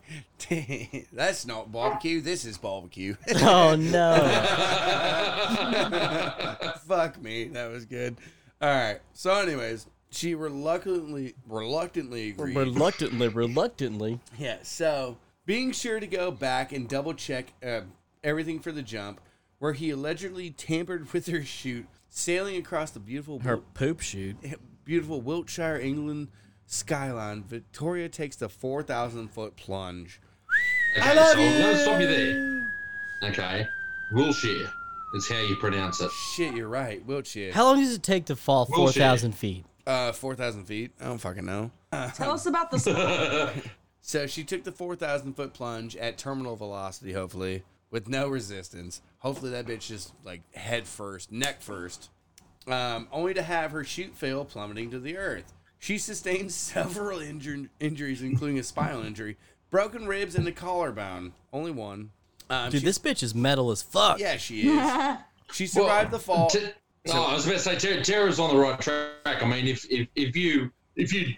B: That's not barbecue. This is barbecue.
C: oh no.
B: Fuck me, that was good. All right. So, anyways, she reluctantly reluctantly agreed.
C: reluctantly, reluctantly.
B: yeah. So, being sure to go back and double check uh, everything for the jump, where he allegedly tampered with her chute, sailing across the beautiful
C: Her poop shoot.
B: beautiful Wiltshire, England, skyline, Victoria takes the 4,000 foot plunge.
A: Okay,
B: I love
A: so
B: you.
A: no, stop you there. Okay. Wilshire is how you pronounce it.
B: Shit, you're right. Wiltshire.
C: How long does it take to fall
A: Bullshit.
C: 4,000 feet?
B: Uh, 4,000 feet. I don't fucking know.
D: Tell us about the spot.
B: So she took the 4,000 foot plunge at terminal velocity, hopefully, with no resistance. Hopefully, that bitch just like head first, neck first, um, only to have her chute fail, plummeting to the earth. She sustained several injur- injuries, including a spinal injury, broken ribs, and a collarbone. Only one. Um,
C: Dude,
B: she-
C: this bitch is metal as fuck.
B: Yeah, she is. She survived the fall.
A: T- no, I was about to say Ter- Terra's on the right track. I mean, if, if if you if you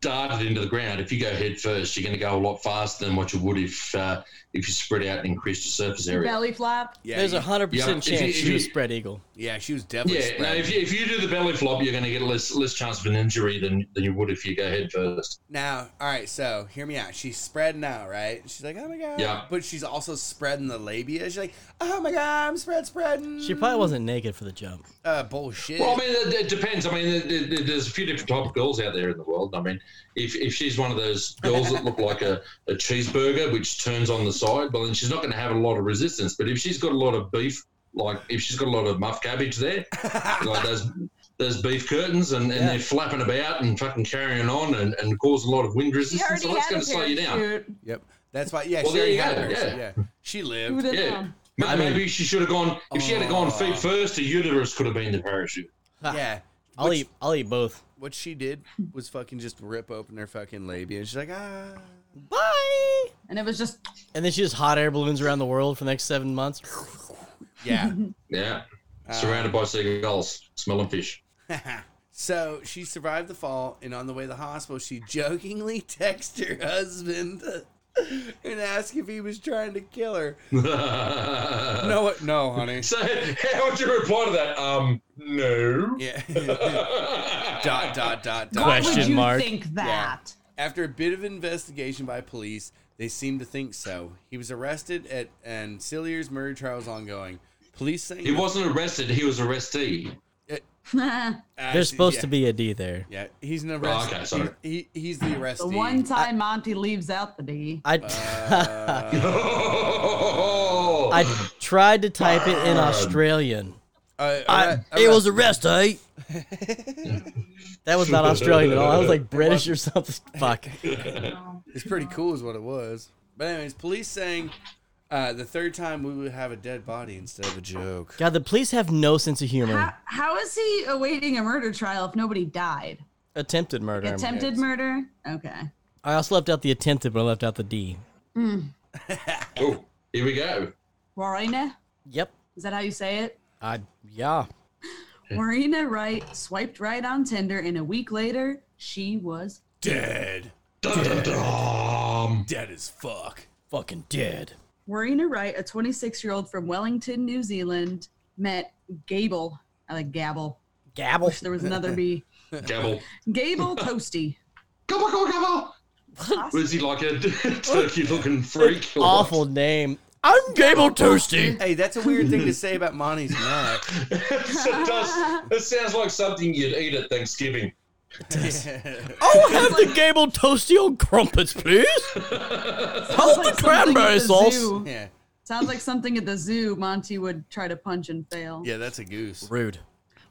A: darted into the ground, if you go head first, you're going to go a lot faster than what you would if uh, if you spread out and increased your surface area.
D: belly flop.
B: Yeah,
C: There's a
B: you-
C: 100%
A: Yeah, if
C: chance
A: you- if
C: she was
A: you-
C: spread eagle.
B: yeah, she was definitely.
A: Yeah, no,
B: spread.
A: if you, if you do the belly flop, you're going to get less less chance of an injury than, than you would if you go head first.
B: Now, all right, so hear me out. She's spreading out, right? She's like, oh my god.
A: Yeah.
B: But she's also spreading the labia. She's like, oh my god, I'm spread spreading.
C: She probably wasn't naked for the jump.
B: uh, bullshit.
A: Well, I mean, it, it depends. I mean, there- there- there- there's a few different type of girls out there in the world. I mean, if, if she's one of those girls that look like a, a cheeseburger, which turns on the side, well, then she's not going to have a lot of resistance. But if she's got a lot of beef, like if she's got a lot of muff cabbage there, like those those beef curtains, and, and
C: Yeah.
A: they're flapping about and fucking carrying on and, and cause a lot of wind
D: She
A: resistance,
D: already
A: so that's
D: had
A: going
D: a
A: to slow you down.
D: parachute.
B: yep. That's why yeah,
A: Well,
B: she
A: there
B: already
A: you
B: had
A: go,
B: her. Yeah.
A: yeah.
B: She
D: Who
B: lived.
D: would've
A: Yeah.
D: known?
A: Maybe,
C: I mean- Oh.
A: she should have gone. If she had gone feet first, the uterus could have been the parachute.
B: Yeah.
C: I'll
B: Which-
C: eat. I'll eat both.
B: What she did was fucking just rip open her fucking labia and she's like, ah
C: Bye.
D: And it was just
C: And then she just hot air balloons around the world for the next seven months.
B: Yeah.
A: Yeah,
C: Ah.
A: surrounded by seagulls, smelling fish.
B: So she survived the fall, and on the way to the hospital, she jokingly texted her husband and asked if he was trying to kill her. No, no, honey.
A: So, how would you reply to that? Um, no.
B: Yeah. dot dot dot dot.
D: why would
C: Question
D: you
C: mark.
D: think that?
B: After a bit of investigation by police, they seem to think so. He was arrested at and Sillier's murder trial is ongoing. Police saying
A: He wasn't arrested. He was arrestee.
B: Uh,
C: There's supposed
B: yeah,
C: to be a D there.
B: Yeah, he's an arrest.
A: okay, sorry.
B: He, he- he's the arrestee.
D: the one time Monty leaves out the D.
C: I
B: Uh,
C: I tried to type it in Australian.
B: Uh,
C: I,
B: arre-
C: it was
B: arrest-
C: arrest, eh? that was not Australian at all. I was like British or something. Fuck.
B: It's pretty cool, is what it was. But anyways, police saying uh, the third time we would have a dead body instead of a joke.
C: God, the police have no sense of
D: How,
C: humor.
D: how is he awaiting a murder trial if nobody died?
C: Attempted murder. I'm-
D: Attempted murder? Okay.
C: I also left out the attempted, but I left out the D.
A: oh, here we go.
D: Warina?
C: Yep.
D: Is that how you say it?
C: I yeah.
D: Warina Wright swiped right on Tinder, and a week later, she was.
B: Dead,
A: Dun, dun, dun.
B: dead as fuck.
C: Fucking dead.
D: Warina Wright, a 26 year old from Wellington, New Zealand, met Gable. I like Gabble.
C: Gabble.
D: Wish there was another B.
A: Gabble.
D: Gable Toasty.
A: Gabble, gabble, gabble. Was he like a turkey looking freak? or what?
C: Awful name. I'm Gable Toasty.
B: Hey, that's a weird thing to say about Monty's neck.
A: it does. It sounds like something you'd eat at Thanksgiving.
C: Oh, have the Gable Toasty on crumpets, please. How's the cranberry sauce?
B: yeah,
D: Sounds like something at the zoo Monty would try to punch and fail.
B: yeah, that's a goose.
C: Rude.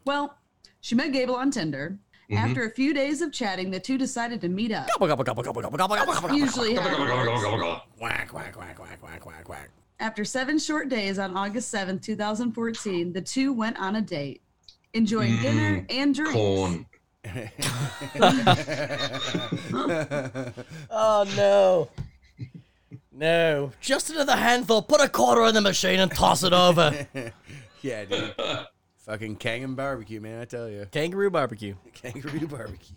D: Well, she met Gable on Tinder. After a few days of chatting, the two decided to meet up.
C: Mm-hmm. Gobble, gobble, gobble, gobble, gobble, gobble, gobble, gobble.
D: Usually, how it
A: Gobble, gobble, gobble,
D: works.
A: gobble, gobble.
B: Quack, quack, quack, quack, quack, quack, quack.
D: After seven short days on August 7th, 2014, the two went on a date, enjoying
C: Mm-hmm.
D: dinner and drinks.
A: Corn.
C: Oh no. No. Just another handful. Put a quarter in the machine and toss it over.
B: Yeah, dude. Fucking Kangaroo barbecue, man. I tell you,
C: Kangaroo barbecue.
B: kangaroo barbecue.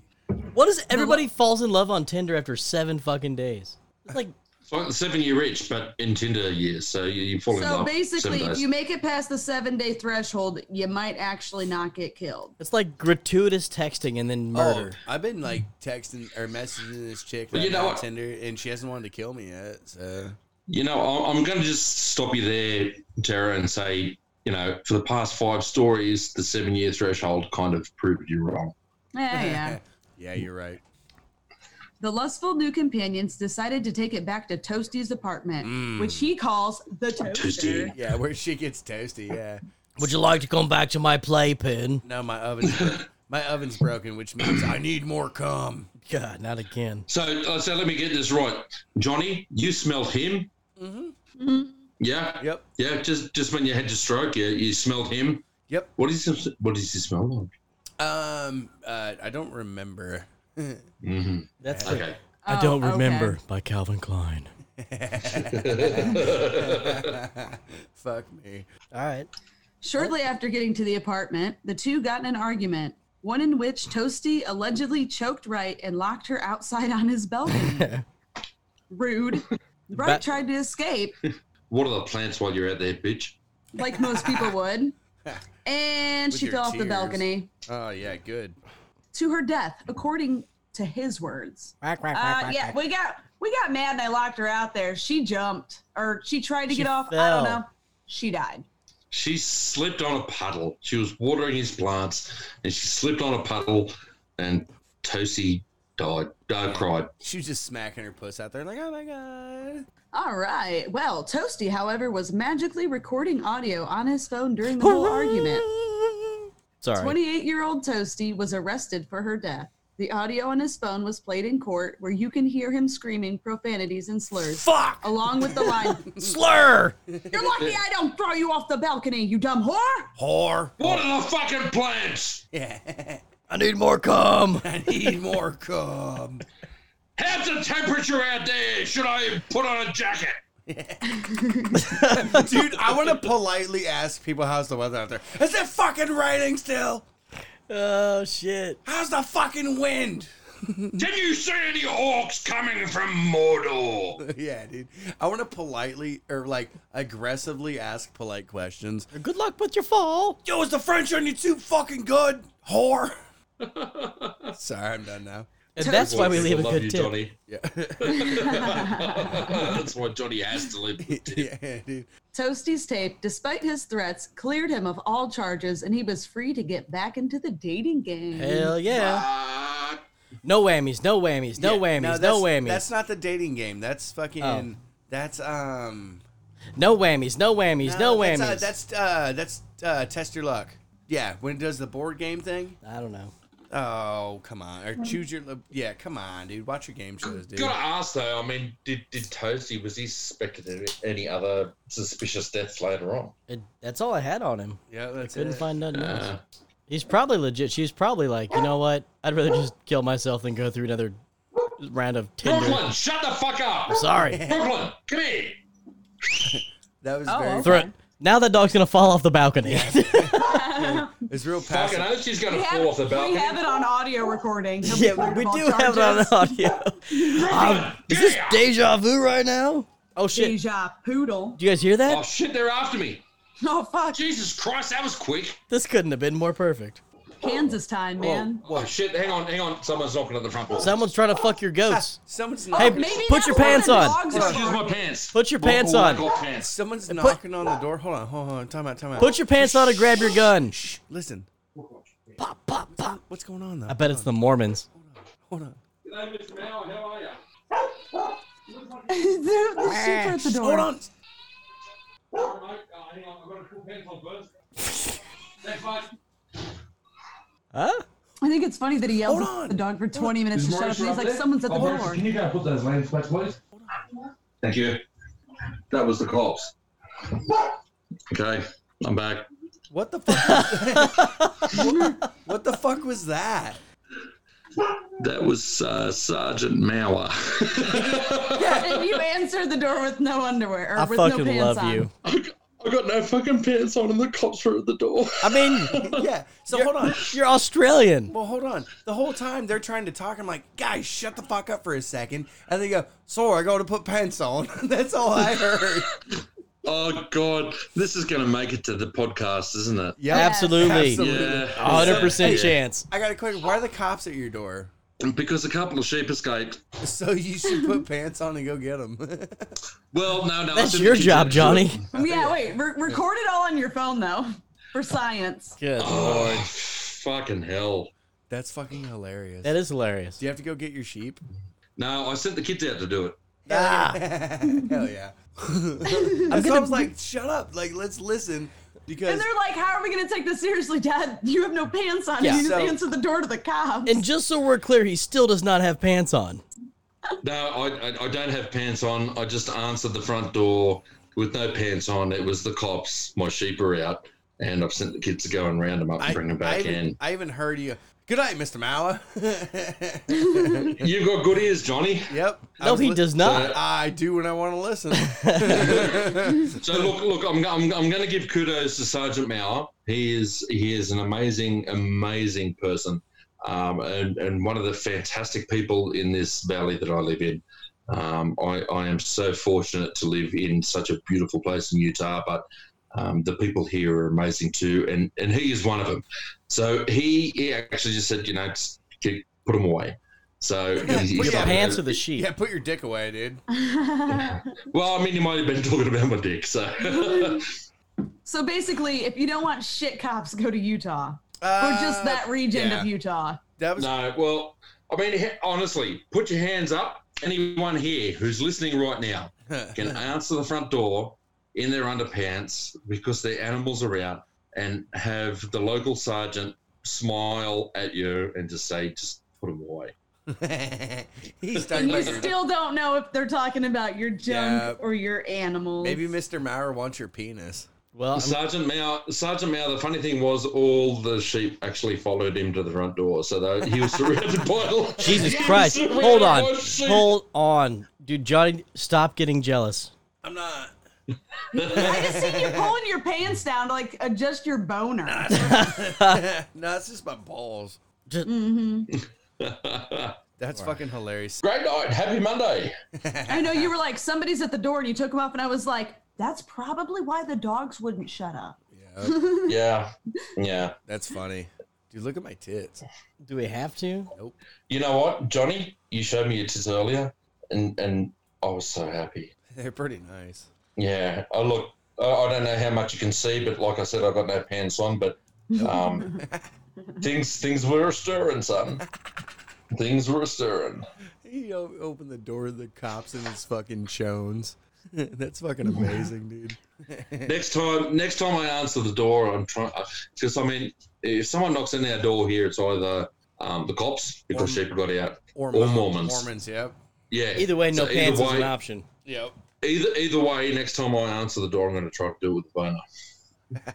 C: What is everybody falls in love on Tinder after seven fucking days? It's like
A: Well, seven year itch, but in Tinder years, so you, you fall in
D: So
A: love.
D: basically,
A: seven
D: if
A: days.
D: you make it past the seven day threshold, you might actually not get killed.
C: it's like gratuitous texting and then murder.
B: Oh, I've been like texting or messaging this chick
A: Well,
B: right
A: you know
B: now on
A: what?
B: Tinder, and she hasn't wanted to kill me yet. So
A: You know, I'm, I'm going to just stop you there, Tara, and say, you know, for the past five stories, the seven year threshold kind of proved you wrong.
D: Yeah, yeah.
B: yeah, you're right.
D: The lustful new companions decided to take it back to Toasty's apartment, which he calls the toaster.
A: Toasty.
B: Yeah, where she gets toasty. Yeah.
C: Would you like to come back to my playpen?
B: No, my oven's bro- my oven's broken, which means I need more cum.
C: God, not again.
A: So, uh, so let me get this right, Johnny. You smelled him.
D: Mhm.
A: Yeah,
B: Yep.
A: yeah. Just just when you had your stroke, you you smelled him.
B: Yep.
A: What is his, what does he smell like?
B: Um. Uh. I don't remember.
A: hmm
C: That's the-
A: Okay.
C: I
D: Oh,
C: don't
D: okay.
C: remember by Calvin Klein.
B: Fuck me.
C: All right.
D: Shortly after getting to the apartment, the two got in an argument, one in which Toasty allegedly choked Wright and locked her outside on his balcony. Rude. Wright
C: Ba-
D: tried to escape,
A: What are the plants while you're out there, bitch?
D: like most people would, and
B: With
D: she
B: your
D: fell off the
B: tears.
D: balcony
B: Oh yeah, good.
D: to her death, according to his words.
C: Quack, quack, quack,
D: Uh,
C: quack,
D: yeah,
C: quack.
D: we got we got mad and I locked her out there. She jumped, or she tried to
C: She
D: get off. I don't
C: fell.
D: know. She died.
A: She slipped on a puddle. She was watering his plants, and she slipped on a puddle, and Toasty died. Uh, cried.
B: She was just smacking her puss out there, like, oh my god.
D: All right. Well, Toasty, however, was magically recording audio on his phone during the whole argument.
C: Sorry.
D: 28 year old Toasty was arrested for her death. The audio on his phone was played in court where you can hear him screaming profanities and slurs,
C: Fuck!
D: along with the line,
C: Slur!
D: You're lucky I don't throw you off the balcony, you dumb whore!
B: Whore.
A: What are the fucking plants?
B: Yeah.
C: I need more cum!
B: I need more cum.
A: How's the temperature out there? Should I put on a jacket?
B: Dude, I want to politely ask people how's the weather out there. Is it fucking raining still?
C: Oh, shit.
B: How's the fucking wind?
A: Did you see any orcs coming from Mordor?
B: Yeah, dude. I want to politely or like aggressively ask polite questions.
C: Good luck with your fall.
B: Yo, is the French on you too fucking good, whore? Sorry, I'm done now.
C: And that's why we leave a
A: Love
C: good
A: you,
C: tip.
A: Johnny.
B: Yeah.
A: That's why Johnny has to live. with it.
B: yeah, dude.
D: Toasty's tape, despite his threats, cleared him of all charges and he was free to get back into the dating game.
C: Hell yeah.
A: Ah,
C: No whammies, no whammies, no
B: Yeah,
C: whammies, no,
B: that's-
C: whammies.
B: That's not the dating game. That's fucking.
C: Oh.
B: That's um.
C: No whammies, no whammies, no, whammies.
B: that's, uh, That's uh, that's uh, test your luck. Yeah, when it does the board game thing.
C: I don't know.
B: Oh, come on. Or choose your. Yeah, come on, dude. Watch your game shows, dude.
A: Gotta ask though. I mean, did did Toasty was he suspected of any other suspicious deaths later on?
C: It, that's all I had on him.
B: Yeah, that's
C: Couldn't
B: it.
C: find nothing else.
A: Uh,
C: He's probably legit. She's probably like, you know what? I'd rather just kill myself than go through another round of Tinder.
A: Brooklyn, shut the fuck up!
C: Sorry.
A: Brooklyn, come here.
B: That was
D: Oh,
B: very.
D: okay.
C: Throw it. Now that dog's gonna fall off the balcony.
B: It's real passive.
A: Fucking oath, she's gonna
D: We have,
A: fall off the balcony.
D: we have it on audio recording. He'll be
C: yeah,
D: cleared
C: we
D: of all
C: do have it on
D: charges.
C: audio.
A: Brooklyn,
C: Is
A: get
C: this
A: here.
C: deja vu right now? Oh shit!
D: Deja poodle.
C: Do you guys hear
A: Oh
C: that?
A: shit, they're after me.
D: Oh, fuck.
A: Jesus Christ, that was quick.
C: This couldn't have been more perfect.
D: Kansas time, man.
A: Oh shit, hang on, hang on. Someone's knocking at the front door.
C: Someone's trying to fuck your goats.
B: Someone's
D: Oh,
B: knocking.
C: Hey,
D: maybe
C: put your
D: that's where
C: pants
D: the
C: on.
D: dogs
A: Excuse
D: are.
A: my pants.
C: Put your pants
A: oh, I
C: on.
A: got pants.
B: Someone's knocking on the door. Hold on, hold on, time out, time out.
C: Put your pants on and grab your gun.
B: Listen,
C: Pop, pop, pop.
B: what's going on though?
C: I bet it's the Mormons.
B: Hold on.
A: G'day, Mr. Mallon, how are ya?
D: There's the super at the door.
B: Hold on.
A: All right, mate, uh, hang on, I've got to put pants on first. Thanks, mate.
C: Huh?
D: I think it's funny that he yells
B: Hold
D: at
B: on.
D: the dog for 20 minutes
A: Is
D: to shut up.
A: Maurice
D: And he's
A: up
D: like,
A: there?
D: someone's at the
A: Oh, Maurice,
D: door.
A: you go and put those lanes back, please? Thank you. That was the cops. Okay, I'm back.
B: What the fuck? was- what, what the fuck was that?
A: That was uh, Sergeant Mauer.
D: and you answer the door with no underwear or
C: I
D: with no
C: fucking
D: pants
C: love
D: on.
C: you.
A: I got no fucking pants on, and the cops were at the door.
C: I mean,
B: Yeah. So hold on.
C: you're Australian.
B: Well, hold on. The whole time they're trying to talk, I'm like, guys, shut the fuck up for a second. And they go, sorry, I got to put pants on. That's all I heard.
A: Oh god, this is going to make it to the podcast, isn't it?
B: Yeah,
C: Absolutely.
A: Yeah.
C: A 100%
B: Hey,
C: chance.
B: I got a question. Why are the cops at your door?
A: Because a couple of sheep escaped.
B: So you should put pants on and go get them.
A: Well, no, no. I
C: That's
A: didn't
C: your
A: do
C: job,
A: that.
C: Johnny.
D: Yeah, wait. Re- record it all on your phone, though, for science.
C: Good
A: Oh, fucking hell.
B: That's fucking hilarious.
C: That is hilarious.
B: Do you have to go get your sheep?
A: No, I sent the kids out to do it.
B: Hell yeah. I'm so I was like, shut up. Like, let's listen. Because
D: And they're like, "How are we going to take this seriously, Dad? You have no pants on.
C: Yeah.
D: you
B: So-
D: just answered the door to the cops."
C: And just so we're clear, he still does not have pants on.
A: No, I, I, I don't have pants on. I just answered the front door with no pants on. It was the cops. My sheep are out, and I've sent the kids to go and round them up and
B: I,
A: bring them
B: I
A: back
B: even,
A: in.
B: I even heard you. Good night, Mr. Mauer.
A: You've got good ears, Johnny.
B: yep. I
C: No,
B: was
C: he
B: li-
C: does not.
B: I do when I want to listen.
A: So look, look, I'm, I'm, I'm going to give kudos to Sergeant Mauer. He is he is an amazing, amazing person, um, and and one of the fantastic people in this valley that I live in. Um, I, I am so fortunate to live in such a beautiful place in Utah, but um, the people here are amazing too, and and he is one of them. So he, he actually just said, you know, just keep, put them away. So he's,
B: Put
A: he's
B: your
A: up
C: Pants
A: there.
C: or the sheep.
B: yeah, put your dick away, dude.
A: Well, I mean, you might have been talking about my dick, so.
D: so basically, if you don't want shit cops, go to Utah or
B: Uh,
D: just that region
B: yeah.
D: of Utah.
B: That was
A: No, well, I mean, he- honestly, put your hands up. Anyone here who's listening right now can answer the front door in their underpants because their animals are out and have the local sergeant smile at you and just say, just put them away.
B: he's
D: And
B: talking
D: you
B: about your
D: still don't know if they're talking about your junk
B: Yeah.
D: or your animals.
B: Maybe Mr. Maurer wants your penis.
C: Well, I'm-
A: Sergeant Mao, Sergeant Mao, the funny thing was all the sheep actually followed him to the front door. So they, he was surrounded by...
C: Jesus Christ.
A: surrounded
C: Hold on.
A: by sheep.
C: Hold on. Dude, Johnny, stop getting jealous.
B: I'm not.
D: I just seen you pulling your pants down to like adjust your boner.
C: Uh.
B: no, it's just my balls.
C: Just,
D: Mm-hmm.
B: That's fucking hilarious.
A: Great night. Happy Monday.
D: I know you were like, somebody's at the door and you took them off, and I was like, that's probably why the dogs wouldn't shut up.
A: Yeah. Yeah.
B: That's funny. Dude, look at my tits.
C: do we have to?
A: You know what, Johnny? You showed me your tits earlier, and and I was so happy.
B: They're pretty nice.
A: Yeah. I look. I, I don't know how much you can see, but like I said, I got no pants on. But um, things things were stirring, son. Things were stirring.
B: He o- opened the door to the cops and his fucking chones. That's fucking amazing, dude.
A: Next time, next time I answer the door, I'm trying because I mean, if someone knocks in our door here, it's either um, the cops because
B: Or-
A: sheep have got out, or,
B: Mormons.
A: Mormons.
B: Mormons, yep.
A: Yeah.
C: Either way, no
A: So
C: pants is
A: way-
C: an option.
B: Yep.
A: Either either way, next time I answer the door, I'm going to try to do it with a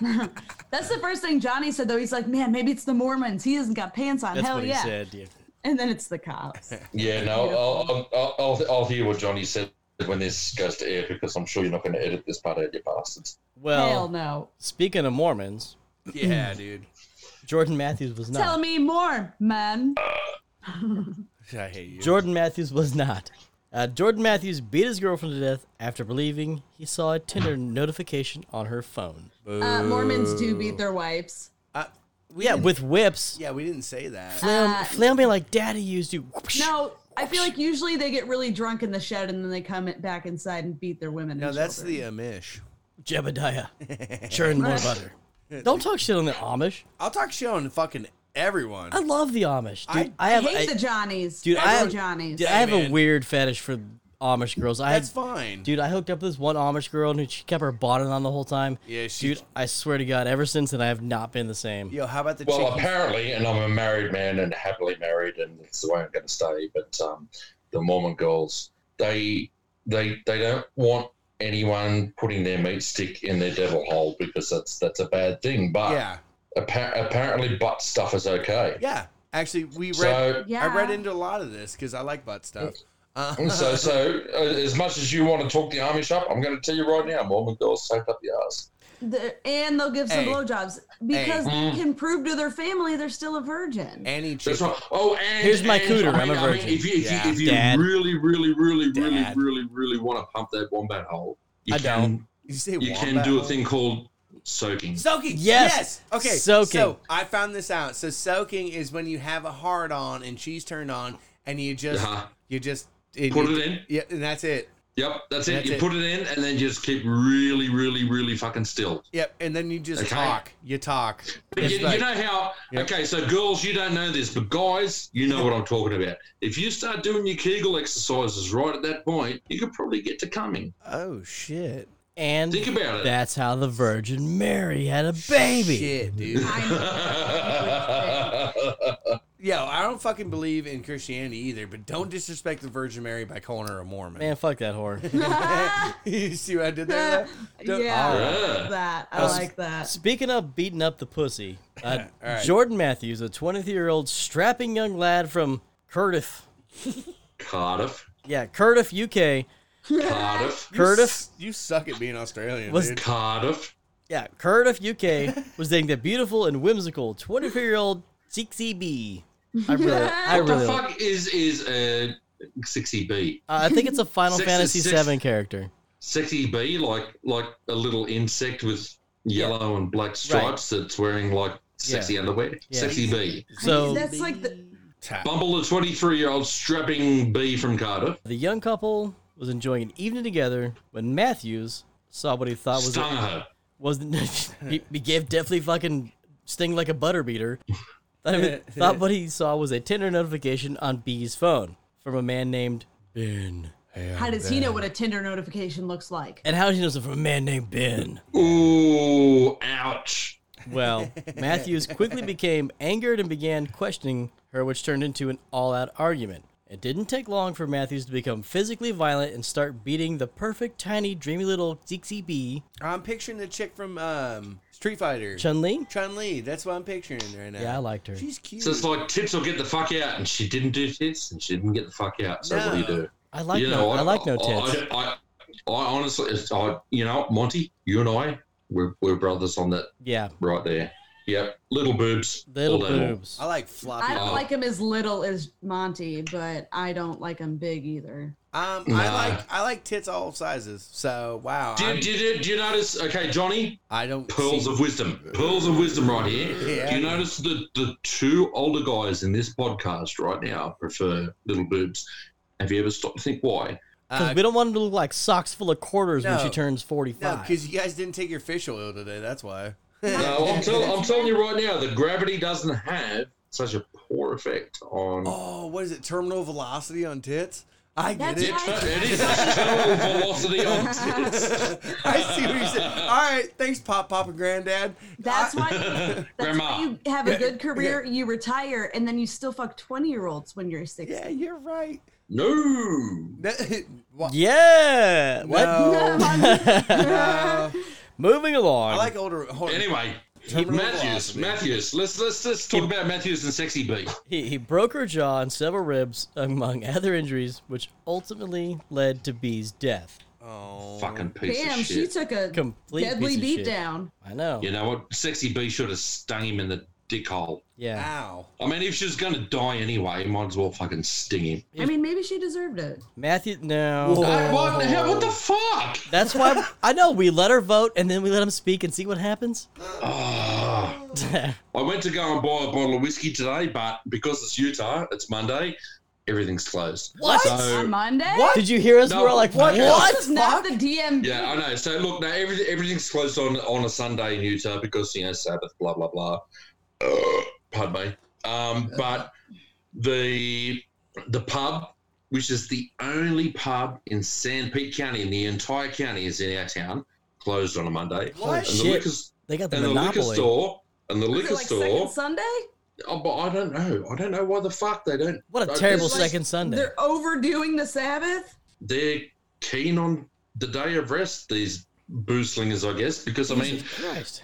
A: boner.
D: That's the first thing Johnny said, though. He's like, man, maybe it's the Mormons. He hasn't got pants on.
C: That's
D: Hell
C: what he
D: yeah.
C: said, dude.
D: And then it's the cops.
A: Yeah, no, I'll, I'll, I'll, I'll hear what Johnny said when this goes to air because I'm sure you're not going to edit this part out, you bastards.
C: Well,
D: Hell no.
C: speaking of Mormons,
B: Yeah, dude.
C: Jordan Matthews was
D: Tell
C: not.
D: me more, man.
B: I hate you.
C: Jordan Matthews was not. Uh, Jordan Matthews beat his girlfriend to death after believing he saw a Tinder notification on her phone.
D: Uh, Mormons do beat their wives.
B: Uh, we
C: Yeah,
B: didn't-
C: with whips.
B: yeah, we didn't say that.
C: Flail,
D: Uh,
C: flail me like daddy used you.
D: No, I feel like usually they get really drunk in the shed and then they come back inside and beat their women.
B: No,
D: and
B: that's
D: children.
B: the
C: uh,
B: um, Amish.
C: Jebediah. Churn more butter. Don't talk shit on the Amish.
B: I'll talk shit on fucking everyone.
C: I love the Amish, dude. I,
B: I-
C: have,
D: hate
C: I,
D: the Johnnies.
C: dude,
D: Dude,
C: I have,
D: Johnnies.
C: dude, I have a
B: man.
C: weird fetish for Amish girls. I
B: That's
C: had,
B: fine.
C: dude, I hooked up with this one Amish girl and she kept her bonnet on the whole time.
B: Yeah, she-
C: dude, I swear to God, ever since then I have not been the same.
B: Yo, how about the
A: Well,
B: chicken?
A: apparently, and I'm a married man and happily married, and that's the way I'm going to stay. But um, the Mormon girls, they they they don't want anyone putting their meat stick in their devil hole because that's that's a bad thing. But
B: yeah,
A: appa- apparently, butt stuff is okay.
B: yeah. Actually, we read.
A: So
D: Yeah.
B: I read into a lot of this because I like butt stuff. Uh,
A: so so uh, as much as you want to talk the Amish up, I'm going to tell you right now, Mormon girls soaked up the ass.
D: The- and they'll give some
B: Hey.
D: blowjobs because
A: Hey.
D: they can prove to their family they're still a virgin.
B: Annie
A: That's
B: chicken.
A: right. Oh, and
C: Here's my
A: and,
C: cooter.
A: I
C: I'm a
A: mean- I mean,
C: virgin.
A: if you, if
B: Yeah.
A: you, if you
C: Dad.
A: really, really, really, really,
B: Dad.
A: really, really want to pump that wombat hole, you
C: I
A: can,
C: don't.
B: You say
A: You can
B: wombat
A: do a
B: hole?
A: thing called soaking.
B: Soaking.
C: Yes.
B: Yes. Okay.
C: Soaking.
B: So I found this out. So soaking is when you have a hard on and she's turned on and you just
A: Uh-huh.
B: you just and
A: Put
B: you-
A: it in.
B: Yeah, and that's it.
A: Yep, that's it.
B: That's
A: you
B: it.
A: put it in and then just keep really, really, really fucking still.
B: Yep, and then you just
A: Okay.
B: talk. You talk.
A: But
B: It's
A: you, you
B: like-
A: know how?
B: Yep.
A: Okay, so girls, you don't know this, but guys, you know what I'm talking about. If you start doing your Kegel exercises right at that point, you could probably get to coming.
B: oh shit,
C: And
A: Think about it.
C: that's how the Virgin Mary had a baby.
B: shit, dude. Yo, I don't fucking believe in Christianity either, but don't disrespect the Virgin Mary by calling her a Mormon.
C: Man, fuck that whore.
B: you see what I did there?
D: yeah,
B: Don't-
D: I
A: Yeah.
D: like that. I
C: That's-
D: like that.
C: Speaking of beating up the pussy, uh,
B: All right.
C: Jordan Matthews, a 23-year-old strapping young lad from Cardiff,
A: Cardiff.
C: yeah, Cardiff, UK,
A: Cardiff.
B: You
C: Cardiff.
B: s- You suck at being Australian,
C: Was-
B: dude.
A: Cardiff.
C: Yeah, Cardiff, UK was dating the beautiful and whimsical 24 year old Zixi B. I really, I
A: What
C: really,
A: the
C: uh,
A: fuck is is a sexy bee?
C: I think it's a Final
A: Six is
C: Fantasy
A: six.
C: VII character.
A: Sexy bee, like like a little insect with yellow and black stripes that's wearing like sexy underwear.
C: Yeah.
A: Sexy bee.
C: So
D: that's like the
B: Ta-
A: Bumble, a 23 year old strapping bee from Cardiff,
C: the young couple was enjoying an evening together when Matthews saw what he thought was
A: stung her.
C: was he, he gave definitely fucking sting like a butter beater. Thought, it- thought what he saw was a Tinder notification on B's phone from a man named Ben.
D: How does he know what a Tinder notification looks like?
C: And how did he know it from a man named Ben?
A: Ooh, ouch.
C: Well, Matthews quickly became angered and began questioning her, which turned into an all out argument. It didn't take long for Matthews to become physically violent and start beating the perfect, tiny, dreamy little Zixi B,
B: I'm picturing the chick from um, Street Fighter,
C: Chun Li.
B: Chun Li. That's what I'm picturing right now.
C: Yeah, I liked her.
B: She's cute.
A: So
C: Hmm.
A: it's like tits will get the fuck out, and she didn't do tits, and she didn't get the fuck out. So what do you
B: No.
A: do?
C: I like
A: you
C: no, Oh, I, like no tits.
A: I, I, I honestly, it's, I, you know, Monty, you and I, we're, we're brothers on that
C: yeah,
A: right there. Yep, little boobs.
C: little
A: all day long.
C: boobs.
B: I like floppy.
D: I don't
A: Oh.
D: like him as little as Monty, but I don't like him big either.
B: um, I
A: Nah.
B: like I like tits all sizes. So wow,
A: Do, you-
B: I'm-
A: do, you- do you notice? Okay, Johnny,
B: I don't
A: pearls
B: see-
A: of wisdom, pearls of wisdom, right here.
B: Yeah.
A: Do you notice that the two older guys in this podcast right now prefer little boobs? Have you ever stopped to think why?
C: Because
B: Uh,
C: we don't want them to look like socks full of quarters when she
B: No.
C: turns
B: no,
C: 45.
B: because you guys didn't take your fish oil today. That's why.
A: No, I'm, tell, I'm telling you right now that gravity doesn't have such a poor effect on.
B: Oh, what is it? Terminal velocity on tits. I get
D: That's
B: it.
A: It,
D: right.
A: it is terminal velocity on tits.
B: I see what you said. All right, thanks, Pop, Pop, and Granddad.
D: That's
B: I-
D: why, that's
A: Grandma.
D: why you have a good career, you retire, and then you still fuck 20 year olds when you're 60.
B: Yeah, you're right.
A: No.
B: That- wha-
C: Yeah! What?
B: No, no.
C: Moving along.
B: Uh, I like older. Hold on.
A: Anyway,
B: Terminal
A: Matthews,
B: velocity.
A: Matthews. Let's let's let's talk about Matthews and Sexy B.
C: He, he broke her jaw and several ribs, among other injuries, which ultimately led to B's death.
B: Oh.
A: Fucking piece
D: Damn,
A: of
D: she
A: shit.
D: took a
C: Complete
D: deadly
C: piece of shit.
D: beatdown.
C: I know.
A: you know what? Sexy B should have stung him in the dick hole.
C: Yeah.
B: Ow.
A: I mean, if she was gonna die anyway, you might as well fucking sting him.
D: I mean, maybe she deserved it.
C: Matthew, no.
B: Whoa.
A: Hey, what, the hell, what the fuck?
C: That's why I know we let her vote and then we let him speak and see what happens.
A: Ah. I went to go and buy a bottle of whiskey today, but because it's Utah, it's Monday, everything's closed.
C: What?
D: On
A: So,
D: Monday?
C: Did you hear us?
A: No.
C: we were like,
A: What?
C: what?
D: That's not the DM.
A: yeah, I know. So look, now every, everything's closed on on a Sunday in Utah because you know Sabbath, blah blah blah. Uh, pardon me. Um, but the the pub, which is the only pub in San Pete County, in the entire county, is in our town, closed on a Monday.
B: What?
A: And the
C: Shit.
A: liquor,
C: They got the
A: and the liquor
C: monopoly.
A: store, and the
D: Was it
A: liquor
D: like
A: store.
D: second Sunday?
A: Oh, but I don't know. I don't know why the fuck they don't.
C: what
A: I
C: a
A: guess
C: terrible
A: they-
C: second Sunday.
D: They're overdoing the Sabbath?
A: They're keen on the day of rest. These boo slingers, I guess, because I mean,
C: Jesus Christ.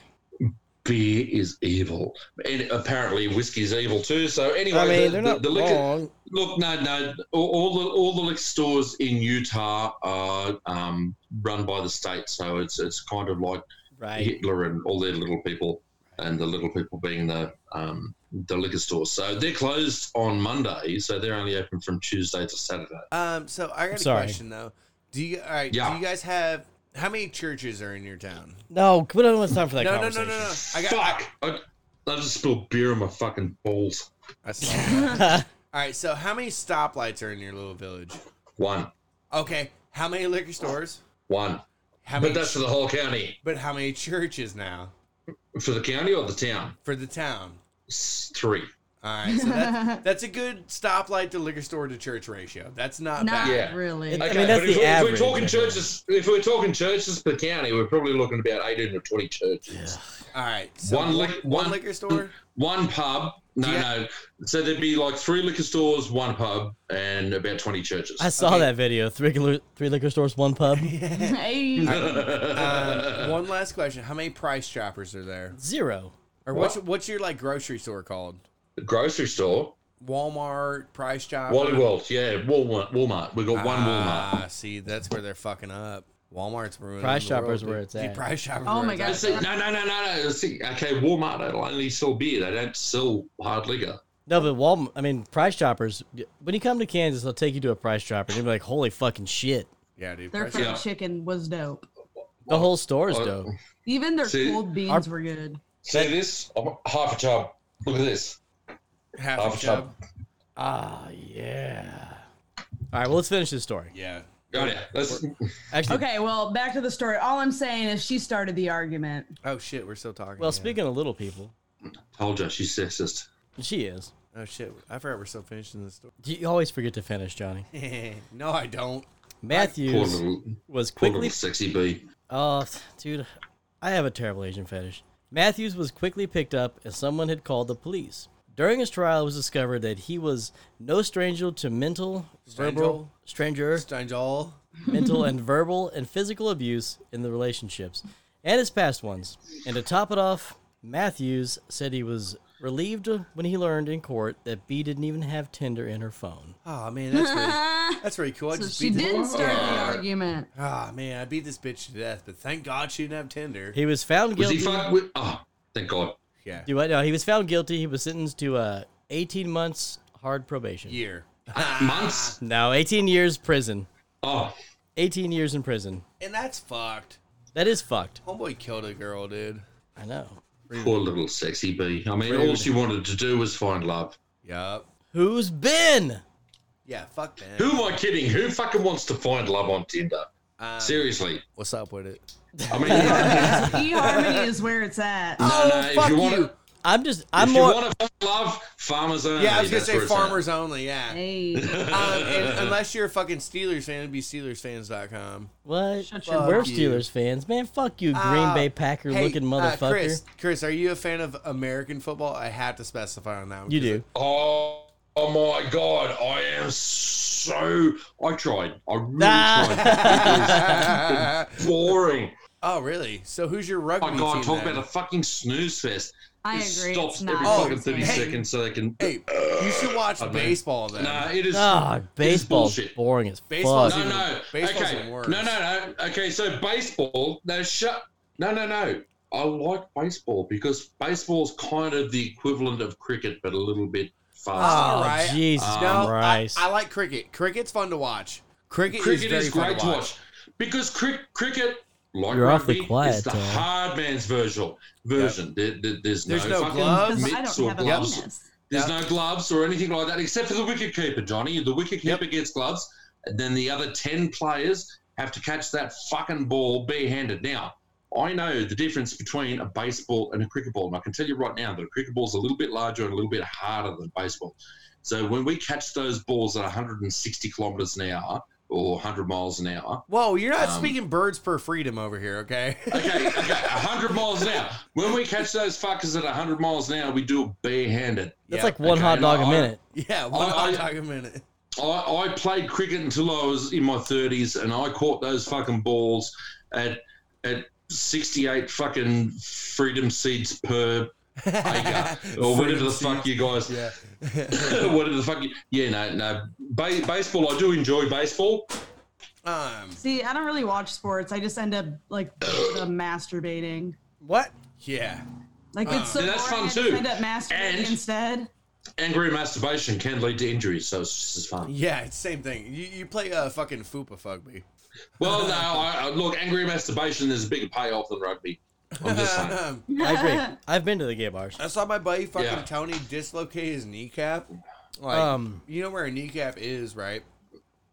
A: beer is evil, and apparently whiskey's evil too. So anyway,
C: I mean,
A: the-
C: they're
A: the-
C: not
A: the liquor-
C: wrong.
A: Look, no, no. All, all the all the liquor stores in Utah are um, run by the state, so it's it's kind of like
C: Right.
A: Hitler and all their little people, and the little people being the um, the liquor stores. So they're closed on Monday, so they're only open from Tuesday to Saturday.
B: Um. So I got a
C: Sorry.
B: question though. Do you? All right. Do
A: Yeah.
B: you guys have how many churches are in your town?
C: No, we don't have time for that
B: No, no, no,
C: conversation.
B: no, no. I got.
A: Fuck! I, I just spilled beer on my fucking balls.
B: I saw that.
C: no.
B: All right. So how many stoplights are in your little village?
A: One.
B: Okay. How many liquor stores?
A: One.
B: How
A: but
B: many?
A: that's for the whole county.
B: but how many churches now
A: For the county or the town?
B: for the town?
A: It's three.
B: All right, so that's, that's a good stoplight to liquor store to church ratio. That's not
D: Not
B: bad.
A: Yeah.
D: really.
C: I mean, that's
A: but if,
C: the
A: we,
C: average,
A: are talking
C: I think.
A: churches, if we're talking churches per county, we're probably looking at about eighteen or twenty churches.
B: All right, so
A: One
B: one,
A: lic-
B: one
A: one-
B: liquor store.
A: One pub. No,
B: Yeah.
A: no. So there'd be like three liquor stores, one pub, and about twenty churches.
C: I saw
B: Okay.
C: that video. Three, glu- three liquor stores, one pub.
D: Hey,
B: Um, one last question: How many Price Choppers are there?
C: Zero.
B: Or what's what's your like grocery store called?
A: The grocery store,
B: Walmart, Price Chopper.
A: Wally World, yeah, Walmart. Walmart. We got one Walmart.
B: uh, Ah, see, that's where they're fucking up. Walmart's ruining.
C: Price
B: the
C: Chopper's
B: world,
C: where
B: dude.
C: it's
B: Dude,
C: at.
B: Price Chopper's.
D: Oh
B: where
D: my
B: it's
D: God.
B: at.
A: See, no, no, no, no, no. See, okay, Walmart. They only sell beer. They don't sell hard liquor.
C: No, but Walmart. I mean, Price Choppers. When you come to Kansas, they'll take you to a Price Chopper. and You'll be like, "Holy fucking shit!"
B: Yeah, dude.
D: their
B: Price
D: fried
A: Yeah.
D: chicken was dope.
C: The whole store is
A: Oh.
C: dope.
D: Even their
A: See,
D: cold beans
C: our-
D: were good.
A: See this? I'm half a tub. Look at this.
B: half
A: Off
B: a
A: top.
B: chub.
C: Ah, yeah. All right. Well, let's finish this story.
B: Yeah.
A: Go there. That's,
C: Actually,
D: Okay, well, back to the story. All I'm saying is she started the argument.
B: Oh shit, we're still talking.
C: well,
B: yeah.
C: speaking of little people,
A: told you, she's sexist.
C: she is.
B: Oh shit, I forgot we're still finishing this story.
C: You always forget to finish, Johnny.
B: no, I don't.
A: Poor
C: Matthews
A: little,
C: was
A: poor little
C: quickly
A: sexy bee.
C: Oh, dude, I have a terrible Asian fetish. Matthews was quickly picked up as someone had called the police. During his trial, it was discovered that he was no stranger to mental, verbal, stranger,
B: Steinjall.
C: mental, and verbal and physical abuse in the relationships and his past ones. And to top it off, Matthews said he was relieved when he learned in court that B didn't even have Tinder in her phone.
B: Oh man, that's really, that's really cool. I
D: So
B: just
D: she
B: beat this-
D: did start the argument.
B: Ah man, I beat this bitch to death, but thank God she didn't have Tinder.
C: He was found
A: Was
C: guilty.
A: he fucked with? Oh, thank God.
B: Yeah,
C: Do what? No, he was found guilty. He was sentenced to uh, 18 months hard probation.
B: year.
A: Uh, Ah. Months?
C: No, 18 years prison.
A: Oh,
C: 18 years in prison.
B: And that's fucked.
C: That is fucked.
B: Homeboy killed a girl, dude.
C: I know.
A: poor little sexy bee. I mean, all she wanted to do was find love.
B: Yup.
C: Who's Ben?
B: Yeah, fuck man.
A: Who am I kidding? Who fucking wants to find love on Tinder?
B: Um,
A: Seriously.
B: What's up with it?
A: I mean, no,
D: eHarmony is where it's at.
A: no. If you want
B: Oh, you.
A: to,
C: I'm just. I'm
A: if
C: more.
A: you want to love, farmers only.
B: Yeah, I was gonna
A: that's
B: say
A: where it's at.
B: farmers only. Yeah.
D: Hey,
B: Um, and unless you're a fucking Steelers fan, it'd be SteelersFans.com.
C: what?
D: Shut your
C: We're
D: mouth.
C: Steelers fans, man. Fuck you, Green
B: Uh,
C: Bay Packer
B: Hey,
C: looking
B: uh,
C: motherfucker.
B: Chris, Chris, are you a fan of American football? I have to specify on that. one
C: you
B: because
C: do.
A: Oh, oh my God! I am so. I tried. I really tried.
B: I-
A: It was boring.
B: oh, really? So who's your rugby
A: Oh my God!
B: team?
A: Talk
B: then?
A: about a fucking snooze fest.
D: I
A: it
D: agree.
A: stops
D: It's not.
A: every
B: Oh,
A: fucking thirty
B: hey.
A: seconds so they can.
B: Hey, you should watch
A: I mean-
B: baseball then.
A: Nah, it is.
C: Ah, baseball's
A: bullshit.
C: boring as
B: Baseball's
C: fuck.
A: no,
B: even-
A: no.
B: baseball's
A: okay.
B: even worse.
A: No, no, no. Okay, so baseball. No, shut. No, no, no. I like baseball because baseball's kind of the equivalent of cricket, but a little bit faster.
B: all
C: Oh,
B: right.
C: Jesus
B: no, I,
C: Christ.
B: I like cricket. Cricket's fun to watch. Cricket,
A: cricket
B: very
A: is,
B: fun
A: great to watch because crick, cricket, like
C: You're
A: rugby,
C: awfully quiet,
A: is the
C: Tom.
A: hard man's version. Version. There, there- there's,
B: There's no
A: no, fucking
B: gloves.
D: Because I
A: mitts
D: don't
A: or
D: have a
A: gloves.
D: penis.
A: There's no gloves or anything like that, except for the wicket keeper, Johnny. The wicket keeper gets gloves, and then the other 10 players have to catch that fucking ball barehanded. Now, I know the difference between a baseball and a cricket ball, and I can tell you right now that a cricket ball's a little bit larger and a little bit harder than baseball. So when we catch those balls at 160 kilometers an hour or 100 miles an hour,
B: Whoa, you're not
A: Um,
B: speaking birds per freedom over here, okay?
A: Okay, okay, 100 miles an hour. When we catch those fuckers at 100 miles an hour, we do it barehanded.
C: That's
B: Yeah,
C: like one
A: okay,
C: hot
A: no,
C: dog a
A: I-
C: minute.
B: yeah, one
A: I-
B: hot
A: I-
B: dog a minute.
A: I, I played cricket until I was in my 30s, and I caught those fucking balls at at 68 fucking freedom seeds per acre, or whatever the fuck you guys,
B: Yeah.
A: whatever the fuck you. Yeah, no, no. Ba- baseball, I do enjoy baseball.
B: Um,
D: See, I don't really watch sports. I just end up like the masturbating.
B: what? Yeah.
D: Like it's so
A: Yeah, that's
D: boring,
A: fun,
D: I just
A: too.
D: End up masturbating
A: And-
D: instead.
A: Angry masturbation can lead to injuries, so it's just as fun.
B: Yeah, it's same thing. You, you play uh, fucking Fupa Fugby.
A: Well, no, I, I, look, angry masturbation is a bigger payoff than rugby. I'm just saying.
B: Um,
C: I agree. I've been to the gay bars.
B: I saw my buddy fucking
A: Yeah.
B: Tony dislocate his kneecap. Like,
C: Um,
B: you know where a kneecap is, right?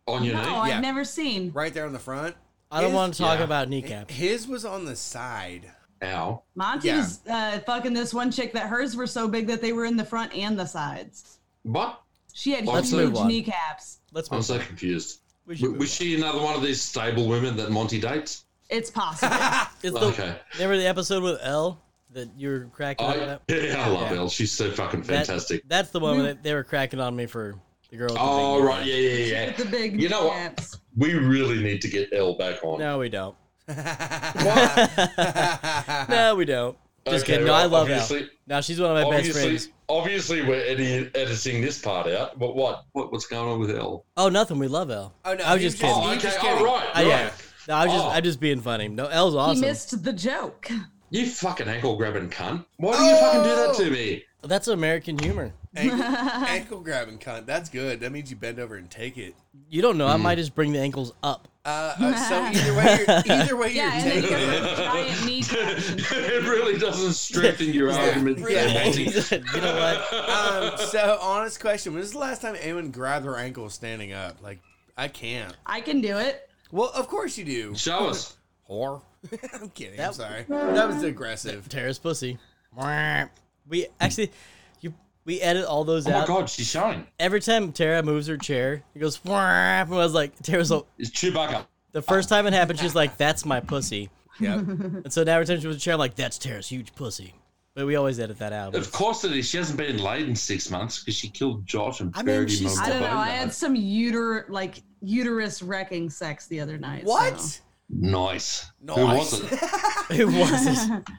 A: On your
D: No,
A: knee?
D: I've
B: Yeah.
D: never seen.
B: right there on the front.
C: I don't
B: His-
C: want to talk
A: yeah.
C: about kneecap.
B: His was on the side.
A: Ow.
D: Monty was uh, fucking this one chick that hers were so big that they were in the front and the sides.
A: But
D: She had
A: Let's
D: huge
C: move on.
D: kneecaps.
C: Let's
A: I'm
C: move.
A: so confused.
C: We should
A: W-
C: move
A: Was she another one of these stable women that Monty dates?
D: It's possible.
C: on. It's the,
A: Okay.
C: Remember the episode with L that you were cracking on
A: I,
C: about?
A: yeah, I love
C: Yeah.
A: Elle. She's so fucking
C: That-
A: fantastic.
C: that's the one that they were cracking on me for the girl. With the
A: oh,
C: big
A: right. Yeah, yeah, yeah.
D: the big
A: You know what?
D: kneecaps.
A: We really need to get Elle back on.
C: No, we don't.
B: no.
C: No, we don't. Just
A: Okay,
C: kidding. No,
A: well,
C: I love
A: obviously-
C: Elle. Now she's one of my best
A: obviously,
C: friends.
A: obviously, we're edi- editing this part out. But what? what? What's going on with Elle?
C: Oh, nothing. We love Elle.
B: Oh no.
C: I was
B: he
C: just
B: was
C: kidding.
A: Oh,
B: he was
A: okay.
B: just
A: All
B: kidding.
A: right.
C: I,
A: right.
C: yeah. No, I was just
A: Oh.
C: I'm just being funny. No, Elle's awesome.
D: He missed the joke.
A: You fucking ankle grabbing cunt. Why do you fucking do that to me?
C: That's American humor.
B: Ankle, ankle grabbing cunt. That's good. That means you bend over and take it.
C: You don't know.
A: Hmm.
C: I might just bring the ankles up.
B: Uh, uh, so either way, you're, either way,
D: Yeah, and
B: you're
D: then
C: Oh.
B: taking
D: you
B: it.
D: got the giant kneecaps.
A: it really doesn't strengthen your argument.
B: really.
A: there, Monty.
C: you know what?
B: Um, so honest question: When is the last time anyone grabbed their ankle standing up? Like, I can't.
D: I can do it.
B: Well, of course you do.
A: Show us. Oh
B: Whore. I'm kidding. I'm
C: That-
B: sorry. That was aggressive.
C: Tara's pussy. We actually, you we edit all those
A: Oh my
C: out.
A: god, she's showing.
C: Every time Tara moves her chair, it goes. And I was like, Tara's like,
A: It's Chewbacca.
C: the first time it happened, she's like, "That's my pussy."
B: Yep.
C: And so now every time she moves her chair, I'm like, "That's Tara's huge pussy." But we always edit that out.
A: Of course it is. She hasn't been laid in six months because she killed Josh and
C: I mean,
A: buried him
C: she's-
A: on
D: I
A: the
D: don't know. I
A: boneyard.
D: had some uter like uterus wrecking sex the other night.
B: What?
D: so-
A: Nice.
B: No,
A: Who
B: I-
A: was it?
C: Who was it?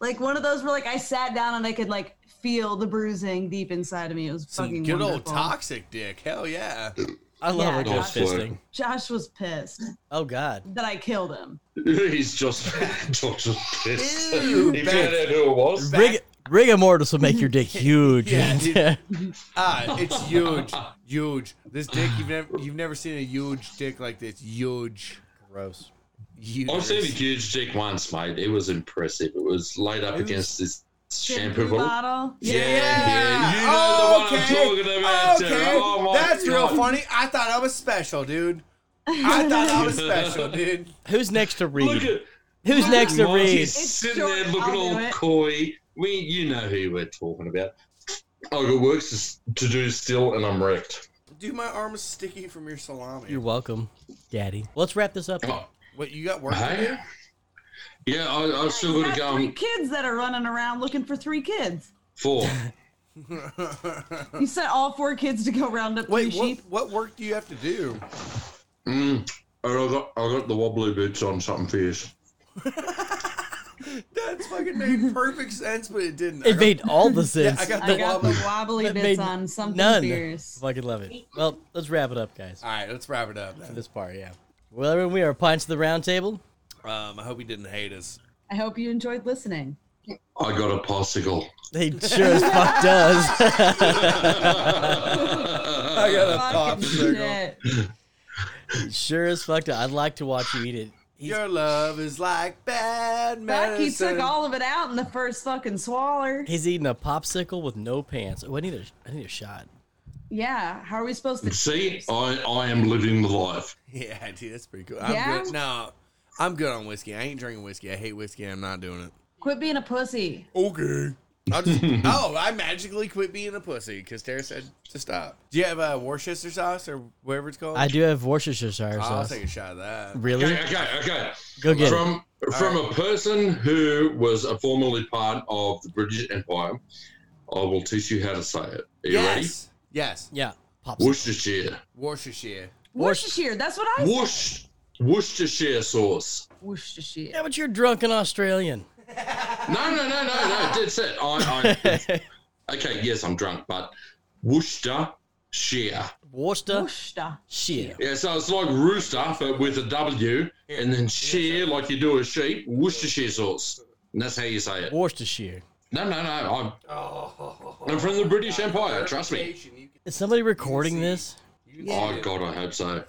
D: Like one of those where like I sat down and I could like feel the bruising deep inside of me. It was
B: Some
D: fucking
B: good old
D: wonderful.
B: toxic dick. Hell yeah.
C: I love
D: Yeah,
C: her
A: Josh.
C: just fisting.
D: Josh was pissed
C: Oh God.
D: that I killed him.
A: He's just Josh was pissed.
B: Ew,
A: he
B: bad.
A: found out who it was.
C: Rig- rigor mortis will make your dick huge.
B: Yeah, dude. Ah, it's huge, huge. This dick you've never you've never seen a huge dick like this. Huge,
C: Gross.
B: huge.
A: I've seen a huge dick once, mate. It was impressive. It was laid up
B: It was-
A: against this shampoo
D: Shampoo
A: bottle.
D: bottle.
A: Yeah,
B: Yeah.
A: yeah, you know the one I'm
B: okay.
A: talking about,
B: Okay.
A: Tara. Oh my
B: That's real
A: God.
B: funny. I thought I was special, dude. I thought I was special, dude.
C: Who's next to
A: Look
C: Reed?
A: at
C: Who's next to
A: Monty's
C: Reed?
A: sitting
D: short,
A: there looking
D: I'll do
A: all
D: it.
A: coy. We, you know who we're talking about. I've got work to, to do still, and I'm wrecked.
B: Dude, my arm is sticky from your salami.
C: You're welcome, Daddy. Let's wrap this up.
A: Oh,
B: what you got work to do?
A: hey? Yeah, I, I've still
D: You
A: got to
D: got
A: go
D: three
A: and
D: kids that are running around looking for three kids.
A: four.
D: You sent all four kids to go round up three
B: Wait, what,
D: sheep.
B: what work do you have to do?
A: Mm. And I got I got the wobbly boots on something fierce.
B: That's fucking made perfect sense, but it didn't.
C: It made all the
B: yeah,
C: sense.
B: I got
D: I
B: the
D: got
B: wobble.
D: the wobbly
C: That
D: bits
C: made
D: on something
C: none.
D: fierce.
C: Fucking love it. Well, let's wrap it up, guys.
B: All right, let's wrap it up.
C: For this part, yeah. Well, everyone, we are Pints of the Round Table.
B: Um, I hope he didn't hate us.
D: I hope you enjoyed listening.
A: I got a popsicle.
C: They sure as fuck does.
B: I got a pop
D: Fucking shit.
C: sure as fuck does. I'd like to watch you eat it. He's,
B: Your love is like bad
D: Bucky
B: medicine.
D: took all of it out in the first fucking swaller.
C: he's eating a popsicle with no pants. Oh, I need a, I need a shot.
D: Yeah. How are we supposed to
A: See, I, I am living the life.
B: yeah, dude, that's pretty cool. I'm
D: Yeah?
B: good. No, I'm good on whiskey. I ain't drinking whiskey. I hate whiskey. I'm not doing it.
D: quit being a pussy?
B: Okay. I'll just, oh, I magically quit being a pussy because Tara said to stop. Do you have uh, Worcester sauce or whatever it's called?
C: I do have Worcestershire
B: Oh, I'll
C: sauce.
B: take a shot of that.
C: Really?
A: Okay, okay, okay.
C: Go get it.
A: From from a person who was a formerly part of the British Empire, I will teach you how to say it. Are you
B: yes. Yes.
C: Yeah.
A: ready?
C: Popsicle.
A: Worcestershire.
B: Worcestershire.
D: Worcestershire. That's what I
A: Whoosh. Worcestershire sauce.
D: Worcestershire.
C: Yeah, but you're drunk and Australian.
A: No, no, no, no, no. That's it. I, I, okay, yes, I'm drunk, but Worcestershire.
C: Worcester.
D: Worcester.
C: Shit.
A: Yeah, so it's like rooster, but with a W, and then shear, like you do a sheep, Worcestershire sauce. And that's how you say it.
C: Worcestershire.
A: No, no, no.
B: Oh. Uh,
A: I'm, I'm from the British Empire, trust me.
C: Is somebody recording this?
A: Oh, God, I hope so.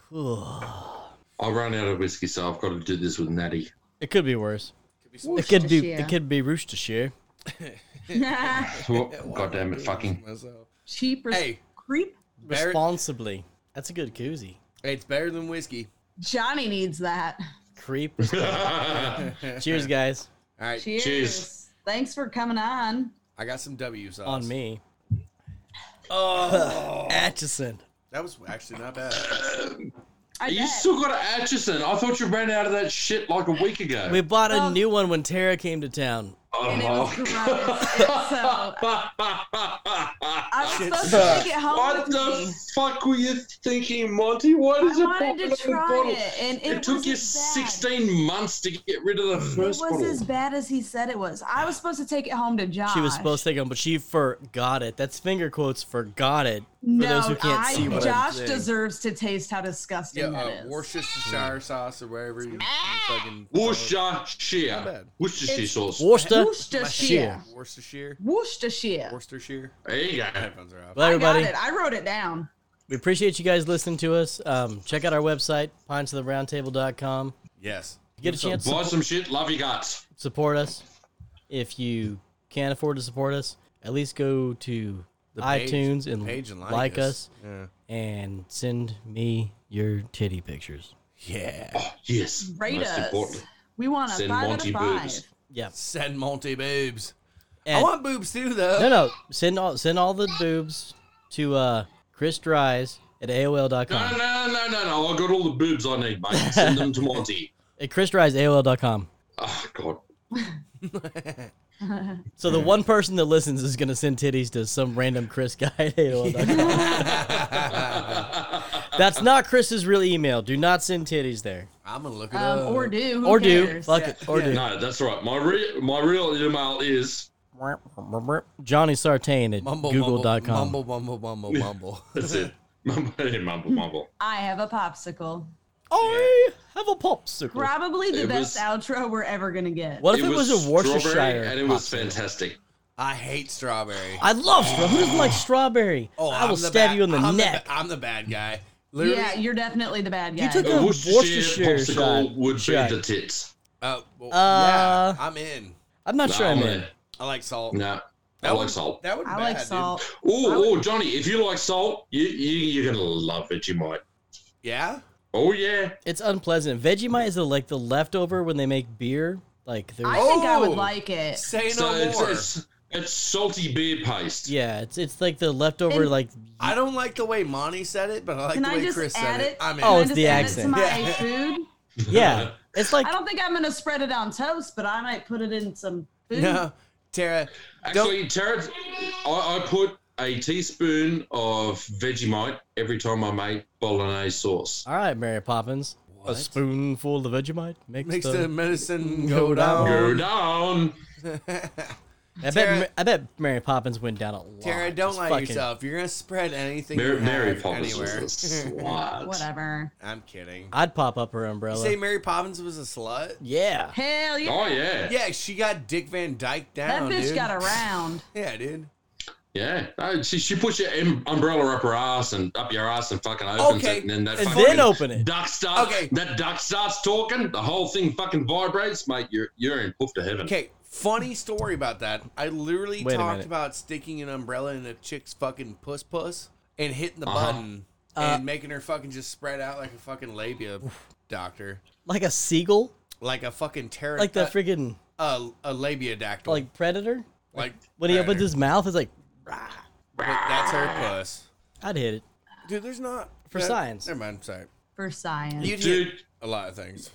A: I ran out of whiskey, so I've got to do this with Natty.
C: It could be worse. It could be. It could be Worcestershire.
A: Oh, God damn it, fucking.
D: Cheap as
B: Hey.
D: creep.
B: Barrett,
C: Responsibly. That's a good koozie.
B: It's better than whiskey.
D: Johnny needs that.
C: Creep.
A: Cheers.
C: Cheers, guys.
B: All right.
D: Cheers.
A: Cheers.
D: Thanks for coming on.
B: I got some W sauce.
C: On me.
B: Oh.
C: Atchison.
B: that was actually not bad.
D: I
A: You
D: bet.
A: still got an Atchison. I thought you ran out of that shit like a week ago.
C: We bought a
D: Oh.
C: new one when Tara came to town.
A: oh,
D: and it was gross. I was
A: God.
D: supposed to take it home
A: What
D: with
A: the
D: me.
A: fuck were you thinking, Monty? Why
D: I
A: does it pop
D: wanted to
A: another
D: try
A: bottle?
D: it, and it,
A: It, took
D: was
A: you
D: as bad.
A: 16 months to get rid of the
D: It was
A: first bottle.
D: as bad as he said it was. I
A: Ah.
D: was supposed to take it home to Josh.
C: She was supposed to take them, but she forgot it. That's finger quotes, forgot it. For
D: No,
C: those who can't
D: I,
C: see what I'm
D: Josh
C: saying.
D: deserves to taste how disgusting
B: Yeah,
D: that
B: uh,
D: is.
B: Worcestershire sauce or wherever you, you fucking. Not
A: Worcestershire.
B: bad.
A: Worcestershire
D: It's-
A: sauce.
C: Worcester.
D: Worcestershire.
B: Worcestershire.
D: Worcestershire.
B: Worcestershire.
A: There you go.
B: My headphones are off.
C: Well, everybody,
D: I got it. I wrote it down.
C: we appreciate you guys listening to us. Um, check out our website, pintsoftheroundtable.com.
B: Yes.
C: Get a chance
A: Buy
C: to
A: some shit. Love your guts.
C: support us. If you can't afford to support us, at least go to
B: page-
C: iTunes and,
B: page and
C: like,
B: like
C: us.
B: us. Yeah.
C: and send me your titty pictures.
B: Yeah.
A: Yes.
D: Rate
A: most
D: us.
A: importantly.
D: We want a
A: Send
D: five
A: Monty
D: out of five.
A: boobs.
C: Yeah.
B: Send Monty boobs. I
C: And-
B: want boobs too, though.
C: No, no. Send all send all the boobs to uh, Chris Dries at
A: No,
C: AOL.com.
A: no, no, no, no. I got all the boobs I need, mate. Send them to Monty.
C: At Chris Dries AOL.com.
A: Oh, God.
C: So the one person that listens is gonna send titties to some random Chris guy at AOL.com. That's not Chris's real email. Do not send titties there.
B: I'm going to look it up.
D: Um, or do. Who
C: Uh, or do.
D: cares?
C: Fuck it. Or
A: No, that's all right. My, re- my real email is
C: do. Johnny Sartain at
B: Mumble,
C: Google.com.
B: Mumble, mumble, mumble, mumble, mumble.
A: That's it. mumble, mumble, mumble.
D: I have a popsicle.
C: I have a popsicle.
D: Probably the
A: It
D: best
A: was-
D: outro we're ever gonna get.
C: What if it was, a
A: strawberry
C: Worcestershire?
A: And it was
C: popsicle?
A: fantastic.
B: I hate strawberry.
C: I love strawberry. Who doesn't like strawberry? I
B: Oh, I'm
C: will
B: the
C: stab
B: bad-
C: you in the
B: I'm
C: neck.
B: I'm the bad guy. Literally.
D: Yeah, you're definitely the bad guy.
C: You took
A: A
C: a
A: Uh, Worcestershire,
C: Worcestershire
A: popsicle
C: shot.
A: would
C: Shot.
A: be the tits.
B: Oh, well,
C: Uh,
B: yeah, I'm in.
C: I'm not
A: No,
C: sure I'm
A: I'm
C: in.
A: in.
B: I like salt.
A: No, I
B: That
A: like
B: would-
A: salt.
B: That would be
D: I
B: bad,
D: like
B: dude.
D: salt.
A: Oh, oh, Johnny, if you like salt, you, you you're gonna love it. You might.
B: Yeah?
A: Oh yeah.
C: It's unpleasant. Vegemite is the, like the leftover when they make beer. Like there's
D: I think I would
B: Oh!
D: like it.
B: Say no
A: So it's,
B: more.
A: it's it's salty beer paste.
C: yeah, it's it's like the leftover
D: And-
C: like
B: I don't like the way Monty said it, but I like
D: Can
B: the
D: I
B: way
D: just
B: Chris
D: add
B: said it.
D: it?
B: I'm in.
C: Oh,
D: Can I
C: it's
D: just
C: the
D: add It
C: accent.
D: to my
B: Yeah.
D: food.
C: yeah. It's like
D: I don't think I'm gonna spread it on toast, but I might put it in some food.
B: no, Tara.
A: Actually, Jared, I, I put a teaspoon of Vegemite every time I make bolognese sauce.
C: all right, Mary Poppins. A
B: What?
C: spoonful of Vegemite makes,
B: Makes
C: the.
B: the medicine
C: Go
B: go
C: down.
B: down.
A: Go down.
C: I bet
B: Tara-
C: Ma- I bet Mary Poppins went down a lot.
B: Tara, don't
C: Just
B: lie to
C: fucking-
B: yourself. You're gonna spread anything.
A: Mary,
B: you
A: Mary
B: have
A: Poppins was
B: anywhere.
A: a slut.
D: Whatever.
B: I'm kidding.
C: I'd pop up her
B: You
C: umbrella.
B: say Mary Poppins was a slut?
C: yeah.
D: Hell yeah.
A: Oh yeah.
B: Yeah, she got Dick Van Dyke
D: that
B: down.
D: bitch
B: dude.
D: got around.
B: Yeah, dude.
A: Yeah, No, she she puts your em- umbrella up her ass and up your ass and fucking opens
B: Okay.
A: it, and then that
C: And
A: fucking
C: then open it.
A: duck starts.
B: Okay.
A: That duck starts talking. The whole thing fucking vibrates, mate. You're you're in poof to heaven.
B: Okay, funny story about that. I literally
C: Wait a
B: talked
C: minute.
B: about sticking an umbrella in a chick's fucking puss puss and hitting the
A: Uh-huh.
B: button
C: Uh,
B: and making her fucking just spread out like a fucking labia doctor,
C: Like a seagull?
B: like a fucking pterodactyl,
C: Like the friggin'
B: a, a labia dactyl, like,
C: like predator? When he
B: predator.
C: opens his mouth, it's like
B: But that's her puss.
C: I'd hit it.
B: Dude, there's not
C: For
B: no,
C: science.
B: Never mind. Sorry,
D: For science.
B: you'd hit
A: Dude,
B: a lot of things.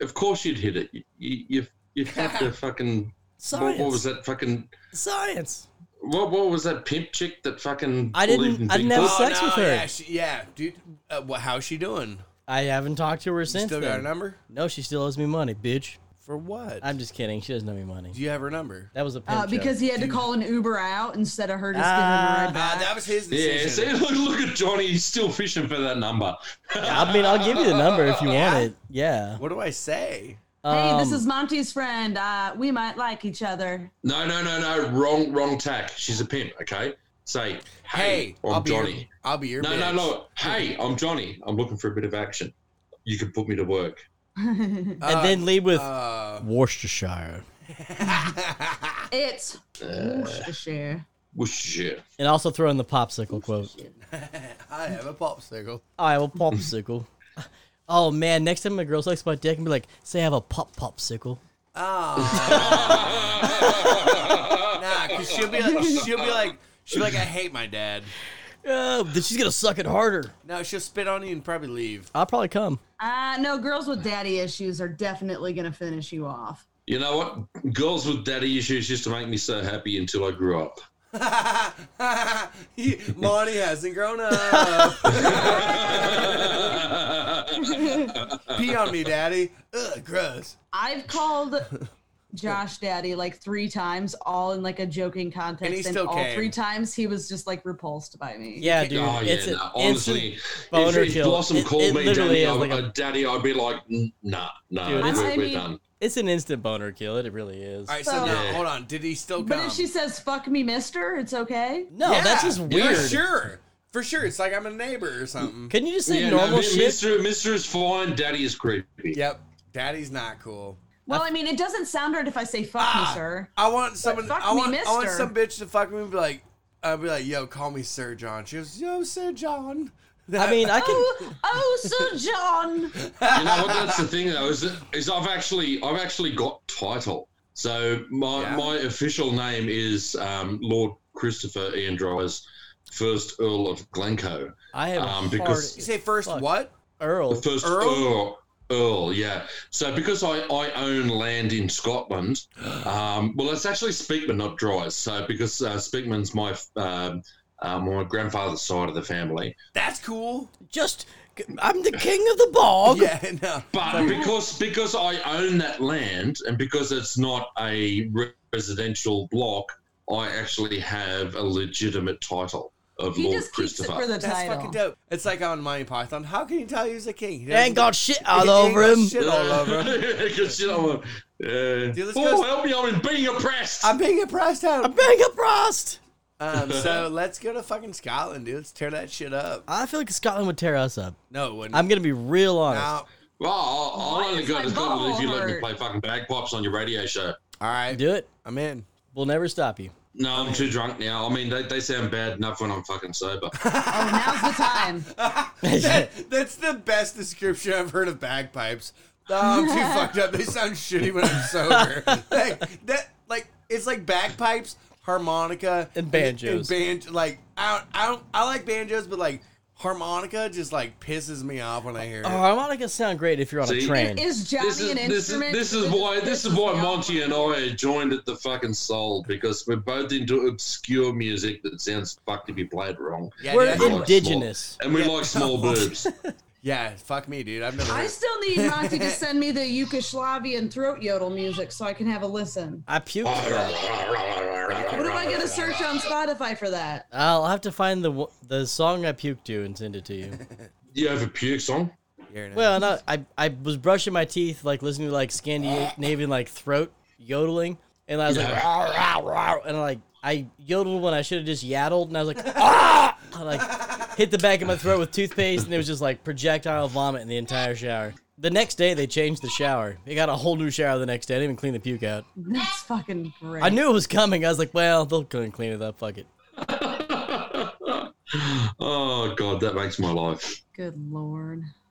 A: of course you'd hit it. You you you, you'd have to fucking. What,
C: Science.
A: what was that fucking?
C: Science.
A: What what was that pimp chick that fucking?
C: I didn't-
A: believed in
C: I didn't have
A: Bigfoot?
C: a sex with her.
B: Oh, Yeah, she, yeah, dude. Uh, wha how's she doing?
C: I haven't talked to her
B: You
C: since.
B: still got
C: then.
B: her number?
C: No, she still owes me money, bitch.
B: For what?
C: I'm just kidding. She doesn't owe me money.
B: Do you have her number?
C: That was a pimp
D: Uh, because he had to call an Uber out instead of her just
C: Ah.
D: giving him a ride
B: Uh,
D: back.
B: that was his decision.
A: Yeah, see, look, look at Johnny. He's still fishing for that number.
C: joke. I mean, I'll give you the number if you want it. Yeah.
B: What do I say?
D: hey, this
C: Um,
D: is Monty's friend. Uh, we might like each other.
A: No, no, no, no. Wrong, wrong tack. She's a pimp. Okay. Say, hey,
B: Hey,
A: I'm
B: I'll be
A: Johnny.
B: Your, I'll be your
A: no,
B: bitch.
A: no, no. Hey, I'm Johnny. I'm looking for a bit of action. You can put me to work.
C: and then lead with
B: Uh,
C: Worcestershire.
B: Uh.
D: it's Worcestershire.
A: Whoosh, yeah.
C: And also throw in the popsicle quote.
B: I have a popsicle.
C: I have a popsicle. oh man, next time my girl sucks my dick and be like, say I have a pop popsicle.
B: Oh. nah, because she'll be like, she'll be like, she'll be like, I hate my dad.
C: Oh, then she's gonna suck it harder.
B: No, she'll spit on you and probably leave.
C: I'll probably come.
D: Uh, no, girls with daddy issues are definitely going to finish you off.
A: You know what? Girls with daddy issues used to make me so happy until I grew up.
B: He- Monty hasn't grown up. Pee on me, daddy. Ugh, gross.
D: I've called Josh daddy like three times, all in like a joking context,
B: And
D: and,
B: he still
D: all
B: came.
D: three times he was just like repulsed by me.
C: Yeah, dude.
A: oh yeah,
C: it's an
A: no,
C: honestly,
A: honestly,
C: instant
A: if,
C: boner
A: if
C: kill.
A: Blossom
C: It-
A: called
C: it
A: me daddy,
C: literally is
A: I,
C: like
A: like
C: a-
A: daddy, I'd be like, "Mm, nah, nah,
C: Dude,
A: we're,
C: it's-
A: we're
D: I mean-
A: done.
C: it's an instant boner kill. It really is.
B: All right, so,
D: So-
B: now hold on. Did he still come?
D: But if she says "fuck me, Mister," it's okay.
C: No,
B: Yeah,
C: that's just weird.
B: For sure. For sure. It's like I'm a neighbor or something.
C: Couldn't you just say
A: Yeah, no,
C: normal
A: Mi-
C: shit?
A: Mister, Mister is fine. Daddy is creepy.
B: Yep. Daddy's not cool.
D: Well, I mean, it doesn't sound right if I say "fuck
B: Ah,
D: me, sir."
B: I want someone.
D: fuck
B: I
D: me,
B: want. I want
D: mister.
B: some bitch to fuck me and be like, I'd be like, yo, call me Sir John. She goes, yo, Sir John.
C: I mean, I can.
D: Oh, oh, Sir John.
A: you know what? That's the thing though is, is I've actually I've actually got title. So my
B: Yeah.
A: my official name is um, Lord Christopher Ian Dryers, first Earl of Glencoe.
C: I have
A: Um,
C: a hard
A: because-
B: You say first
C: Fuck.
B: what?
A: The
C: Earl.
A: first
B: Earl?
A: Earl. Earl. yeah. So because I, I own land in Scotland, um, well, it's actually Speakman, not Dryers. So because uh, Speakman's my um, uh, my grandfather's side of the family,
B: That's cool.
C: Just, I'm the king of the bog.
B: Yeah, no.
A: But because because I own that land and because it's not a re- residential block, I actually have a legitimate title of
D: He
A: Lord
D: just keeps it for
A: Christopher.
D: the
B: That's
D: title.
B: fucking dope. It's like on Monty Python. How can you tell he's a king? He
C: Ain't got
B: doesn't-
C: shit
B: he
C: all
B: ain't
C: over
B: got
C: him.
B: Shit all over him.
A: 'Cause, you know, uh,
B: Dude, let's
A: oh,
B: go-
A: help me! I'm being oppressed.
B: I'm being impressed
C: I'm
B: out.
C: being oppressed.
B: Um, so let's go to fucking Scotland, dude. Let's tear that shit up.
C: I feel like Scotland would tear us up.
B: No, it wouldn't.
C: I'm gonna be real honest.
B: Now-
A: well, I'll, I'll
D: Why
A: only
D: is
A: go
D: my
A: to Scotland if you let me
D: butthole
A: play fucking bagpipes on your radio show.
B: all right,
C: Do it.
B: I'm in.
C: We'll never stop you.
A: No, I'm too drunk now. I mean, they, they sound bad enough when I'm fucking sober.
D: Oh, now's the time.
B: That, that's the best description I've heard of bagpipes. Oh, I'm too fucked up. They sound shitty when I'm sober. like that, like it's like bagpipes, harmonica,
C: And banjos.
B: And ban- like I, don't, I don't, I like banjos, but like harmonica just like pisses me off when I hear it.
C: Oh, harmonicas sound great if you're on a
A: See?
C: train.
D: Is Johnny
A: this is
D: an
A: this is
D: instrument?
A: this is why this is why
D: the
A: Monty and I are joined at the fucking soul because we're both into obscure music that sounds fucked to be played wrong.
B: yeah,
C: We're
B: dude, I-
A: in-
C: indigenous.
A: And we like small boobs.
B: yeah, fuck me, dude. I've never.
D: I
B: Heard.
D: still need Monty to send me the Yugoslavian throat yodel music so I can have a listen.
C: I puked. for that.
D: What am I going to search on Spotify for that?
C: I'll have to find the wo- the song I puked to and send it to you.
A: You have a puke song?
B: Here it is.
C: Well, no, I I was brushing my teeth, like listening to like Scandinavian like throat yodeling, and I was like,
A: Yeah.
C: "Rawr, rawr, rawr," and I like I yodeled when I should have just yaddled, and I was like, ah, I, like hit the back of my throat with toothpaste, and it was just like projectile vomit in the entire shower. The next day they changed the shower. They got a whole new shower the next day. I didn't even clean the puke out.
D: That's fucking great.
C: I knew it was coming. I was like, well, they'll go and clean it up. Fuck it.
A: oh god, that makes my life.
D: Good lord.